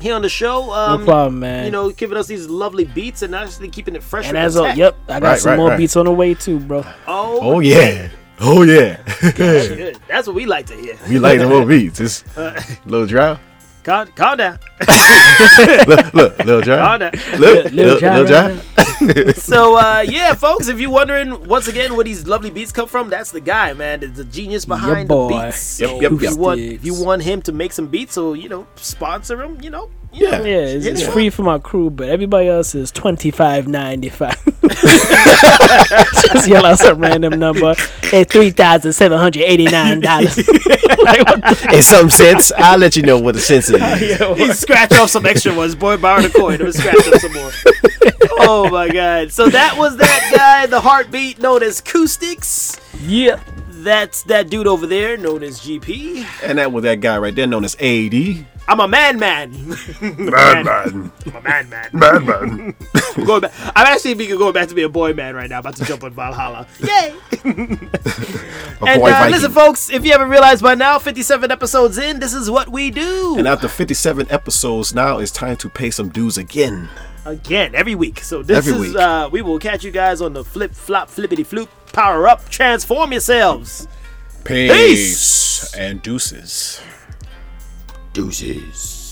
[SPEAKER 2] here on the show.
[SPEAKER 3] No
[SPEAKER 2] Um,
[SPEAKER 3] problem, man.
[SPEAKER 2] You know, giving us these lovely beats and actually keeping it fresh.
[SPEAKER 3] and
[SPEAKER 2] with
[SPEAKER 3] as
[SPEAKER 2] the
[SPEAKER 3] all,
[SPEAKER 2] tech.
[SPEAKER 3] yep, I got
[SPEAKER 1] Right,
[SPEAKER 3] some
[SPEAKER 1] right,
[SPEAKER 3] more
[SPEAKER 1] right.
[SPEAKER 3] beats on the way too, bro.
[SPEAKER 2] Oh,
[SPEAKER 1] Oh yeah. Oh yeah.
[SPEAKER 2] good. That's what we like to hear.
[SPEAKER 1] <laughs> we like the little beats. It's
[SPEAKER 3] <laughs>
[SPEAKER 1] little dry.
[SPEAKER 2] Calm, calm down.
[SPEAKER 1] Look, look, little dry.
[SPEAKER 2] Calm down.
[SPEAKER 1] Look,
[SPEAKER 3] Lil
[SPEAKER 1] little
[SPEAKER 3] Jon
[SPEAKER 1] dry.
[SPEAKER 2] so uh, yeah, folks, if you're wondering once again where these lovely beats come from, that's the guy, man. The, the genius behind the
[SPEAKER 3] boy.
[SPEAKER 2] beats.
[SPEAKER 1] Yep,
[SPEAKER 2] So
[SPEAKER 1] yep,
[SPEAKER 2] if
[SPEAKER 1] yep.
[SPEAKER 2] you want if you
[SPEAKER 3] Sticks.
[SPEAKER 2] want him to make some beats, so you know, sponsor him. You know, you
[SPEAKER 1] Yeah.
[SPEAKER 2] know.
[SPEAKER 3] Yeah, it's, it's free for my crew, but everybody else is twenty five ninety <laughs> five. Just yell out some random number. It's three thousand seven hundred eighty nine dollars. <laughs> like, what the-
[SPEAKER 4] In some sense, I'll let you know what the sense
[SPEAKER 2] <laughs>
[SPEAKER 4] is.
[SPEAKER 2] He scratch off some extra ones. Boy, borrowed a coin. It was scratch up some more. <laughs> oh my god! So that was that guy, the heartbeat known as Acoustics.
[SPEAKER 3] yeah,
[SPEAKER 2] That's that dude over there known as GP.
[SPEAKER 1] And that was that guy right there known as AD.
[SPEAKER 2] I'm a man, man.
[SPEAKER 1] Madman.
[SPEAKER 2] I'm a man, man.
[SPEAKER 1] Madman.
[SPEAKER 2] I'm <laughs> going back. I'm actually being going back to be a boy man right now. About to jump on <laughs> Valhalla. Yay! and
[SPEAKER 1] boy
[SPEAKER 2] uh,
[SPEAKER 1] Viking.
[SPEAKER 2] listen, folks, if you haven't realized by now, 57 episodes in, this is what we do
[SPEAKER 1] And after 57 episodes, now it's time to pay some dues again.
[SPEAKER 2] again every week. So this
[SPEAKER 1] Every
[SPEAKER 2] is
[SPEAKER 1] week.
[SPEAKER 2] uh we will catch you guys on the flip flop flippity floop. Power up, transform yourselves.
[SPEAKER 1] Peace. And deuces.
[SPEAKER 5] Deuces.